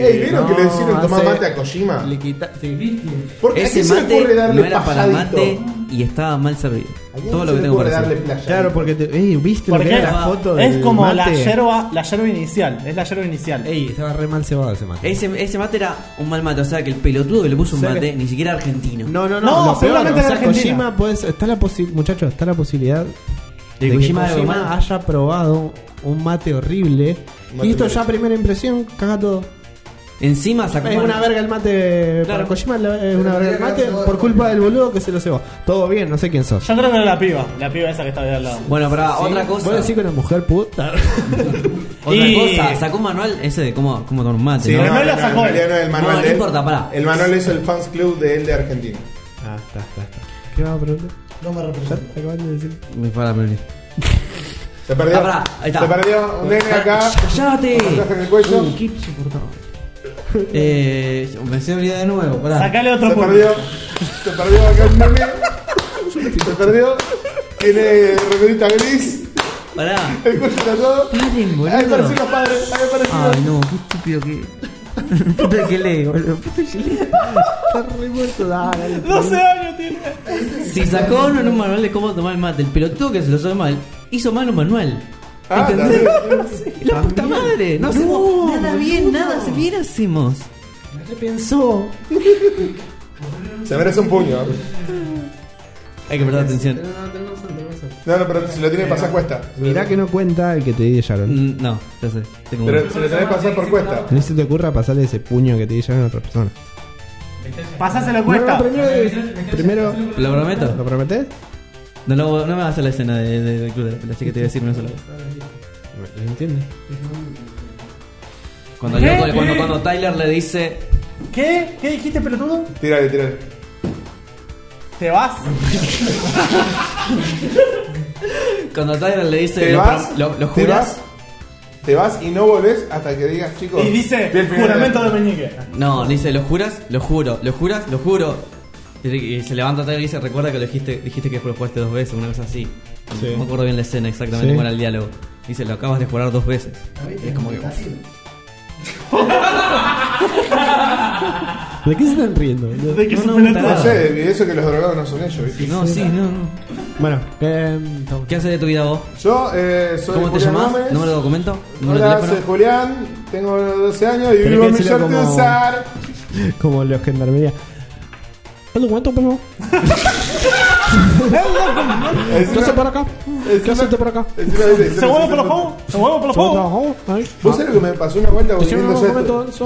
[SPEAKER 1] Ey, ¿vieron que le hicieron
[SPEAKER 2] hace-
[SPEAKER 1] tomar mate a Kojima?
[SPEAKER 2] Le quita... sí.
[SPEAKER 1] ¿Por qué ¿A
[SPEAKER 3] Ese
[SPEAKER 1] quién se le ocurre
[SPEAKER 3] mate
[SPEAKER 1] darle
[SPEAKER 3] no era para
[SPEAKER 1] pajadito?
[SPEAKER 3] mate y estaba mal servido.
[SPEAKER 1] ¿A quién
[SPEAKER 3] Todo
[SPEAKER 1] se
[SPEAKER 3] lo que
[SPEAKER 1] le
[SPEAKER 3] tengo
[SPEAKER 1] ocurre
[SPEAKER 3] para
[SPEAKER 1] darle
[SPEAKER 3] decir.
[SPEAKER 1] playa?
[SPEAKER 2] Claro, porque te... Ey, ¿viste lo
[SPEAKER 4] Porque
[SPEAKER 2] que era la foto
[SPEAKER 4] es
[SPEAKER 2] del
[SPEAKER 4] como la
[SPEAKER 2] mate?
[SPEAKER 4] yerba, la yerba inicial, es la yerba inicial.
[SPEAKER 2] Ey, estaba re mal cebado ese mate.
[SPEAKER 3] Ese, ese mate era un mal mate, o sea que el pelotudo que le puso un
[SPEAKER 2] O sea que-
[SPEAKER 3] mate ni siquiera argentino.
[SPEAKER 2] No, no, no,
[SPEAKER 4] No,
[SPEAKER 2] lo peor,
[SPEAKER 4] seguramente
[SPEAKER 2] o sea,
[SPEAKER 4] era Argentina.
[SPEAKER 2] Kojima puede ser- está la posibilidad, muchachos, está la posibilidad de que
[SPEAKER 3] Kojima de
[SPEAKER 2] Kojima
[SPEAKER 3] Gomán.
[SPEAKER 2] haya probado un mate horrible.
[SPEAKER 1] Un mate
[SPEAKER 2] y esto
[SPEAKER 1] horrible.
[SPEAKER 2] ya primera impresión, caga todo.
[SPEAKER 3] Encima sacó
[SPEAKER 2] Es una verga el mate para
[SPEAKER 3] Claro.
[SPEAKER 2] Kojima, la- es una
[SPEAKER 6] Pero
[SPEAKER 2] verga el
[SPEAKER 6] tenía que
[SPEAKER 2] mate
[SPEAKER 6] haber cebado
[SPEAKER 2] por
[SPEAKER 6] el
[SPEAKER 2] culpa
[SPEAKER 6] mate.
[SPEAKER 2] del boludo que se lo cebó. Todo bien, no sé quién sos.
[SPEAKER 4] Yo creo que era la piba, la piba esa que estaba ahí al lado.
[SPEAKER 3] Bueno, para otra cosa.
[SPEAKER 2] Voy a decir que una mujer puta.
[SPEAKER 3] Otra
[SPEAKER 4] Y-
[SPEAKER 3] cosa, sacó un manual ese de cómo, cómo tomar un mate,
[SPEAKER 1] Sí,
[SPEAKER 3] ¿no?
[SPEAKER 1] no,
[SPEAKER 4] el
[SPEAKER 1] no,
[SPEAKER 4] manual la
[SPEAKER 1] no,
[SPEAKER 4] sacó
[SPEAKER 1] en
[SPEAKER 4] él.
[SPEAKER 1] realidad no es el
[SPEAKER 3] No,
[SPEAKER 1] manual
[SPEAKER 3] no
[SPEAKER 1] de él.
[SPEAKER 3] importa, pará.
[SPEAKER 1] El manual es el fans club de él de Argentina.
[SPEAKER 2] ah, está, está, está. ¿Qué vas a preguntar?
[SPEAKER 6] No me
[SPEAKER 2] Ya
[SPEAKER 6] represento.
[SPEAKER 2] te acaban de decir.
[SPEAKER 3] Me para Meli.
[SPEAKER 1] Se perdió.
[SPEAKER 3] Ah, pará, ahí está.
[SPEAKER 1] Se perdió un nene acá.
[SPEAKER 3] ¡Cállate!
[SPEAKER 1] Con en el cuello.
[SPEAKER 3] Uy, qué insoportable. Eh, me se olvidar de nuevo, pará.
[SPEAKER 4] Sacale
[SPEAKER 1] Se
[SPEAKER 4] otro punto.
[SPEAKER 1] perdió. Se perdió acá un nene. Se perdió. Tiene remerita gris.
[SPEAKER 3] Pará.
[SPEAKER 1] El cuello tatuado.
[SPEAKER 3] Paren, boludo.
[SPEAKER 1] Ahí parecen los padres. Ahí parecen
[SPEAKER 3] Ay, no, qué estúpido que. Puta que leo, boludo. Puta que leo.
[SPEAKER 2] Está re muerto, dale.
[SPEAKER 4] 12 años tiene.
[SPEAKER 3] Si sacó uno en un manual de cómo tomar el mate, el pelotudo que se lo sabe mal, hizo mal un manual.
[SPEAKER 1] Ah,
[SPEAKER 3] ¿Entendés?
[SPEAKER 1] también.
[SPEAKER 3] Sí, la
[SPEAKER 1] Ah,
[SPEAKER 3] puta madre. No hacemos nada bien, nada se bien hacemos.
[SPEAKER 2] ¿Qué pensó?
[SPEAKER 1] Se merece un puño.
[SPEAKER 3] Hay que prestar atención.
[SPEAKER 1] No, no, pero si lo tiene que pasar cuesta.
[SPEAKER 2] Mirá que no cuenta el que te di de Sharon.
[SPEAKER 3] Mm, No, ya sé. Tengo
[SPEAKER 1] Pero se lo tenés que pasar por cuesta.
[SPEAKER 2] No se te ocurra pasarle ese puño que te di Sharon a otra persona.
[SPEAKER 4] Pasáselo
[SPEAKER 2] No, no,
[SPEAKER 4] cuesta.
[SPEAKER 2] primero, primero
[SPEAKER 3] ¿Lo prometo?
[SPEAKER 2] ¿lo prometés?
[SPEAKER 3] No, lo- no me vas a hacer la escena de- de- del club de la pelea, así que te voy a decir una sola vez.
[SPEAKER 2] ¿Lo entiendes?
[SPEAKER 3] Cuando, el loco- cuando, cuando Tyler le dice.
[SPEAKER 4] ¿Qué? ¿Qué dijiste, pelotudo?
[SPEAKER 1] Tírale, tírale.
[SPEAKER 4] ¿Te vas?
[SPEAKER 3] Cuando Tyler le dice.
[SPEAKER 1] ¿Te
[SPEAKER 3] lo,
[SPEAKER 1] vas?
[SPEAKER 3] lo- lo
[SPEAKER 1] ¿Te
[SPEAKER 3] juras?
[SPEAKER 1] vas? ¿Te vas y no volvés hasta que digas, chicos?
[SPEAKER 4] Y dice,
[SPEAKER 1] vi el final
[SPEAKER 4] juramento
[SPEAKER 1] la-
[SPEAKER 4] de meñique.
[SPEAKER 3] No, le dice, ¿lo juras? Lo juro, lo juras, lo juro. Y, y se levanta Tyler y dice, recuerda que lo dijiste, dijiste que lo jugaste dos veces, una cosa así.
[SPEAKER 2] Sí.
[SPEAKER 3] No me acuerdo bien la escena exactamente
[SPEAKER 2] Sí.
[SPEAKER 3] cuál era el diálogo. Dice, lo acabas de jurar dos veces.
[SPEAKER 6] ¿Viste?
[SPEAKER 3] Es como que.
[SPEAKER 6] Tentativa.
[SPEAKER 2] ¿De qué se están riendo? boludo?
[SPEAKER 4] De que
[SPEAKER 3] No,
[SPEAKER 4] es un
[SPEAKER 3] no,
[SPEAKER 4] pelotudo.
[SPEAKER 1] No sé, de eso que los drogados no son ellos, ¿viste?
[SPEAKER 3] No, sí, no, no.
[SPEAKER 2] Bueno, eh, estamos-
[SPEAKER 3] ¿Qué haces de tu vida vos?
[SPEAKER 1] Yo eh, soy
[SPEAKER 3] ¿Cómo te
[SPEAKER 1] Julián
[SPEAKER 3] llamás?
[SPEAKER 1] Gómez.
[SPEAKER 3] ¿Número de documento? ¿Número
[SPEAKER 1] Hola,
[SPEAKER 3] de
[SPEAKER 1] soy
[SPEAKER 3] teléfono?
[SPEAKER 1] Julián, tengo 12 años y
[SPEAKER 2] Tenés
[SPEAKER 1] vivo
[SPEAKER 2] que
[SPEAKER 1] en
[SPEAKER 2] decirlo
[SPEAKER 1] Millón de
[SPEAKER 2] como-
[SPEAKER 1] Usar.
[SPEAKER 2] como los gendarmería. ¿El documento, por favor? ¿Qué haces por acá? ¿Qué haces por acá?
[SPEAKER 4] ¿Se vuelve por los juegos? ¿Se vuelve por los
[SPEAKER 2] ¿Cómo
[SPEAKER 4] juegos?
[SPEAKER 2] trabajo? Ahí.
[SPEAKER 1] ¿Vos sabés lo que me pasó una vuelta
[SPEAKER 2] Te llevo
[SPEAKER 1] volviendo
[SPEAKER 2] un
[SPEAKER 1] allá?
[SPEAKER 2] documento, eso.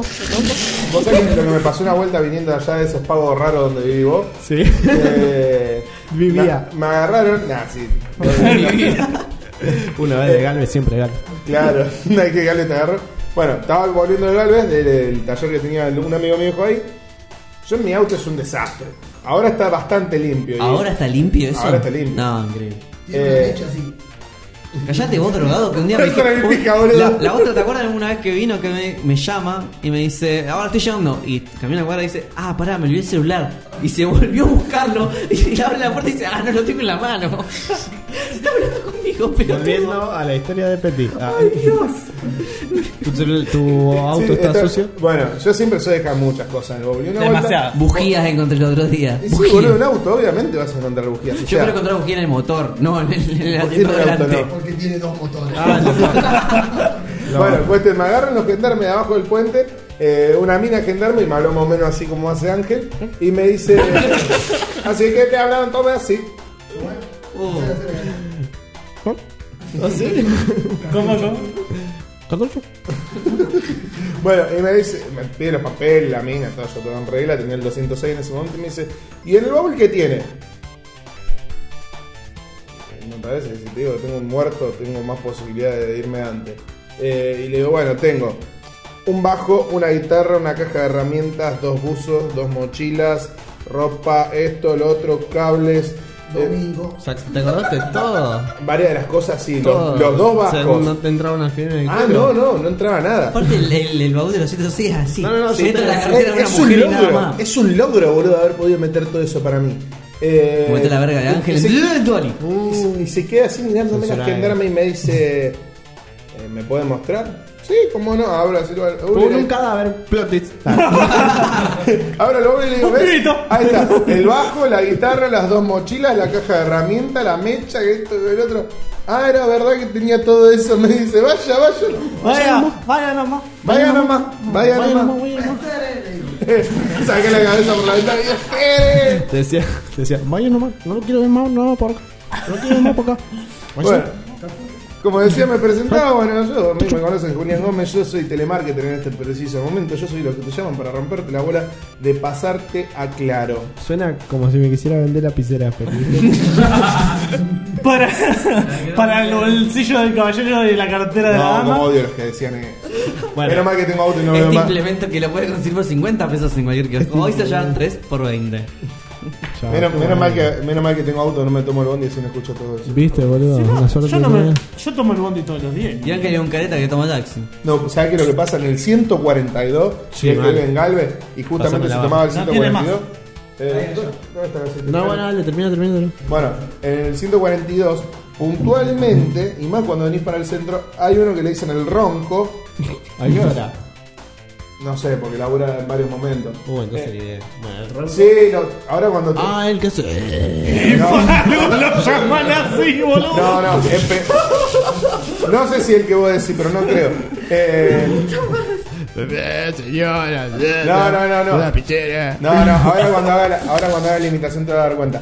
[SPEAKER 1] ¿Vos sabés lo que me pasó una vuelta viniendo allá de esos pagos raros donde vivo?
[SPEAKER 2] Sí.
[SPEAKER 1] Eh,
[SPEAKER 2] Vivía.
[SPEAKER 1] Me, me agarraron. Nah, sí.
[SPEAKER 2] Una vez de Galvez, siempre de Galvez.
[SPEAKER 1] claro, no hay que Galvez te agarró. Bueno, estaba volviendo de Galvez, del, del taller que tenía un amigo mío dijo ahí. Yo en mi auto es un desastre. Ahora está bastante limpio. y-
[SPEAKER 3] ¿Ahora está limpio eso?
[SPEAKER 1] Ahora está limpio.
[SPEAKER 3] No, increíble.
[SPEAKER 6] Tiene una
[SPEAKER 1] Eh,
[SPEAKER 6] leche así.
[SPEAKER 3] Callate vos, drogado, que un día me
[SPEAKER 1] Eso era mi pica, boludo.
[SPEAKER 3] la, la otra, ¿te acuerdas alguna vez que vino que me, me llama y me dice, ahora estoy llegando? Y camina la cuadra y dice, ah, pará, me olvidé el celular. Y se volvió a buscarlo y le abre la puerta y dice, ah, no lo tengo en la mano. está hablando conmigo, pero
[SPEAKER 2] Volviendo a la historia de Petit. Ah,
[SPEAKER 3] Dios.
[SPEAKER 2] ¿Tu, celu- tu auto
[SPEAKER 1] Sí,
[SPEAKER 2] está
[SPEAKER 1] está-
[SPEAKER 2] sucio?
[SPEAKER 1] Bueno, yo siempre soy de dejar muchas cosas en el bowl. Y una
[SPEAKER 4] Demasiado.
[SPEAKER 3] Bujías encontré el otro día.
[SPEAKER 1] vuelta- Y sí,
[SPEAKER 3] Bujías.
[SPEAKER 1] boludo, un auto, obviamente vas a encontrar bujías. O
[SPEAKER 3] Yo
[SPEAKER 1] sea,
[SPEAKER 3] quiero encontrar bujía en el motor, no en el, en el
[SPEAKER 1] Bujía en
[SPEAKER 3] asiento
[SPEAKER 1] el auto,
[SPEAKER 3] delante.
[SPEAKER 1] no.
[SPEAKER 6] Porque tiene dos motores.
[SPEAKER 3] Ah,
[SPEAKER 1] bueno, pues te me agarran los gendarmes de abajo del puente. eh, una mina gendarme y me habló más o menos así como hace Ángel. Y me dice: Así que te hablaron todos así.
[SPEAKER 3] Oh.
[SPEAKER 4] ¿Cómo, cómo?
[SPEAKER 2] ¿Catorce?
[SPEAKER 1] Bueno, y me dice: Me pide los papeles, la mina, todo. Yo todo en regla, tenía el 206 en ese momento. Y me dice: ¿Y en el baúl qué tiene? Me parece que si te digo que tengo un muerto, tengo más posibilidades de irme antes. Eh, y le digo, bueno, tengo un bajo, una guitarra, una caja de herramientas, dos buzos, dos mochilas, ropa, esto, lo otro, cables. eh,
[SPEAKER 6] Domingo.
[SPEAKER 2] O sea, ¿Te acordaste todo?
[SPEAKER 1] varias de las cosas, sí,
[SPEAKER 2] Todo.
[SPEAKER 1] los, los dos
[SPEAKER 2] O sea, no
[SPEAKER 1] bajos.
[SPEAKER 2] te entraban al final. del
[SPEAKER 1] Ah, no,
[SPEAKER 2] culo.
[SPEAKER 1] no, no entraba nada.
[SPEAKER 3] Aparte, el, el, el baúl de los 106 es así.
[SPEAKER 2] No, no, no,
[SPEAKER 3] Se
[SPEAKER 2] sí,
[SPEAKER 3] mete en la
[SPEAKER 2] es-
[SPEAKER 3] cartera de una
[SPEAKER 1] es, es un
[SPEAKER 3] mujer y nada
[SPEAKER 1] logro,
[SPEAKER 3] más.
[SPEAKER 1] es un logro, boludo, haber podido meter todo eso para mí. Eh,
[SPEAKER 3] Comete la verga de Ángel.
[SPEAKER 1] y se-
[SPEAKER 3] Tony.
[SPEAKER 1] Y se- Y se queda así mirándome la
[SPEAKER 2] Censurada.
[SPEAKER 1] gendarme y me dice: eh, ¿Me puede mostrar? Sí, cómo no, abro así. lo-
[SPEAKER 2] Hubo
[SPEAKER 1] abro y le-
[SPEAKER 2] un cadáver, plot twist.
[SPEAKER 1] Abro el baúl y le digo:
[SPEAKER 4] Un
[SPEAKER 1] ¿ves?
[SPEAKER 4] pibito.
[SPEAKER 1] Ahí está, el bajo, la guitarra, las dos mochilas, la caja de herramientas, la mecha, que esto, que el otro. Ah, era verdad que tenía todo eso. Me dice: Vaya, vaya,
[SPEAKER 4] Vaya, vaya nomás.
[SPEAKER 1] vaya nomás, vaya nomás. Saqué la cabeza por la ventana y dije: "Espere".
[SPEAKER 2] Te decía, te decía, vaya nomás, no lo quiero ver más, no, por acá. No lo quiero ver más por acá. Pues
[SPEAKER 1] Bueno, como decía, me presentaba, bueno, yo, a mí me conocen Julián Gómez, yo soy telemarketer en este preciso momento, yo soy lo que te llaman para romperte la bola de pasarte a claro.
[SPEAKER 2] Suena como si me quisiera vender la pizzería, pero
[SPEAKER 4] Para, para el bolsillo del caballero y la cartera de la
[SPEAKER 1] No,
[SPEAKER 4] dama.
[SPEAKER 1] como odio los que decían. eh.
[SPEAKER 2] Bueno.
[SPEAKER 1] Menos mal que tengo auto y no veo
[SPEAKER 3] Este
[SPEAKER 1] más.
[SPEAKER 3] implemento que lo puedes conseguir por 50 pesos en cualquier kiosco. Hoy se llevan 3 por 20.
[SPEAKER 1] Menos,
[SPEAKER 2] ya, qué
[SPEAKER 1] menos
[SPEAKER 2] bueno.
[SPEAKER 1] mal que, menos mal que tengo auto, no me tomo el bondi y si no escucho todo eso.
[SPEAKER 2] Viste, boludo,
[SPEAKER 4] Sí, no,
[SPEAKER 2] una suerte
[SPEAKER 4] yo, no me-
[SPEAKER 2] tenía.
[SPEAKER 4] yo tomo el bondi todos los días.
[SPEAKER 3] Y Ángel es un careta que toma taxi.
[SPEAKER 1] No, ¿sabes qué es lo que pasa? En el 142,
[SPEAKER 2] Sí,
[SPEAKER 1] y el que
[SPEAKER 2] mal.
[SPEAKER 1] vive en Galvez, y
[SPEAKER 2] Pásame
[SPEAKER 1] justamente
[SPEAKER 2] la
[SPEAKER 1] se
[SPEAKER 2] barra.
[SPEAKER 1] tomaba el
[SPEAKER 4] No tiene más.
[SPEAKER 1] 142. eh, ¿dónde está la
[SPEAKER 2] No, bueno, dale, termina, termina.
[SPEAKER 1] Bueno, en el 142, puntualmente, y más cuando venís para el centro, hay uno que le dicen el ronco.
[SPEAKER 2] ¿A qué hora?
[SPEAKER 1] No sé, porque labura en varios momentos.
[SPEAKER 2] Uh, entonces ni
[SPEAKER 1] Eh,
[SPEAKER 2] idea. Bueno, el ron-
[SPEAKER 1] Sí, lo- ahora cuando. te-
[SPEAKER 2] Ah, el que hace.
[SPEAKER 1] no,
[SPEAKER 4] Algo lo llaman así, boludo.
[SPEAKER 1] no, no, es pe- No sé si el que vos decís, pero no creo. Eh,
[SPEAKER 2] Señora,
[SPEAKER 1] no, no, no, no.
[SPEAKER 2] Una pichera.
[SPEAKER 1] no, no, ahora cuando haga la, ahora cuando haga la imitación te vas a dar cuenta.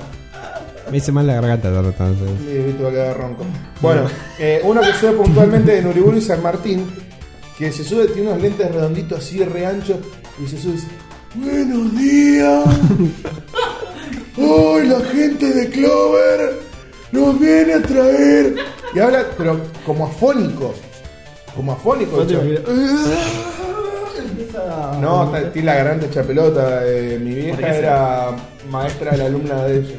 [SPEAKER 2] Me hice mal la garganta, la verdad, entonces.
[SPEAKER 1] Y viste, va a quedar ronco. Bueno, eh, uno que sube puntualmente en Uriburu y San Martín, que se sube, tiene unos lentes redonditos así re anchos, y se sube y dice, ¡Buenos días! ¡Hoy la gente de Clover! ¡Nos viene a traer! Y habla, pero como afónico. Como afónico. "Ah",
[SPEAKER 2] No te
[SPEAKER 1] chaval. No, está- tiene la garganta hecha pelota. eh, mi vieja era maestra de la alumna de ella.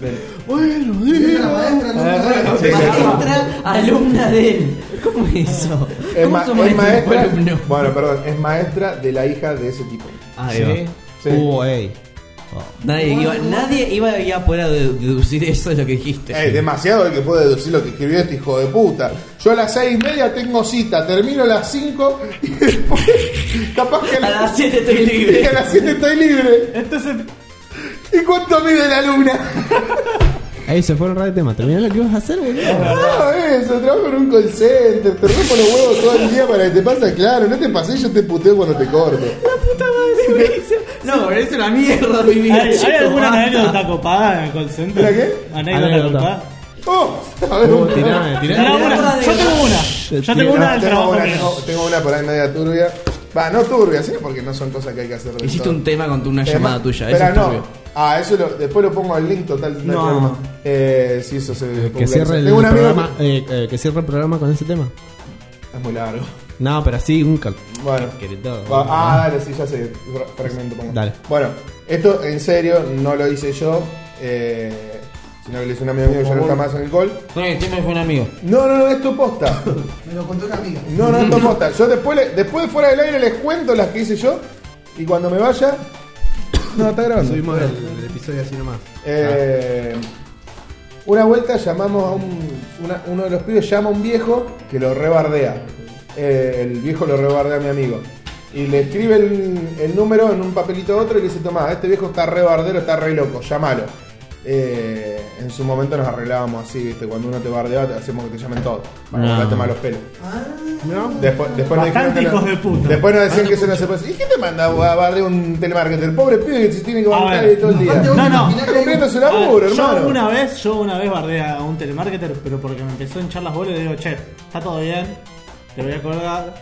[SPEAKER 1] Del- Bueno,
[SPEAKER 6] Era la
[SPEAKER 1] diga.
[SPEAKER 6] maestra,
[SPEAKER 3] Ah,
[SPEAKER 6] no
[SPEAKER 1] Sí,
[SPEAKER 6] me
[SPEAKER 1] sí.
[SPEAKER 3] Maestra, alumna de él. ¿Cómo es eso?
[SPEAKER 1] Es, ma-
[SPEAKER 3] somos este
[SPEAKER 1] es maestra.
[SPEAKER 3] alumno?
[SPEAKER 1] Bueno, perdón, es maestra de la hija de ese tipo.
[SPEAKER 2] Ah,
[SPEAKER 3] Ahí va.
[SPEAKER 1] Sí.
[SPEAKER 2] Uh, ey.
[SPEAKER 3] Nadie, iba, nadie iba a poder dedu- deducir eso de lo que dijiste.
[SPEAKER 1] Es Eh, demasiado el que puede deducir lo que escribió este hijo de puta. Yo a las seis y media tengo cita, termino a las cinco y después capaz que
[SPEAKER 3] A las 7 estoy
[SPEAKER 1] Y a
[SPEAKER 3] libre.
[SPEAKER 1] las 7 estoy libre. ¿Y cuánto mide la luna?
[SPEAKER 2] Ey, se fueron radio tema. Terminá lo que ibas a hacer, boludo.
[SPEAKER 1] No, Ah, eso, trabajo en un call center, te rompo los huevos todo el día para que te pase claro, no te pases, yo te puteo cuando te corto.
[SPEAKER 3] No, pero es una mierda mi vida.
[SPEAKER 4] ¿Hay,
[SPEAKER 3] chico, Ah,
[SPEAKER 4] ¿Hay alguna
[SPEAKER 3] basta.
[SPEAKER 4] anécdota copada en el call center?
[SPEAKER 1] ¿La qué?
[SPEAKER 4] ¿Anécdota
[SPEAKER 2] Anécdota.
[SPEAKER 4] copada?
[SPEAKER 1] Oh, a ver,
[SPEAKER 2] Uh,
[SPEAKER 1] un-
[SPEAKER 2] tirame,
[SPEAKER 4] Yo
[SPEAKER 2] tirame.
[SPEAKER 4] tengo una, yo tengo una. Yo tengo una del
[SPEAKER 1] tengo,
[SPEAKER 4] trabajo
[SPEAKER 1] una,
[SPEAKER 4] mío.
[SPEAKER 1] tengo, tengo una por ahí media turbia. Va, no turbia, sino porque no son cosas que hay que hacer. del
[SPEAKER 3] Hiciste
[SPEAKER 1] todo.
[SPEAKER 3] un tema con tu- una
[SPEAKER 1] Eh,
[SPEAKER 3] llamada
[SPEAKER 1] ma-
[SPEAKER 3] tuya. Eso
[SPEAKER 1] Pero
[SPEAKER 3] es turbio.
[SPEAKER 1] no. Ah, eso lo- después lo pongo al link total. total,
[SPEAKER 4] No.
[SPEAKER 1] problema. Eh, sí, eso se
[SPEAKER 2] Que
[SPEAKER 1] populariza.
[SPEAKER 2] cierre el
[SPEAKER 1] Tengo un amigo
[SPEAKER 2] programa. eh, eh, que cierre el programa con ese tema.
[SPEAKER 1] que- Es muy largo.
[SPEAKER 2] No, pero así un cal.
[SPEAKER 1] Bueno.
[SPEAKER 2] Querido.
[SPEAKER 1] Va- ah, dale, sí, ya sé. fra- Fragmento pongo.
[SPEAKER 2] Dale.
[SPEAKER 1] Bueno, esto en serio no lo hice yo, eh, sino que lo hizo un amigo mío que ya no está más en el gol.
[SPEAKER 3] el tema fue un amigo.
[SPEAKER 1] No, no, no, esto es posta.
[SPEAKER 6] Me lo contó una amiga.
[SPEAKER 1] No, no, esto es posta. Yo después, le- después fuera del aire les cuento las que hice yo y cuando me vaya. No, está grabando.
[SPEAKER 2] Subimos el, el episodio así nomás.
[SPEAKER 1] Eh, una vuelta llamamos a un. una- uno de los pibes llama a un viejo que lo rebardea. Eh, el viejo lo rebardea a mi amigo. Y le escribe el, el número en un papelito a otro y le dice: Tomá, este viejo está re bardero, está re loco, llámalo. Eh, en su momento nos arreglábamos así, ¿viste? Cuando uno te bardea, te hacemos que te llamen todos. Para
[SPEAKER 3] No.
[SPEAKER 1] no. te los pelos. Después, después
[SPEAKER 4] Ah. Bastante
[SPEAKER 1] dijeron
[SPEAKER 4] hijos de puta.
[SPEAKER 1] Después nos decían que eso no se puede hacer. ¿Y qué te manda a bardear un telemarketer? Pobre pibe que se tiene que
[SPEAKER 4] A
[SPEAKER 1] bancar
[SPEAKER 4] ver,
[SPEAKER 1] todo el día.
[SPEAKER 6] Aparte, vos
[SPEAKER 4] No, no.
[SPEAKER 6] imaginás
[SPEAKER 1] Está
[SPEAKER 6] que hay un-
[SPEAKER 1] cumpliendo su
[SPEAKER 4] A ver,
[SPEAKER 1] laburo, hermano.
[SPEAKER 4] Ah, yo una vez, yo una vez bardé a un telemarketer, pero porque me empezó a hinchar las bolas y le digo, che, está todo bien, te voy a colgar,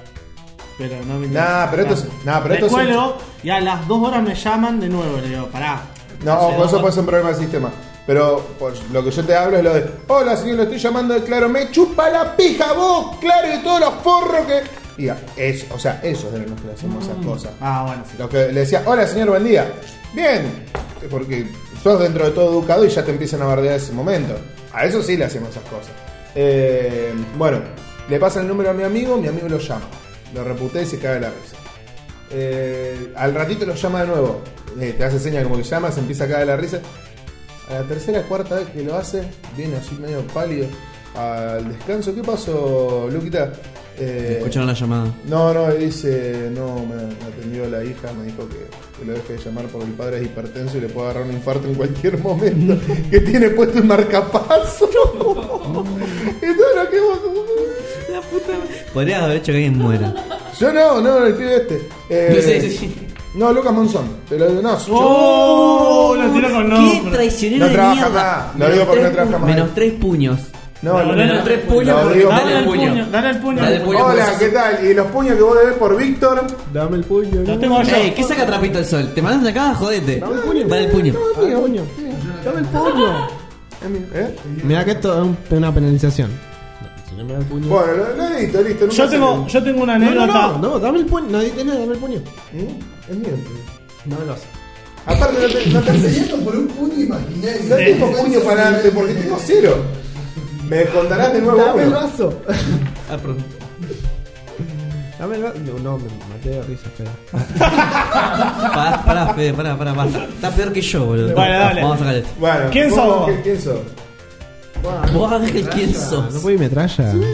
[SPEAKER 4] pero no me interesa".
[SPEAKER 1] Nah, pero esto es- nah, pero
[SPEAKER 4] Le
[SPEAKER 1] esto es-
[SPEAKER 4] cuelgo y a las dos horas me llaman de nuevo, le digo, pará.
[SPEAKER 1] No,
[SPEAKER 4] Hace
[SPEAKER 1] ojo,
[SPEAKER 4] dos
[SPEAKER 1] eso puede
[SPEAKER 4] horas-
[SPEAKER 1] ser un problema del sistema. Pero por lo que yo te hablo es lo de: Hola, señor, lo estoy llamando de Claro. Me chupa la pija vos, Claro, y todos los forros que. Diga, eso, o sea, esos eran los que hacemos esas cosas.
[SPEAKER 4] Ah, bueno, sí.
[SPEAKER 1] Lo que le decía, hola señor, buen día. Bien, porque sos dentro de todo educado y ya te empiezan a bardear ese momento. A eso sí le hacemos esas cosas. Eh, bueno, le pasa el número a mi amigo, mi amigo lo llama. Lo reputé y se cae la risa. Eh, al ratito lo llama de nuevo. Eh, te hace señas como que llama, se empieza a caer la risa. A la tercera, cuarta vez que lo hace, viene así medio pálido al descanso. ¿Qué pasó, Luquita? Eh,
[SPEAKER 3] Escucharon la llamada.
[SPEAKER 1] no, no, él dice, no, me me atendió la hija, me dijo que, que lo deje de llamar porque el padre es hipertenso y le puede agarrar un infarto en cualquier momento, que tiene puesto un marcapaso. y todo lo que vos-
[SPEAKER 3] La puta Podrías haber hecho que alguien muera.
[SPEAKER 1] Yo no, no, el pibe este. Eh,
[SPEAKER 3] No sé, sí.
[SPEAKER 1] No, Lucas Monzón, te lo digo, no, yo-
[SPEAKER 4] ¡Oh! Lo tiró con
[SPEAKER 3] ¡Qué
[SPEAKER 4] nombre.
[SPEAKER 3] traicionero
[SPEAKER 1] No
[SPEAKER 3] de
[SPEAKER 1] trabaja
[SPEAKER 3] mierda!
[SPEAKER 1] más. Lo digo porque no
[SPEAKER 3] tres
[SPEAKER 1] trabaja
[SPEAKER 3] pu-
[SPEAKER 1] más.
[SPEAKER 3] Menos tres puños.
[SPEAKER 1] no,
[SPEAKER 4] No,
[SPEAKER 1] lo-
[SPEAKER 4] no,
[SPEAKER 3] Menos
[SPEAKER 4] no.
[SPEAKER 3] tres puños
[SPEAKER 1] No,
[SPEAKER 3] porque
[SPEAKER 1] digo-
[SPEAKER 3] dale
[SPEAKER 4] Dale
[SPEAKER 3] el
[SPEAKER 4] el
[SPEAKER 3] puño.
[SPEAKER 4] puño, dale el puño.
[SPEAKER 3] Dale el puño.
[SPEAKER 1] Hola,
[SPEAKER 3] pues-
[SPEAKER 1] ¿qué tal? Y los puños que vos debes por Víctor,
[SPEAKER 2] Dame el puño.
[SPEAKER 4] Lo tengo yo.
[SPEAKER 3] Ey, ¿qué saca trapito el sol? ¿Te mandas de acá? Jodete. Dale el puño.
[SPEAKER 2] Dame el puño. Dame el puño.
[SPEAKER 1] ¿eh?
[SPEAKER 2] Mira que esto es un- una penalización. Si no me da el puño.
[SPEAKER 1] Bueno, lo, lo edito, listo. nunca
[SPEAKER 4] Yo
[SPEAKER 1] se
[SPEAKER 4] tengo,
[SPEAKER 1] ve.
[SPEAKER 4] yo tengo una
[SPEAKER 2] No, no,
[SPEAKER 4] anécdota.
[SPEAKER 2] no, no, dame el puño. No diste nada, dame el puño.
[SPEAKER 1] ¿Mm? Es mío.
[SPEAKER 2] No me lo hace.
[SPEAKER 1] Aparte, no te- no te
[SPEAKER 6] Estás enseñando por un puño imaginario.
[SPEAKER 1] No tengo puño para darte porque tengo cero. Me contarás de nuevo
[SPEAKER 2] Dame el
[SPEAKER 1] uno.
[SPEAKER 2] vaso. Ah, perdón. Dame el vaso. No, no, me maté de risa, espera.
[SPEAKER 3] Pará, pará, Fede, pará, pará, basta. Está peor que yo, boludo.
[SPEAKER 4] Vale, dale.
[SPEAKER 3] Vamos a sacar esto.
[SPEAKER 1] Bueno,
[SPEAKER 4] ¿Quién
[SPEAKER 1] vos,
[SPEAKER 4] sos?
[SPEAKER 1] ¿Quién, quién sos?
[SPEAKER 4] Ah.
[SPEAKER 3] Vos Ángel, ¿quién sos?
[SPEAKER 2] No puede ir metralla.
[SPEAKER 3] Dale,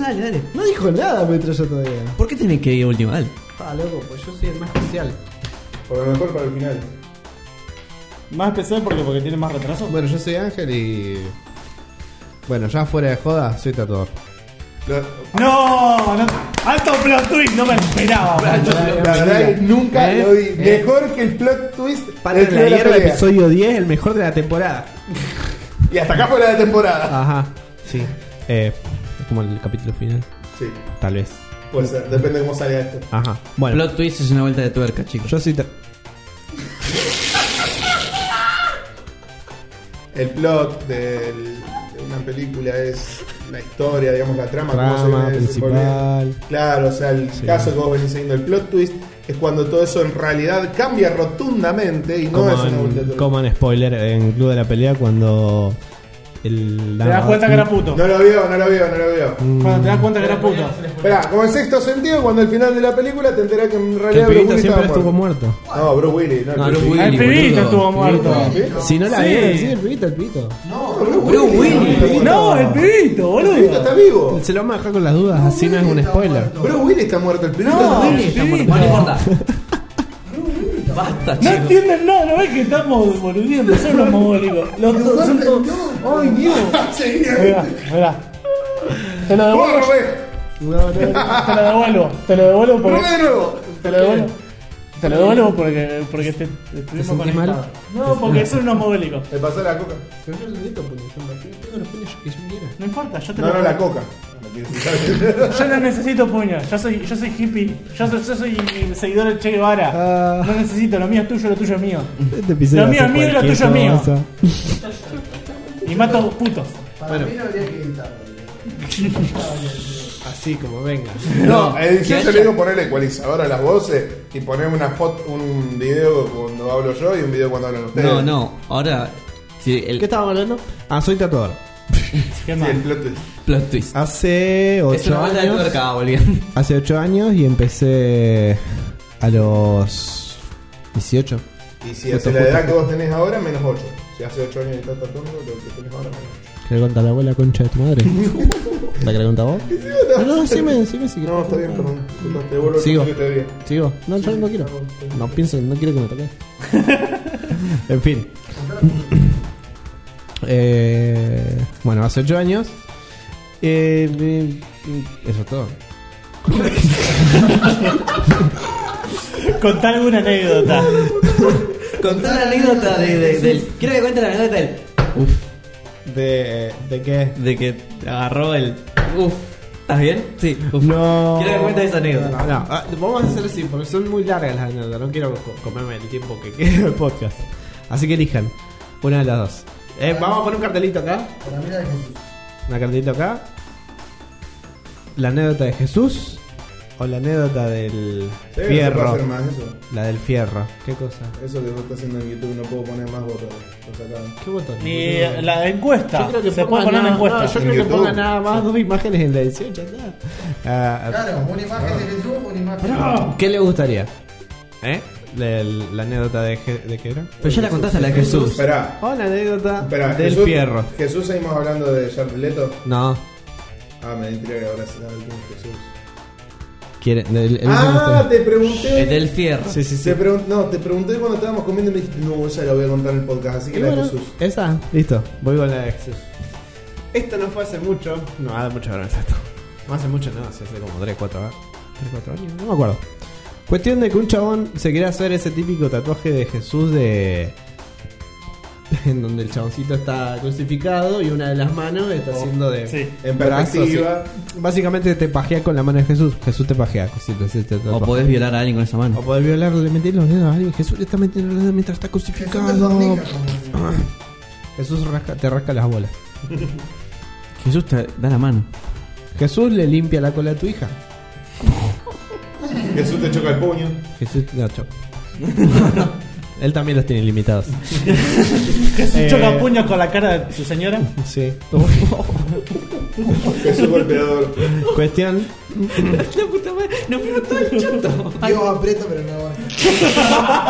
[SPEAKER 3] dale, dale.
[SPEAKER 2] No dijo nada metralla todavía.
[SPEAKER 3] ¿Por qué tenés que ir último? Dale.
[SPEAKER 2] Ah, loco, pues yo soy el más especial.
[SPEAKER 1] Por lo mejor para el final.
[SPEAKER 4] Más especial porque, porque tiene más retraso.
[SPEAKER 2] Bueno, yo soy Ángel y. Bueno, ya fuera de joda, soy tatuador.
[SPEAKER 1] Lo-
[SPEAKER 4] No, no. Alto plot twist, no me lo esperaba. boludo.
[SPEAKER 1] la verdad es que nunca
[SPEAKER 2] ¿Eh?
[SPEAKER 1] lo vi.
[SPEAKER 2] ¿Eh?
[SPEAKER 1] Mejor que el plot twist
[SPEAKER 2] Padre
[SPEAKER 1] del
[SPEAKER 2] de
[SPEAKER 1] Club
[SPEAKER 2] la
[SPEAKER 1] de la
[SPEAKER 2] Hierba,
[SPEAKER 1] Pelea.
[SPEAKER 2] episodio 10, el mejor de la temporada.
[SPEAKER 1] Y hasta acá fue la de temporada.
[SPEAKER 2] Ajá, sí. Eh, es como el capítulo final.
[SPEAKER 1] Sí,
[SPEAKER 2] Tal vez.
[SPEAKER 1] puede ser. Depende de cómo salga esto.
[SPEAKER 2] Ajá. Bueno,
[SPEAKER 3] Plot twist es una vuelta de tuerca, chicos.
[SPEAKER 2] yo soy. ta-
[SPEAKER 1] El plot del... del- una película es la historia, digamos, la trama, cómo se
[SPEAKER 2] Trama
[SPEAKER 1] viene desenvolviendo.
[SPEAKER 2] principal.
[SPEAKER 1] Claro, o sea, el
[SPEAKER 2] Sí.
[SPEAKER 1] caso que vos venís haciendo el plot twist es cuando todo eso en realidad cambia rotundamente y no
[SPEAKER 2] como,
[SPEAKER 1] es una
[SPEAKER 2] en,
[SPEAKER 1] volteatura.
[SPEAKER 2] como en spoiler en Club de la Pelea cuando el
[SPEAKER 4] Te das cuenta que era puto.
[SPEAKER 1] No lo vio, no lo vio, no lo vio.
[SPEAKER 2] Mm.
[SPEAKER 4] Cuando te das cuenta que era puto.
[SPEAKER 1] Esperá, como en sexto sentido, cuando al final de la película te enterás que en
[SPEAKER 2] que el
[SPEAKER 1] realidad Bruce
[SPEAKER 2] pibito
[SPEAKER 1] Willis
[SPEAKER 2] siempre
[SPEAKER 1] estaba
[SPEAKER 2] estuvo
[SPEAKER 1] muerto.
[SPEAKER 2] muerto.
[SPEAKER 1] No, Bruce Willis, no,
[SPEAKER 3] No,
[SPEAKER 1] Bruce
[SPEAKER 3] Bruce
[SPEAKER 1] Willis.
[SPEAKER 3] Willy,
[SPEAKER 4] El pibito
[SPEAKER 3] boludo.
[SPEAKER 4] estuvo muerto.
[SPEAKER 2] Si no la
[SPEAKER 4] Sí.
[SPEAKER 2] vieron, sí, el pibito, el pibito.
[SPEAKER 6] No,
[SPEAKER 3] Bruce Willis.
[SPEAKER 4] No, el pibito,
[SPEAKER 1] El pibito está
[SPEAKER 4] boludo.
[SPEAKER 1] vivo.
[SPEAKER 2] Se lo vamos a dejar con las dudas, así no es un spoiler.
[SPEAKER 1] Bruce Willis está muerto, el pibito
[SPEAKER 4] No,
[SPEAKER 1] está vivo.
[SPEAKER 4] el pibito.
[SPEAKER 3] Bueno, no importa. Basta,
[SPEAKER 4] No
[SPEAKER 3] chicos.
[SPEAKER 4] entienden nada, no ves que estamos boludeando, son los mogólicos. Los dos son todos. ¡Ay, Dios!
[SPEAKER 1] Ah,
[SPEAKER 4] Mirá, mirá. Te lo devuelvo. Te lo devuelvo. Te lo devuelvo porque.
[SPEAKER 1] ¡Prueba de nuevo!
[SPEAKER 4] Te lo devuelvo. Te lo devuelvo porque. Porque te. te
[SPEAKER 2] ¿Te
[SPEAKER 4] estuvimos
[SPEAKER 2] sentís
[SPEAKER 4] conectados.
[SPEAKER 2] mal?
[SPEAKER 4] No, porque son unos mogólicos.
[SPEAKER 1] Me pasó la coca.
[SPEAKER 4] No importa, yo te
[SPEAKER 1] No,
[SPEAKER 4] lo
[SPEAKER 1] no, la coca.
[SPEAKER 4] Yo no necesito puños, yo soy, yo soy hippie, yo soy, yo soy seguidor de Che Guevara.
[SPEAKER 2] Ah.
[SPEAKER 4] No necesito, lo mío es tuyo, lo tuyo es mío.
[SPEAKER 2] Este episodio
[SPEAKER 4] Lo
[SPEAKER 2] va a ser
[SPEAKER 4] mío es mío y lo
[SPEAKER 2] cualquier
[SPEAKER 4] tuyo es mío.
[SPEAKER 2] cosa.
[SPEAKER 4] Y mato putos.
[SPEAKER 6] Para mí no habría que editarlo. ¿eh?
[SPEAKER 2] Así como venga.
[SPEAKER 1] No, a edición
[SPEAKER 3] que
[SPEAKER 1] yo le
[SPEAKER 3] haya-
[SPEAKER 1] digo poner el ecualizador a las voces y poner una foto, un video cuando hablo yo y un video cuando hablan ustedes.
[SPEAKER 3] No, no. Ahora, sí, el
[SPEAKER 2] ¿Qué estábamos hablando? Ah, soy tatuador.
[SPEAKER 4] ¿Qué
[SPEAKER 1] Sí,
[SPEAKER 4] más?
[SPEAKER 1] el plot twist.
[SPEAKER 3] plot
[SPEAKER 1] Ah,
[SPEAKER 3] twist.
[SPEAKER 2] Hace
[SPEAKER 3] Es una
[SPEAKER 2] 8
[SPEAKER 3] banda de
[SPEAKER 2] años.
[SPEAKER 3] tuerca, boludo.
[SPEAKER 2] Hace 8 años y empecé a los 18.
[SPEAKER 1] Y si
[SPEAKER 2] Justo,
[SPEAKER 1] hace la
[SPEAKER 2] justo.
[SPEAKER 1] edad que vos tenés ahora, menos 8. Si hace 8 años que estás tatuando, lo que tenés ahora, menos 8.
[SPEAKER 2] ¿Querés contar la abuela concha de tu madre? ¿La querés contar vos? No, no, decime, decime si querés.
[SPEAKER 1] No, está bien, perdón. Disculpa, Te vuelvo
[SPEAKER 2] Sigo.
[SPEAKER 1] a que te debía.
[SPEAKER 2] ¿Sigo? No, yo no quiero. No pienso, no quiero que me toques. en fin. Eh, bueno, hace 8 años. Eh, eh, eso es todo.
[SPEAKER 4] Contá alguna anécdota.
[SPEAKER 3] Contar la anécdota de, de- del. Quiero que cuente la anécdota del.
[SPEAKER 2] ¿De, de qué?
[SPEAKER 3] De que agarró el. Uf. ¿Estás bien? Sí. Uf.
[SPEAKER 2] No.
[SPEAKER 3] Quiero que cuentes esa
[SPEAKER 2] No,
[SPEAKER 3] anécdota.
[SPEAKER 2] no. Ah, vamos a hacer así, porque son muy largas las anécdotas. No quiero co- comerme el tiempo que quede del podcast. Así que elijan una de las dos. Eh, vamos a poner un cartelito acá.
[SPEAKER 6] Para mí la de Jesús.
[SPEAKER 2] Una cartelito acá. La anécdota de Jesús o la anécdota del
[SPEAKER 1] Sí, No
[SPEAKER 2] fierro.
[SPEAKER 1] se puede hacer más eso.
[SPEAKER 2] La del fierro. ¿Qué cosa?
[SPEAKER 1] Eso que vos estás haciendo en YouTube no puedo poner más botones. Lo sacaron.
[SPEAKER 2] ¿Qué botón?
[SPEAKER 4] Y la encuesta.
[SPEAKER 2] Yo creo que
[SPEAKER 4] Se
[SPEAKER 2] pongan
[SPEAKER 4] puede poner una
[SPEAKER 2] nada-
[SPEAKER 4] encuesta.
[SPEAKER 2] no, yo
[SPEAKER 1] En
[SPEAKER 2] creo que
[SPEAKER 1] YouTube.
[SPEAKER 2] pongan nada más dos imágenes en la edición. ya está. Ah,
[SPEAKER 6] Claro, una imagen de Jesús, una imagen
[SPEAKER 2] ¿Qué le gustaría? ¿Eh? La, la anécdota de, Je- de qué era.
[SPEAKER 3] Pero ya la contaste a la de Jesús.
[SPEAKER 1] Esperá,
[SPEAKER 2] O la anécdota
[SPEAKER 1] esperá.
[SPEAKER 2] del
[SPEAKER 1] Jesús,
[SPEAKER 2] fierro.
[SPEAKER 1] Jesús, seguimos hablando de Jared Leto.
[SPEAKER 2] No,
[SPEAKER 1] Ah, me intriga que ahora se llama el último Jesús.
[SPEAKER 2] quiere. el- el-
[SPEAKER 1] Ah, te
[SPEAKER 3] El
[SPEAKER 1] pregunté.
[SPEAKER 3] del fierro.
[SPEAKER 2] Sí, sí, sí.
[SPEAKER 1] Te pregun- no, te pregunté cuando estábamos comiendo y me dijiste, no, esa la voy a contar en el podcast, así que
[SPEAKER 2] Y
[SPEAKER 1] la de
[SPEAKER 2] bueno,
[SPEAKER 1] Jesús.
[SPEAKER 2] esa, listo. Voy con la de Jesús. Esto no fue hace mucho. No, da mucha vergüenza esto. No hace mucho, no, hace hace como 3, 4 años. 3, 4 años, no me acuerdo. Cuestión de que un chabón se quería hacer ese típico tatuaje de Jesús de. En donde el chaboncito está crucificado y una de las manos está haciendo de.
[SPEAKER 4] sí.
[SPEAKER 1] En
[SPEAKER 2] brazo,
[SPEAKER 1] perspectiva.
[SPEAKER 2] sí. Básicamente te pajea con la mano de Jesús. Jesús te pajea. si te- si te
[SPEAKER 3] O
[SPEAKER 2] tatuaje.
[SPEAKER 3] podés violar a alguien con esa
[SPEAKER 2] O
[SPEAKER 3] mano.
[SPEAKER 2] poder violarle, meter los dedos a alguien. Jesús le está metiendo los dedos mientras está
[SPEAKER 6] Jesús de Fornica,
[SPEAKER 2] crucificado.
[SPEAKER 6] como decía.
[SPEAKER 2] Jesús rasca- te rasca las bolas.
[SPEAKER 3] Jesús te da la mano.
[SPEAKER 2] Jesús le limpia la cola a tu hija.
[SPEAKER 1] Jesús te choca el puño.
[SPEAKER 2] Jesús no, chau. Él también los tiene limitados.
[SPEAKER 4] Jesús
[SPEAKER 2] Eh.
[SPEAKER 4] choca puños con la cara de su señora.
[SPEAKER 2] Sí.
[SPEAKER 1] Jesús golpeador.
[SPEAKER 2] Cuestión.
[SPEAKER 3] La puta madre. Nos fuimos todo el choto.
[SPEAKER 6] Dios aprieta, pero no abarca.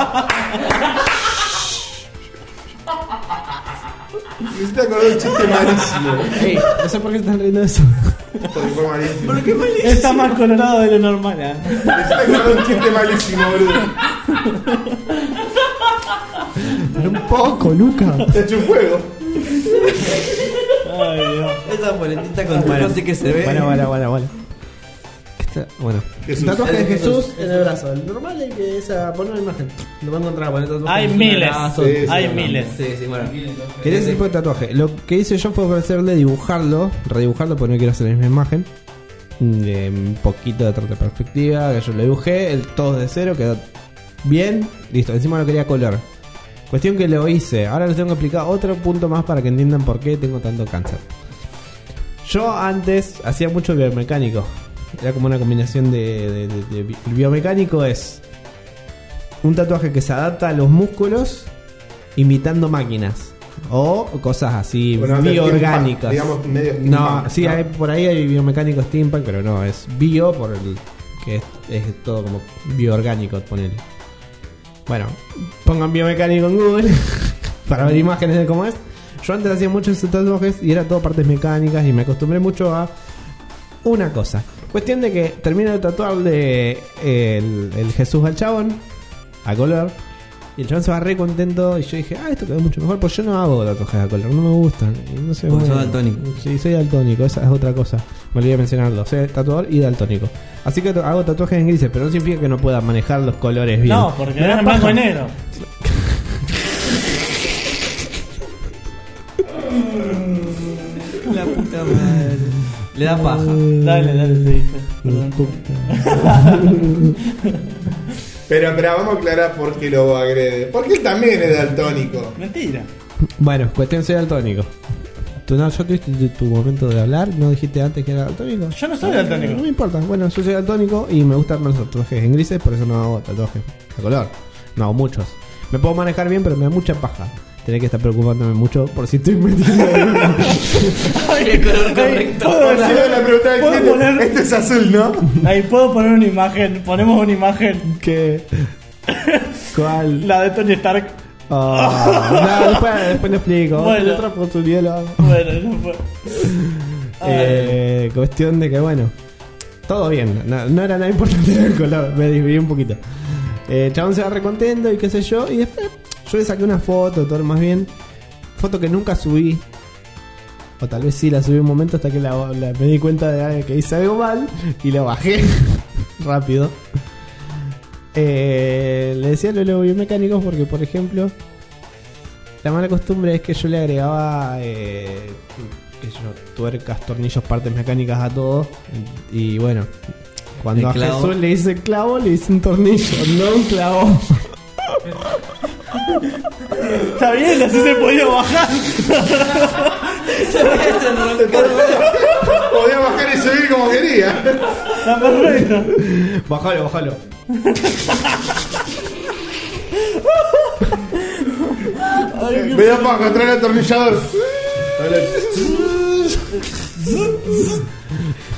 [SPEAKER 1] Me hiciste acordar de un chiste malísimo.
[SPEAKER 2] Ey, no sé por qué se están riendo de eso.
[SPEAKER 1] Porque fue malísimo.
[SPEAKER 3] Pero qué mal
[SPEAKER 4] Está más colorado de lo normal. ¿eh?
[SPEAKER 1] Me hiciste acordar de un chiste malísimo, boludo.
[SPEAKER 2] Pero un poco, Luca.
[SPEAKER 1] Te eché un fuego.
[SPEAKER 4] Ay, Dios.
[SPEAKER 3] Esa polentita con tu así que se ve.
[SPEAKER 2] Bueno, bueno, bueno, bueno. ¿Qué está? Bueno.
[SPEAKER 1] Jesús.
[SPEAKER 2] Tatuaje de Jesús en el brazo. El normal es que esa. Pon una imagen. Lo va a encontrar. poner tatuaje
[SPEAKER 4] Hay
[SPEAKER 2] en el
[SPEAKER 4] miles.
[SPEAKER 2] brazo.
[SPEAKER 1] Sí, sí,
[SPEAKER 4] Hay
[SPEAKER 1] no, no.
[SPEAKER 4] miles.
[SPEAKER 3] Sí, sí, bueno.
[SPEAKER 2] Quería ese tipo de tatuaje. Lo que hice yo fue ofrecerle dibujarlo, redibujarlo, porque no quiero hacer la misma imagen. De un poquito de otra perspectiva, que yo lo dibujé, el todo de cero, quedó bien, listo. Encima lo quería color. Cuestión que lo hice. Ahora les tengo que explicar otro punto más para que entiendan por qué tengo tanto cáncer. Yo antes hacía mucho biomecánico. Era como una combinación de. de- de- de bi- el biomecánico es un tatuaje que se adapta a los músculos imitando máquinas. O cosas así
[SPEAKER 1] Bueno, habla de
[SPEAKER 2] bioorgánicas.
[SPEAKER 1] steampunk, digamos, medio
[SPEAKER 2] no,
[SPEAKER 1] steampunk,
[SPEAKER 2] sí,
[SPEAKER 1] ¿no?
[SPEAKER 2] hay- por ahí hay biomecánicos steampunk, pero no, es bio por el que es, es todo como bioorgánico, ponele. Bueno, pongan biomecánico en Google para ver imágenes de cómo es. Yo antes hacía muchos esos tatuajes y era todo partes mecánicas y me acostumbré mucho a una cosa. Cuestión de que termino de tatuarle el, el Jesús al chabón, a color, y el chabón se va re contento y yo dije, ah, esto quedó mucho mejor, pues yo no hago tatuajes a color, no me gustan. Y no sé,
[SPEAKER 3] Porque
[SPEAKER 2] bueno.
[SPEAKER 3] sos daltónico.
[SPEAKER 2] Sí, soy daltónico, esa es otra cosa. Me olvidé de mencionarlo, soy tatuador y daltónico. Así que to- hago tatuajes en grises, pero no significa que no pueda manejar los colores bien.
[SPEAKER 4] No, porque
[SPEAKER 2] Me da
[SPEAKER 4] era en blanco
[SPEAKER 2] paja.
[SPEAKER 4] y negro.
[SPEAKER 3] La puta madre. Le da paja.
[SPEAKER 4] Dale, dale, sí. Perdón.
[SPEAKER 1] Pero, pero vamos a aclarar por qué lo agrede. Porque él también es daltónico.
[SPEAKER 4] Mentira.
[SPEAKER 2] Bueno, cuestión soy daltónico. Tú no, yo tuviste tu, tu momento de hablar, no dijiste antes que era daltónico.
[SPEAKER 4] Yo no soy daltónico.
[SPEAKER 2] No me importa. Bueno, yo soy daltónico y me gustan los tatuajes en grises, por eso no hago tatuajes a color. No hago muchos. Me puedo manejar bien, pero me da mucha paja. Tener que estar preocupándome mucho por si estoy metido.
[SPEAKER 3] El color correcto.
[SPEAKER 4] ¿Puedo,
[SPEAKER 1] Ahora sí,
[SPEAKER 4] decir-
[SPEAKER 1] la pregunta del
[SPEAKER 4] ¿Puedo
[SPEAKER 1] cliente,
[SPEAKER 4] poner-
[SPEAKER 1] Este es azul, ¿no?
[SPEAKER 4] ahí puedo poner una imagen. Ponemos una imagen.
[SPEAKER 2] ¿Qué? ¿Cuál?
[SPEAKER 4] La de Tony Stark.
[SPEAKER 2] Ah, no, después, después lo explico.
[SPEAKER 4] Bueno.
[SPEAKER 2] En otra oportunidad lo hago.
[SPEAKER 4] Bueno, no fue.
[SPEAKER 2] Eh, cuestión de que, bueno, todo bien. No, no era nada importante el color, me dividí un poquito. Eh, el chabón se va recontento y qué sé yo. Y después yo le saqué una foto, todo más bien. Foto que nunca subí. O tal vez sí la subí un momento hasta que la, la- me di cuenta de algo que hice algo mal y la bajé rápido. Eh, le decía a los biomecánicos porque, por ejemplo, la mala costumbre es que yo le agregaba eh, qué sé yo, tuercas, tornillos, partes mecánicas a todo. Y bueno, cuando
[SPEAKER 3] El
[SPEAKER 2] a
[SPEAKER 3] clavo.
[SPEAKER 2] Jesús le hice clavo, le hice un tornillo, no un clavo.
[SPEAKER 4] Está bien, así se podía bajar.
[SPEAKER 1] Podía bajar y subir como quería.
[SPEAKER 4] Está perfecto.
[SPEAKER 2] Bájalo, bájalo.
[SPEAKER 1] Me da paja, trae el atornillador.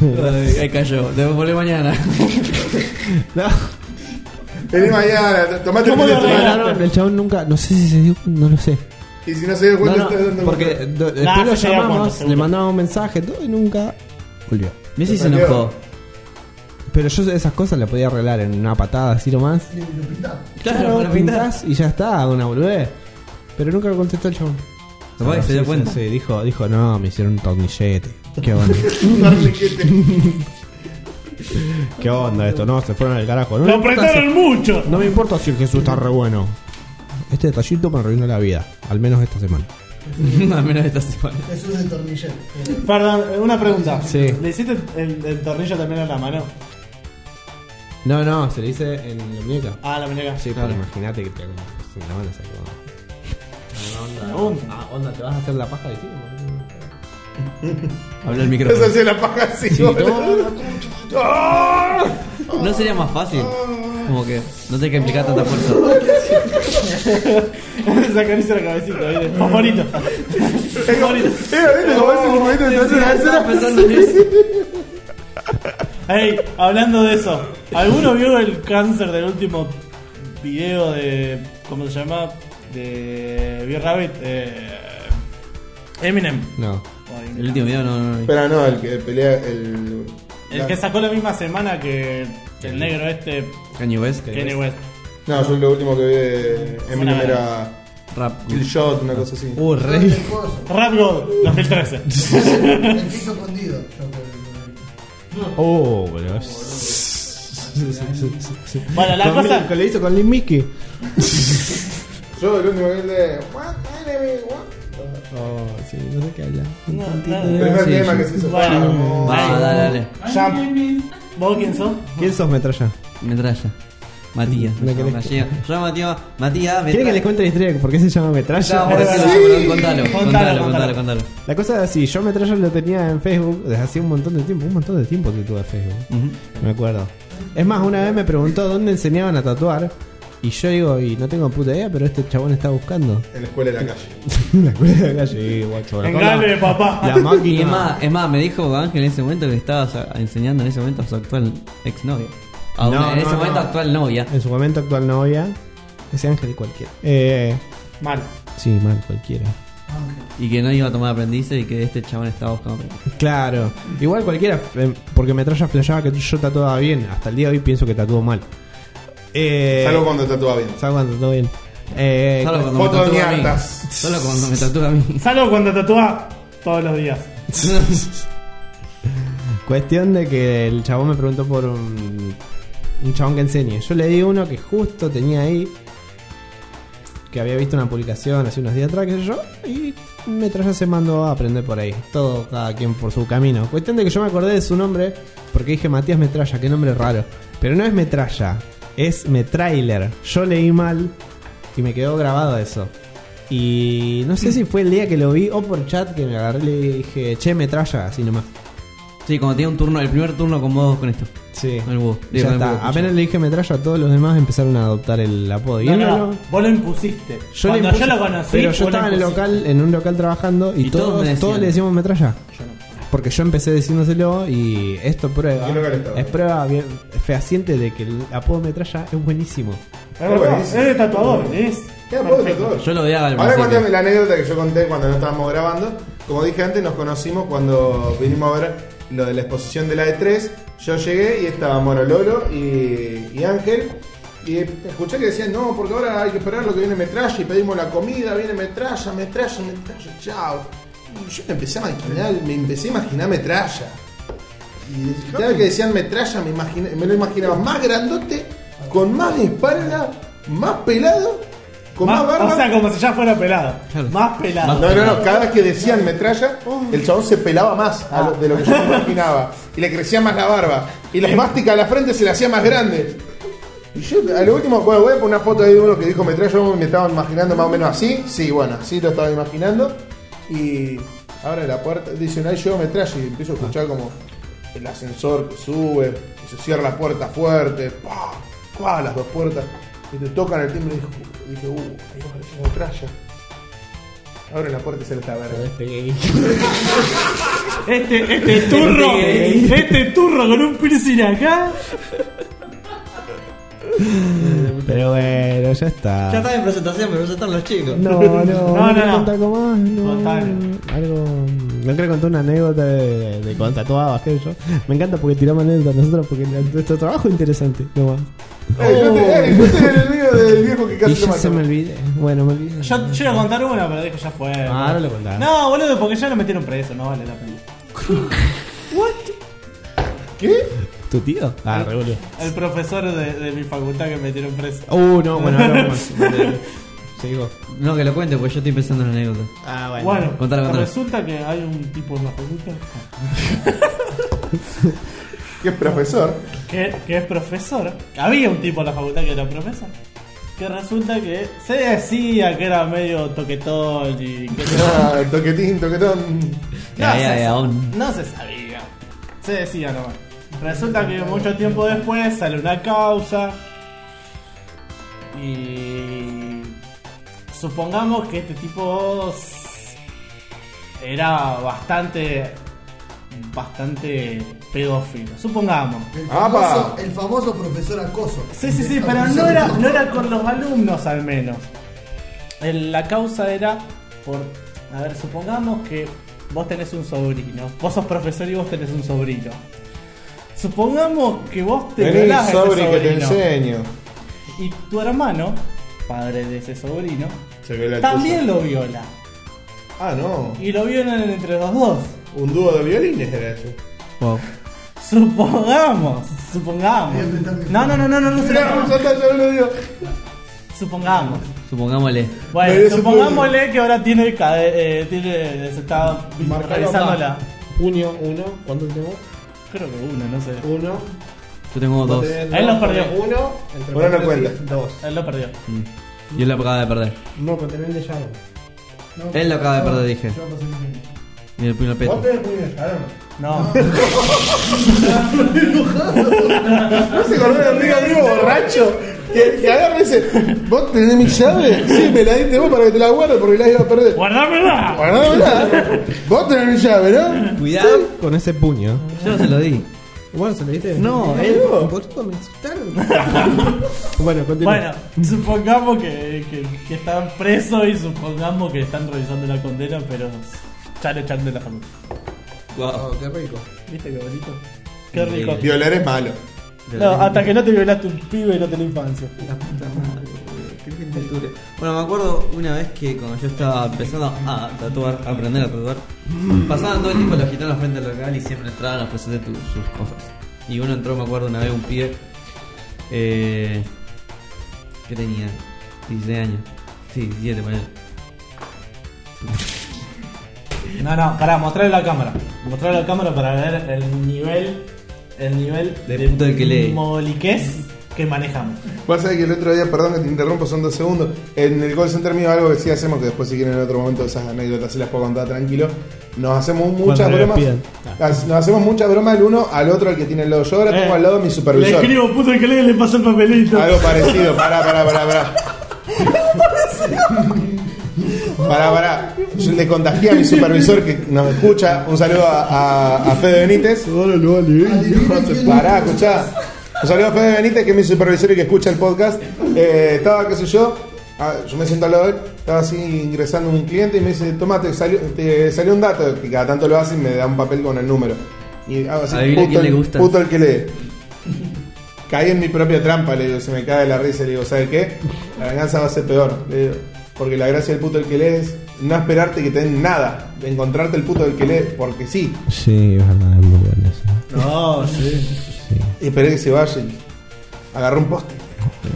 [SPEAKER 3] Ay, Ahí cayó. Debo volver mañana.
[SPEAKER 2] No,
[SPEAKER 1] Vení mañana, tomate un
[SPEAKER 4] ¿Cómo lo
[SPEAKER 1] teléfono.
[SPEAKER 2] no, no, el chabón nunca, no sé si se dio, no lo sé.
[SPEAKER 1] Y si no se dio
[SPEAKER 2] No,
[SPEAKER 1] cuenta,
[SPEAKER 2] no,
[SPEAKER 1] está dando
[SPEAKER 2] porque
[SPEAKER 1] cuenta.
[SPEAKER 2] do- después lo
[SPEAKER 4] Nah, se llega cuando,
[SPEAKER 2] llamamos,
[SPEAKER 4] seguro.
[SPEAKER 2] le mandamos un mensaje, todo y nunca volvió.
[SPEAKER 3] Mira si se enojó.
[SPEAKER 2] Pero yo esas cosas las podía arreglar en una patada, así nomás.
[SPEAKER 6] Ni lo pintás.
[SPEAKER 3] Claro, para pintar.
[SPEAKER 2] pintás y ya está, una boludez. Pero nunca lo contestó el chabón.
[SPEAKER 3] Capaz que se dio
[SPEAKER 2] Sí,
[SPEAKER 3] cuenta.
[SPEAKER 2] Sí, dijo, dijo, no, me hicieron un tornillete. Qué onda. Qué onda esto, no, se fueron al carajo. No,
[SPEAKER 4] Lo
[SPEAKER 2] me importa si-
[SPEAKER 4] apretaron mucho.
[SPEAKER 2] No me importa si el Jesús está re bueno. Este detallito me arruinó la vida, al menos esta semana.
[SPEAKER 3] Al menos esta semana.
[SPEAKER 6] Jesús de tornillero.
[SPEAKER 4] Perdón, eh, una pregunta.
[SPEAKER 2] Sí.
[SPEAKER 4] ¿Le hiciste el, el tornillo también a la mano?
[SPEAKER 2] No, no, se le dice en la muñeca.
[SPEAKER 4] Ah, la muñeca.
[SPEAKER 2] Sí,
[SPEAKER 3] Claro.
[SPEAKER 2] pero imagínate que te como en la mano, o sea, como-
[SPEAKER 4] Pregunta.
[SPEAKER 2] Ah, onda, te vas a hacer la paja de ti.
[SPEAKER 3] Habla el
[SPEAKER 1] Eso
[SPEAKER 3] micrófono.
[SPEAKER 1] hacía la paja así.
[SPEAKER 2] Sí,
[SPEAKER 1] boludo. Ah,
[SPEAKER 2] todo-
[SPEAKER 3] ¿No sería más fácil? Como que no tenés que implicar tanta fuerza.
[SPEAKER 4] Sacarse la cabecita, ¿viste? Favorito.
[SPEAKER 1] Es como- eh, ¿viste cómo es el momento de hacer la
[SPEAKER 3] Estaba
[SPEAKER 1] escena?
[SPEAKER 3] pensando en eso.
[SPEAKER 4] Ey, hablando de eso, ¿alguno vio el cáncer del último video de. ¿Cómo se llama? De. Beer Rabbit? Eh, Eminem.
[SPEAKER 2] No.
[SPEAKER 4] Ay,
[SPEAKER 3] El último video no, no, no.
[SPEAKER 1] Espera, no, el que pelea. El,
[SPEAKER 4] El que sacó la misma semana que el negro este,
[SPEAKER 3] Kanye West.
[SPEAKER 4] Kanye West.
[SPEAKER 1] No, yo lo último que vi de Eminem era.
[SPEAKER 3] Rap.
[SPEAKER 1] Kill Shot, una cosa así.
[SPEAKER 2] Uh,
[SPEAKER 6] Rey.
[SPEAKER 2] rey.
[SPEAKER 4] Rap God 2013.
[SPEAKER 6] El piso escondido. Yo creo que-
[SPEAKER 2] Oh, boludo.
[SPEAKER 4] Bueno, la
[SPEAKER 2] Con-
[SPEAKER 4] cosa-
[SPEAKER 2] que le hizo con Lin Mickey.
[SPEAKER 1] Yo el último que vi el de. What enemy? What?
[SPEAKER 2] Oh, sí, no sé qué habla.
[SPEAKER 4] No,
[SPEAKER 1] El
[SPEAKER 4] no.
[SPEAKER 1] primer
[SPEAKER 2] sí,
[SPEAKER 1] tema
[SPEAKER 2] sí.
[SPEAKER 1] que se hizo.
[SPEAKER 4] Bueno.
[SPEAKER 1] Vamos.
[SPEAKER 3] Va, dale, dale.
[SPEAKER 4] Jump. ¿Vos quién sos?
[SPEAKER 2] ¿Quién sos metralla?
[SPEAKER 3] Metralla. Matías.
[SPEAKER 2] No
[SPEAKER 3] me llamo
[SPEAKER 2] querés que-
[SPEAKER 3] Matías. Yo llamo a Matías. Matías, me
[SPEAKER 2] ¿Quieren que
[SPEAKER 3] tra-
[SPEAKER 2] les cuente la historia de por qué se llama Metralla?
[SPEAKER 3] No, por eso,
[SPEAKER 4] Sí.
[SPEAKER 3] pero contalo, contalo,
[SPEAKER 4] Contalo,
[SPEAKER 3] contalo,
[SPEAKER 4] contalo.
[SPEAKER 3] contalo.
[SPEAKER 2] La cosa es así, yo Metralla lo tenía en Facebook desde hacía un montón de tiempo, un montón de tiempo que tuve Facebook. Me acuerdo. Es más, una vez me preguntó dónde enseñaban a tatuar. Y yo digo, y no tengo puta idea, pero este chabón está buscando.
[SPEAKER 1] En la escuela de la calle.
[SPEAKER 2] la escuela de la calle, y, guacho. la-
[SPEAKER 4] Engane, papá.
[SPEAKER 2] La máquina.
[SPEAKER 3] Y es más, es más, me dijo Ángel en ese momento que estabas a- enseñando en ese momento a su actual exnovia. A una-
[SPEAKER 2] No,
[SPEAKER 3] en ese
[SPEAKER 2] no,
[SPEAKER 3] momento
[SPEAKER 2] no.
[SPEAKER 3] actual novia.
[SPEAKER 2] En su momento actual novia, ese ángel cualquiera. Eh,
[SPEAKER 4] Mal.
[SPEAKER 2] sí, mal cualquiera.
[SPEAKER 3] Y que no iba a tomar aprendices y que este chabón estaba buscando aprendices.
[SPEAKER 2] Claro, igual cualquiera, eh, porque Metralla flasheaba que yo tatuaba bien. Hasta el día de hoy pienso que tatúo mal. Eh,
[SPEAKER 1] Salvo cuando tatúa bien.
[SPEAKER 2] salvo cuando tatúo bien. Eh,
[SPEAKER 3] Solo cuando me
[SPEAKER 1] Foto de
[SPEAKER 3] tatúa a mí.
[SPEAKER 1] ñatas.
[SPEAKER 3] Solo cuando me tatúa a mí.
[SPEAKER 4] Salvo cuando tatúa todos los días.
[SPEAKER 2] Cuestión de que el chabón me preguntó por un, un chabón que enseñe. Yo le di uno que justo tenía ahí, que había visto una publicación hace unos días atrás, qué sé yo, y Metralla se mandó a aprender por ahí. Todo, cada quien por su camino. Cuestión de que yo me acordé de su nombre, porque dije Matías Metralla, qué nombre raro. Pero no es Metralla, es Metrailer. Yo leí mal y me quedó grabado eso. Y no sé si fue el día que lo vi o por chat que me agarré y le dije, che, metralla, así nomás.
[SPEAKER 3] Sí, cuando tenía un turno, el primer turno con vos con esto.
[SPEAKER 2] Sí.
[SPEAKER 3] Con el búho. Digo,
[SPEAKER 2] ya
[SPEAKER 3] con el
[SPEAKER 2] está.
[SPEAKER 3] búho.
[SPEAKER 2] Apenas le dije metralla, todos los demás empezaron a adoptar el apodo. Y
[SPEAKER 4] No,
[SPEAKER 2] él
[SPEAKER 4] no,
[SPEAKER 2] no
[SPEAKER 4] no,
[SPEAKER 2] lo-
[SPEAKER 4] Vos lo impusiste.
[SPEAKER 2] yo le
[SPEAKER 4] cuando
[SPEAKER 2] impuse-
[SPEAKER 4] yo lo conocí.
[SPEAKER 2] Pero yo
[SPEAKER 4] vos lo
[SPEAKER 2] estaba en el
[SPEAKER 4] impusiste.
[SPEAKER 2] local, en un local trabajando y,
[SPEAKER 3] Y todos
[SPEAKER 2] todos,
[SPEAKER 3] me
[SPEAKER 2] todos,
[SPEAKER 3] decían.
[SPEAKER 2] le decíamos metralla.
[SPEAKER 4] Yo no.
[SPEAKER 2] Porque yo empecé diciéndoselo y esto prueba.
[SPEAKER 1] ¿En qué local estaba?
[SPEAKER 2] Es prueba bien fehaciente de que el apodo metralla es buenísimo.
[SPEAKER 4] Es verdad, es
[SPEAKER 1] buenísimo.
[SPEAKER 4] de tatuador, es.
[SPEAKER 1] ¿Qué apodo
[SPEAKER 4] perfecto.
[SPEAKER 1] tatúa?
[SPEAKER 3] Yo lo odiaba al
[SPEAKER 1] Ahora
[SPEAKER 3] principio.
[SPEAKER 1] cuéntame la anécdota que yo conté cuando no estábamos grabando. Como dije antes, nos conocimos cuando vinimos a ver lo de la exposición de la E3. Yo llegué y estaba Moroloro y, y Ángel. Y escuché que decían, no, porque ahora hay que esperar lo que viene metralla. Y pedimos la comida, viene metralla, metralla, metralla, chao. Y yo me empecé a imaginar, me empecé a imaginar metralla. Y cada vez que decían metralla, me, imaginé- me lo imaginaba más grandote, con más espalda, más pelado, con más,
[SPEAKER 4] Más-
[SPEAKER 1] barba.
[SPEAKER 4] O sea, como si ya fuera pelado.
[SPEAKER 3] Claro.
[SPEAKER 4] Más pelado.
[SPEAKER 3] Más
[SPEAKER 1] No, no, no, cada vez que decían metralla, el chabón se pelaba más a lo- de lo que yo me imaginaba. Y le crecía más la barba. Y la esvástica de la frente se le hacía más grande. Y yo, a lo último, bueno, voy a poner una foto ahí de uno que dijo metralla, yo me estaba imaginando más o menos así. Sí, bueno, así lo estaba imaginando. Y abre la puerta, dicen, ahí llegó metralla. Y empiezo a escuchar como el ascensor que sube, y se cierra la puerta fuerte, ¡pa! ¡pa! Las dos puertas. Y te tocan el timbre y dijo- dije, uh, ahí apareció metralla. Abre la puerta y se le está verga.
[SPEAKER 4] Este, este turro, este turro con un piercing acá.
[SPEAKER 2] Pero bueno, ya está.
[SPEAKER 3] Ya está en presentación, pero ya están los chicos.
[SPEAKER 2] No, no, no,
[SPEAKER 4] no,
[SPEAKER 2] quiero
[SPEAKER 4] no.
[SPEAKER 2] contar algo más, no.
[SPEAKER 4] Contame.
[SPEAKER 2] Algo. No quiero contar una anécdota de, de cuando tatuabas, qué sé yo. Me encanta porque tiramos anécdotas nosotros porque nuestro trabajo es interesante, nomás.
[SPEAKER 1] Eh, yo te- eh, yo estoy en el mío del viejo que
[SPEAKER 2] Y
[SPEAKER 1] casi lo
[SPEAKER 2] ya
[SPEAKER 1] mató.
[SPEAKER 2] se me olvidé. Bueno, me olvidé.
[SPEAKER 4] Yo, yo iba a contar una, pero dijo ya fue.
[SPEAKER 2] Ah, ahora lo contás.
[SPEAKER 4] No, boludo, porque ya lo metieron preso, no vale la pena.
[SPEAKER 1] ¿Qué?
[SPEAKER 2] ¿Tu tío? Ah, re boludo.
[SPEAKER 4] El profesor de, de mi facultad que metieron preso.
[SPEAKER 2] Uh, no, bueno, ahora vamos. Sigo.
[SPEAKER 3] No, que lo cuente, porque yo estoy pensando en la anécdota.
[SPEAKER 2] Ah,
[SPEAKER 4] Bueno,
[SPEAKER 3] contala, contala.
[SPEAKER 4] resulta que hay un tipo en la facultad
[SPEAKER 1] ¿Qué es profesor?
[SPEAKER 4] que, que es profesor. Había un tipo en la facultad que era profesor. Que resulta que se decía que era medio toquetón y que
[SPEAKER 1] Ah, toquetín, toquetón.
[SPEAKER 3] Ya, ya, ya, aún.
[SPEAKER 4] no se sabía. Se decía nomás. Resulta que mucho tiempo después sale una causa. Y. Supongamos que este tipo. s- Era bastante. Bastante pedófilo. Supongamos.
[SPEAKER 6] El
[SPEAKER 1] ¡Apa!
[SPEAKER 6] famoso, el famoso profesor acoso.
[SPEAKER 4] Sí, sí, sí, pero no era, no era con los alumnos al menos. El- la causa era por. A ver, supongamos que vos tenés un sobrino. Vos sos profesor y vos tenés un sobrino. Supongamos que vos te
[SPEAKER 1] Vení,
[SPEAKER 4] violás a ese
[SPEAKER 1] sobre que te
[SPEAKER 4] sobrino.
[SPEAKER 1] enseño.
[SPEAKER 4] y tu hermano, padre de ese sobrino,
[SPEAKER 1] Se viola el
[SPEAKER 4] también
[SPEAKER 1] tuyo.
[SPEAKER 4] lo viola.
[SPEAKER 1] Ah, no.
[SPEAKER 4] Y lo violan entre los dos.
[SPEAKER 1] Un dúo de violines era eso.
[SPEAKER 3] Wow.
[SPEAKER 4] Supongamos, supongamos.
[SPEAKER 6] Voy a apretar mi
[SPEAKER 4] No, no, no, no, no, no, se lo-
[SPEAKER 1] Mirá, ya está, ya me lo dio.
[SPEAKER 4] Supongamos.
[SPEAKER 3] Supongámosle.
[SPEAKER 1] Me dio
[SPEAKER 4] Bueno,
[SPEAKER 1] ese
[SPEAKER 4] supongámosle que ahora tiene, ca- eh, tiene se está
[SPEAKER 2] Marcalo
[SPEAKER 4] realizando la.
[SPEAKER 2] Puño, uno. ¿Cuánto tengo?
[SPEAKER 4] Creo que uno, no sé.
[SPEAKER 2] Uno.
[SPEAKER 3] Yo tengo dos.
[SPEAKER 4] Él los perdió.
[SPEAKER 2] Uno, entre
[SPEAKER 1] Bueno, no
[SPEAKER 2] paréntesis,
[SPEAKER 1] cuenta.
[SPEAKER 2] Dos.
[SPEAKER 4] Él lo perdió.
[SPEAKER 3] Mm. Y él lo acaba de perder.
[SPEAKER 2] No, pero también de Shadow.
[SPEAKER 3] Él lo acaba de perder, dije.
[SPEAKER 6] Yo pasé muy bien.
[SPEAKER 3] Y el primero peto.
[SPEAKER 2] Vos tenés muy bien, Shadow.
[SPEAKER 4] No.
[SPEAKER 1] ¿No se acordó de Enrique Amigo borracho? Que, que agarra y dice, ¿vos tenés mi llave? Sí, me la diste vos para que te la guarde porque la iba a perder.
[SPEAKER 4] ¡Guardámela!
[SPEAKER 1] Bueno, ¿verdad? Vos tenés mi llave, ¿no?
[SPEAKER 3] Cuidado.
[SPEAKER 2] Con ese puño.
[SPEAKER 3] Yo se lo di.
[SPEAKER 2] Bueno, se lo diste.
[SPEAKER 3] No,
[SPEAKER 2] él.
[SPEAKER 3] él-
[SPEAKER 2] Boludo, me insultaron. bueno, continúa.
[SPEAKER 4] Bueno, supongamos que, que, que están presos y supongamos que están revisando la condena, pero ya lo echaron de la familia.
[SPEAKER 2] Oh, qué rico.
[SPEAKER 4] ¿Viste qué bonito? Qué rico.
[SPEAKER 1] Violar es malo.
[SPEAKER 4] No, hasta que no te violaste un pibe no tenés infancia.
[SPEAKER 3] La puta madre, boludo, qué gente dura. Bueno, me acuerdo una vez que cuando yo estaba empezando a tatuar, a aprender a tatuar, pasaban todo el tiempo los gitanos frente al local y siempre entraban a ofrecer sus cosas. Y uno entró, me acuerdo, una vez un pibe. Eh, ¿Qué tenía? 16 años. Sí, 17 para él.
[SPEAKER 4] No, no, pará, mostrale la cámara. Mostrale la cámara para ver el nivel. El nivel
[SPEAKER 3] De puto el que lee.
[SPEAKER 4] moliquez que manejamos.
[SPEAKER 1] Pasa que el otro día, perdón que te interrumpo, son dos segundos. En el call center mío algo que sí hacemos, que después si quieren en otro momento esas anécdotas se las puedo contar tranquilo. Nos hacemos muchas
[SPEAKER 2] Cuando le
[SPEAKER 1] bromas.
[SPEAKER 2] pidan.
[SPEAKER 1] As- Nos hacemos muchas bromas el uno al otro, al que tiene el lado. Yo ahora
[SPEAKER 2] Eh,
[SPEAKER 1] tengo al lado a mi
[SPEAKER 4] Le
[SPEAKER 1] supervisor.
[SPEAKER 4] escribo puto el que lee le pasa el papelito.
[SPEAKER 1] Algo parecido, pará, pará, pará, pará. Pará, pará. Yo le contagié a mi supervisor que nos escucha. Un saludo a, a, a Fede Benítez. Pará, escuchá. Un saludo a Fede Benítez, que es mi supervisor y que escucha el podcast. Eh, estaba, qué sé yo, ah, yo me siento al lado de él, estaba así ingresando un cliente y me dice, toma, te salió, te salió un dato, que cada tanto lo hacen y me da un papel con el número. Y hago así,
[SPEAKER 3] Adivina quién
[SPEAKER 1] el,
[SPEAKER 3] le gusta.
[SPEAKER 1] puto el que lee. Caí en mi propia trampa, le digo, se me cae la risa, le digo, ¿sabe qué? La venganza va a ser peor, le digo, porque la gracia del puto el que lee es no esperarte que te den nada, de encontrarte el puto del que lee, porque sí.
[SPEAKER 2] Sí, es verdad, es muy bueno eso.
[SPEAKER 4] No, sí.
[SPEAKER 2] Sí.
[SPEAKER 1] Y esperé que se vaya y agarré un poste.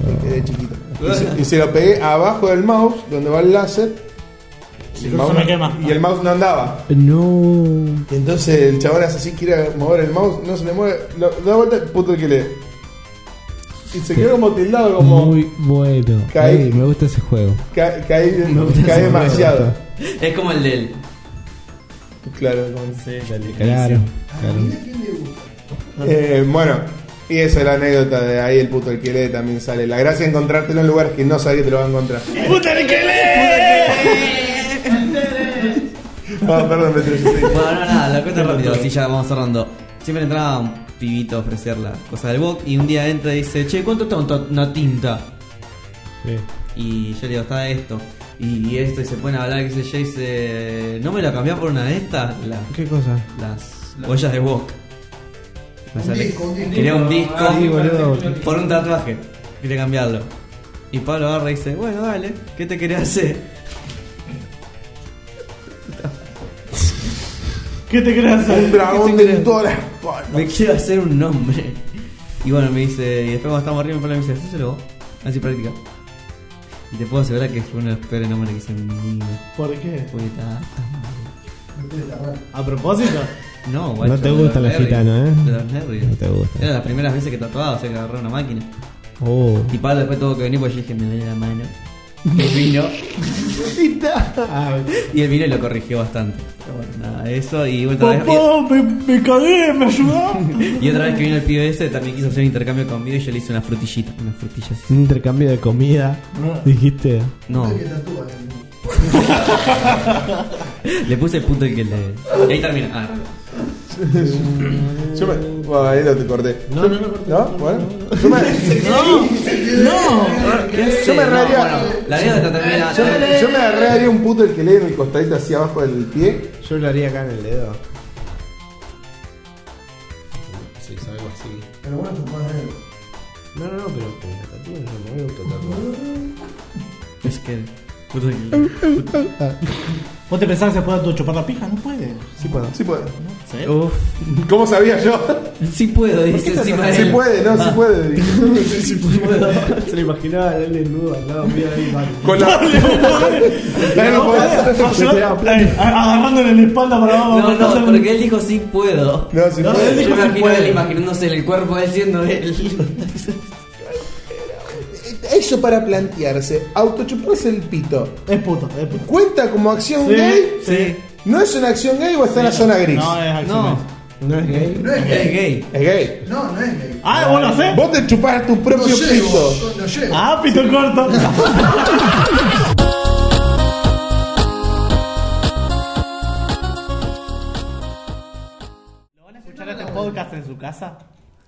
[SPEAKER 1] Y quedé chiquito. Y se, y se lo pegué abajo del mouse, donde va el láser. Y el,
[SPEAKER 4] no,
[SPEAKER 1] mouse
[SPEAKER 4] se me
[SPEAKER 1] no-
[SPEAKER 4] quema.
[SPEAKER 1] y el mouse no andaba.
[SPEAKER 2] No.
[SPEAKER 1] Y entonces el chabón hace así, quiere mover el mouse, no se le mueve, lo, da vuelta, puto el que le. Y se quedó como tildado, como.
[SPEAKER 2] Muy bueno.
[SPEAKER 1] Caí.
[SPEAKER 2] Ey, me gusta ese juego.
[SPEAKER 1] ca- caí caí demasiado.
[SPEAKER 3] Es como el del.
[SPEAKER 1] Claro, como-
[SPEAKER 2] Claro. claro.
[SPEAKER 6] Mira quién le gusta.
[SPEAKER 1] Eh, bueno, y esa es la anécdota de ahí el puto el que lee también sale. La gracia es encontrártelo en lugares que no sabes que te lo vas a encontrar.
[SPEAKER 4] ¡Puto el que lee!
[SPEAKER 1] Ah, perdón, me estresé.
[SPEAKER 3] Bueno, no, nada, la cuento rápido, así ya vamos cerrando. Siempre entraba un pibito a ofrecer la cosa del box y un día entra y dice, che, ¿cuánto está un to- una tinta?
[SPEAKER 2] Sí.
[SPEAKER 3] Y yo le digo, está esto. Y esto, y se pueden hablar, que sé yo, y dice, ¿no me la cambiás por una de estas? La-
[SPEAKER 2] ¿Qué cosa?
[SPEAKER 3] las ollas de wok. Me
[SPEAKER 6] Un
[SPEAKER 3] sale-
[SPEAKER 6] disco, un disco.
[SPEAKER 3] Quería un disco
[SPEAKER 5] Ah,
[SPEAKER 2] Sí, boludo.
[SPEAKER 3] por un tatuaje. Quería cambiarlo. Y Pablo agarra y dice, bueno, dale, ¿qué te querés hacer?
[SPEAKER 4] ¿Qué te crees
[SPEAKER 1] Un
[SPEAKER 4] hacer?
[SPEAKER 1] dragón de dólar.
[SPEAKER 3] Me quiero hacer un nombre. Y bueno, me dice, y después cuando estamos arriba, mi padre me dice, hacéselo vos. Así práctica. Y te puedo asegurar que fue uno de los peores nombres que hice en mi vida.
[SPEAKER 4] ¿Por qué?
[SPEAKER 3] Porque está-
[SPEAKER 4] A propósito,
[SPEAKER 3] No, guacho,
[SPEAKER 2] No te
[SPEAKER 3] de los
[SPEAKER 2] gustan los
[SPEAKER 3] nervios,
[SPEAKER 2] gitanos, ¿eh?
[SPEAKER 3] De los nervios.
[SPEAKER 2] No te gustan.
[SPEAKER 3] Era las primeras veces que tatuaba, o sea que agarré una máquina.
[SPEAKER 2] Oh.
[SPEAKER 3] Y Pablo después tuvo que venir porque yo dije, me duele la mano. Y vino.
[SPEAKER 2] Ah,
[SPEAKER 3] y él vino y lo corrigió bastante. Pero bueno, nada, eso. Y otra vez.
[SPEAKER 4] papá, me, me cagué, me ayudó.
[SPEAKER 3] Y otra vez que vino el pibe ese también quiso hacer un intercambio conmigo y yo le hice una frutillita, una frutilla así.
[SPEAKER 2] Un intercambio de comida. Dijiste.
[SPEAKER 3] No,
[SPEAKER 6] El que tatúa, el-
[SPEAKER 3] le puse el punto el que le. Y ahí termina. Ah,
[SPEAKER 1] Yo me. Bueno, ahí lo te corté.
[SPEAKER 2] No, no, no,
[SPEAKER 1] ¿No? Bueno. Yo me.
[SPEAKER 3] yo
[SPEAKER 1] me raría-
[SPEAKER 3] la vida está ah, termina.
[SPEAKER 1] Yo me agarraría un puto el que lee en el costadito hacia abajo del pie.
[SPEAKER 2] Yo lo haría acá en el dedo. Sí, es algo así.
[SPEAKER 6] Pero bueno, tu padre.
[SPEAKER 2] No, no, no, pero con la tatuaje no me gusta
[SPEAKER 3] Es que. punto el que le-
[SPEAKER 4] ¿Vos te pensás que se puede chupar la pija? No puede.
[SPEAKER 1] Sí puedo. Sí puedo.
[SPEAKER 3] Uf.
[SPEAKER 1] ¿Cómo sabía yo?
[SPEAKER 3] Sí puedo, dice encima
[SPEAKER 1] Se
[SPEAKER 3] él.
[SPEAKER 1] puede, no, se
[SPEAKER 3] Ah.
[SPEAKER 1] puede. dijo.
[SPEAKER 4] puedo.
[SPEAKER 2] Se lo imaginaba a él desnudo al lado mío ahí,
[SPEAKER 1] Con la. Ahí no podés.
[SPEAKER 4] eh, Agarrándole la espalda para abajo.
[SPEAKER 3] No,
[SPEAKER 4] para hacer
[SPEAKER 3] no,
[SPEAKER 4] un-
[SPEAKER 3] porque él dijo sí puedo.
[SPEAKER 1] No, se
[SPEAKER 4] No,
[SPEAKER 1] puede.
[SPEAKER 4] él
[SPEAKER 3] Yo
[SPEAKER 4] dijo
[SPEAKER 3] me
[SPEAKER 4] sí
[SPEAKER 3] imagino
[SPEAKER 4] puedo.
[SPEAKER 3] él imaginándose el cuerpo de él siendo él.
[SPEAKER 1] Eso para plantearse, autochuparse el pito,
[SPEAKER 4] Es puto, es puto.
[SPEAKER 1] ¿cuenta como acción
[SPEAKER 4] Sí,
[SPEAKER 1] gay?
[SPEAKER 4] sí.
[SPEAKER 1] ¿No es una acción gay o está en la zona gris?
[SPEAKER 4] No, eh. es acción.
[SPEAKER 3] No,
[SPEAKER 2] No es gay.
[SPEAKER 6] No es
[SPEAKER 3] es
[SPEAKER 6] gay.
[SPEAKER 3] gay.
[SPEAKER 1] Es gay.
[SPEAKER 6] No, no es gay.
[SPEAKER 4] Ah, vos lo hacés.
[SPEAKER 1] Vos te chupás tu
[SPEAKER 6] No
[SPEAKER 1] propio
[SPEAKER 6] llego.
[SPEAKER 1] pito.
[SPEAKER 6] No llego.
[SPEAKER 4] Ah, pito corto. ¿Lo van a escuchar este podcast en su casa?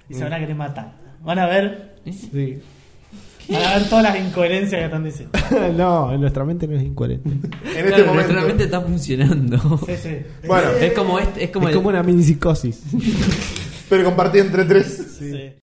[SPEAKER 4] Y se van a querer matar. Van a ver,
[SPEAKER 2] Sí.
[SPEAKER 4] van a ver todas las incoherencias que están diciendo.
[SPEAKER 2] no, en nuestra mente no es incoherente.
[SPEAKER 1] En
[SPEAKER 3] Claro, Eh.
[SPEAKER 1] este
[SPEAKER 3] nuestra mente
[SPEAKER 1] momento.
[SPEAKER 3] está funcionando.
[SPEAKER 4] Sí, sí.
[SPEAKER 1] Bueno,
[SPEAKER 3] Es como este, es como
[SPEAKER 2] es
[SPEAKER 3] el-
[SPEAKER 2] como una mini psicosis.
[SPEAKER 1] pero compartí entre tres.
[SPEAKER 4] sí.